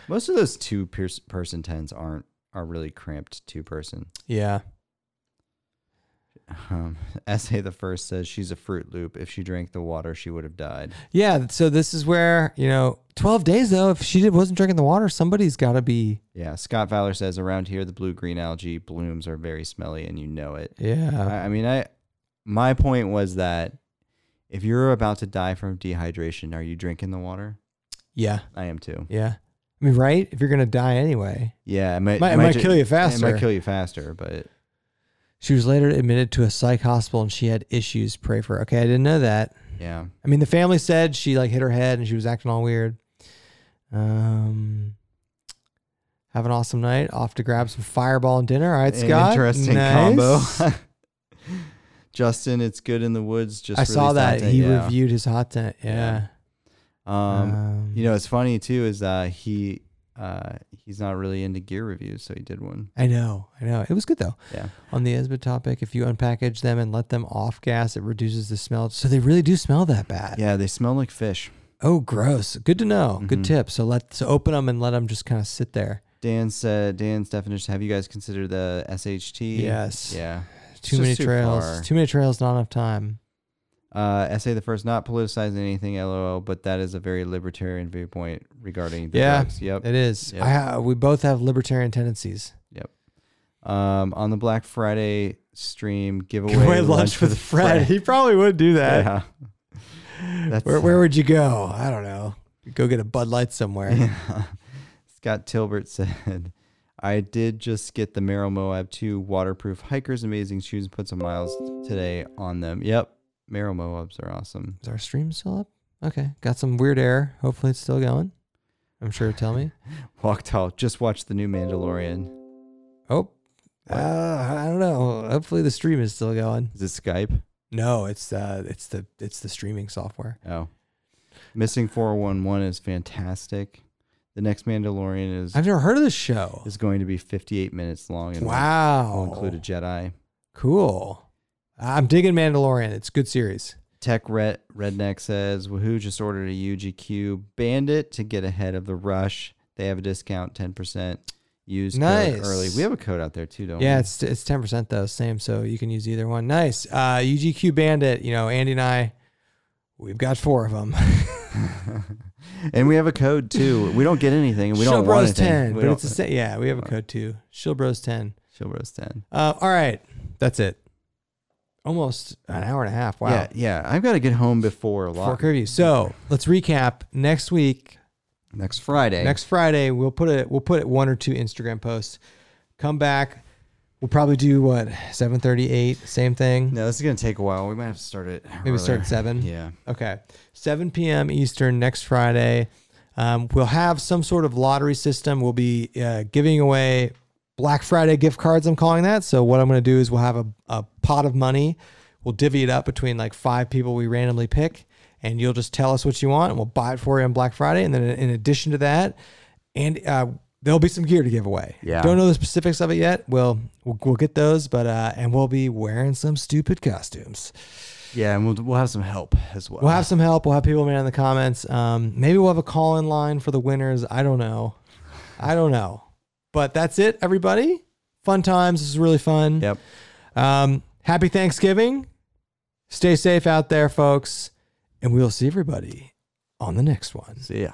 Speaker 2: Most of those two per- person tens aren't are really cramped two person.
Speaker 1: Yeah.
Speaker 2: Um, Essay the first says she's a Fruit Loop. If she drank the water, she would have died.
Speaker 1: Yeah, so this is where, you know, 12 days though, if she did, wasn't drinking the water, somebody's got to be
Speaker 2: Yeah. Scott Fowler says around here the blue green algae blooms are very smelly and you know it.
Speaker 1: Yeah.
Speaker 2: I, I mean, I my point was that if you're about to die from dehydration, are you drinking the water?
Speaker 1: Yeah.
Speaker 2: I am too.
Speaker 1: Yeah. I mean, right? If you're going to die anyway.
Speaker 2: Yeah, it might,
Speaker 1: Might- it might
Speaker 2: ju-
Speaker 1: kill you
Speaker 2: It
Speaker 1: faster.
Speaker 2: might kill you faster, but
Speaker 1: She was later admitted to a psych hospital and she had issues. Pray for her. Okay, I didn't know that.
Speaker 2: yeah,
Speaker 1: I mean, the family said she like hit her head and she was acting all weird. Um, have an awesome night. Off to grab some fireball and dinner. All right,
Speaker 2: An
Speaker 1: Scott.
Speaker 2: interesting
Speaker 1: Nice.
Speaker 2: combo. Justin, it's good in the woods. Just
Speaker 1: I saw
Speaker 2: released
Speaker 1: that
Speaker 2: content,
Speaker 1: he uh,
Speaker 2: yeah.
Speaker 1: reviewed his hot tent. Yeah.
Speaker 2: Yeah. Um, you know, it's funny too is uh, he uh, he's not really into gear reviews, so he did one.
Speaker 1: I know, I know. It was good though.
Speaker 2: Yeah.
Speaker 1: On the Esmond topic, if you unpackage them and let them off gas, it reduces the smell. So they really do smell that bad.
Speaker 2: Yeah, they smell like fish.
Speaker 1: Oh, gross. Good to know. Good
Speaker 2: Mhm.
Speaker 1: tip. So let so open them and let them just kind of sit there.
Speaker 2: Dan said, Dan's definition. Have you guys considered the SHT?
Speaker 1: Yes.
Speaker 2: Yeah.
Speaker 1: Too
Speaker 2: just
Speaker 1: many
Speaker 2: too
Speaker 1: trails.
Speaker 2: far.
Speaker 1: Too many trails. Not enough time.
Speaker 2: Uh, essay the first, not politicizing anything, lol, but that is a very libertarian viewpoint regarding the
Speaker 1: Yeah.
Speaker 2: drugs. Yep.
Speaker 1: It is.
Speaker 2: Yep.
Speaker 1: I ha- we both have libertarian tendencies.
Speaker 2: Um, on the Black Friday stream, giveaway
Speaker 1: Give away lunch with Fred. He probably would do that.
Speaker 2: Yeah. That's,
Speaker 1: Where, where would you go? I don't know. Go get a Bud Light somewhere.
Speaker 2: Yeah. Scott Tilbert said, I did just get the Merrill Moab 2 waterproof hikers, amazing shoes, and put some miles today on them. Yep. Merrill Moabs are awesome.
Speaker 1: Is our stream still up? Okay. Got some weird air. Hopefully it's still going. I'm sure it'll tell me.
Speaker 2: Walk tall. Just watch the new Mandalorian.
Speaker 1: Oh, uh, I don't know. Hopefully the stream is still going.
Speaker 2: Is it Skype?
Speaker 1: No, it's uh, it's the it's the streaming software.
Speaker 2: Oh. Missing 411 is fantastic. The next Mandalorian is
Speaker 1: I've never heard of this show.
Speaker 2: is going to be 58 minutes long and will
Speaker 1: Wow,
Speaker 2: include a Jedi.
Speaker 1: cool. I'm digging Mandalorian. It's a good series.
Speaker 2: Tech Red, Redneck says, Woohoo just ordered a UGQ Bandit to get ahead of the rush. They have a discount 10%. Use
Speaker 1: Nice.
Speaker 2: code early. We have a code out there too, don't
Speaker 1: Yeah,
Speaker 2: we?
Speaker 1: it's it's ten percent though, same. So you can use either one. Nice. Uh, UGQ Bandit. You know, Andy and I, we've got four of them.
Speaker 2: and we have a code too. We don't get anything. and We don't want
Speaker 1: Bros
Speaker 2: anything.
Speaker 1: ten,
Speaker 2: We
Speaker 1: but
Speaker 2: don't-
Speaker 1: it's the same. Yeah, we have a code too. Shill Bros ten.
Speaker 2: Chill Bros ten.
Speaker 1: Uh, all right, that's it. Almost an hour and a half. Wow.
Speaker 2: Yeah, yeah. I've got to get home before
Speaker 1: Four
Speaker 2: lock.
Speaker 1: curvy. So let's recap. Next week,
Speaker 2: Next Friday.
Speaker 1: next Friday, we'll put it. We'll put it one or two Instagram posts. Come back. We'll probably do what seven thirty eight. Same thing.
Speaker 2: No, this is gonna take a while. We might have to start it.
Speaker 1: Maybe start
Speaker 2: earlier.
Speaker 1: at seven.
Speaker 2: Yeah.
Speaker 1: Okay. 7 p.m. Eastern next Friday. Um, we'll have some sort of lottery system. We'll be uh, giving away Black Friday gift cards, I'm calling that. So, what I'm going to do is we'll have a, a pot of money. We'll divvy it up between like five people we randomly pick, and you'll just tell us what you want, and we'll buy it for you on Black Friday. And then, in addition to that, and uh, there'll be some gear to give away.
Speaker 2: Yeah.
Speaker 1: Don't know the specifics of it yet. We'll we'll, we'll get those, but uh, and we'll be wearing some stupid costumes.
Speaker 2: Yeah, and we'll we'll have some help as well.
Speaker 1: We'll have some help. We'll have people man in the comments. Um, maybe we'll have a call in line for the winners. I don't know. I don't know. But that's it, everybody. Fun times. This is really fun.
Speaker 2: Yep.
Speaker 1: Um, happy Thanksgiving. Stay safe out there, folks. And we'll see everybody on the next one.
Speaker 2: See ya.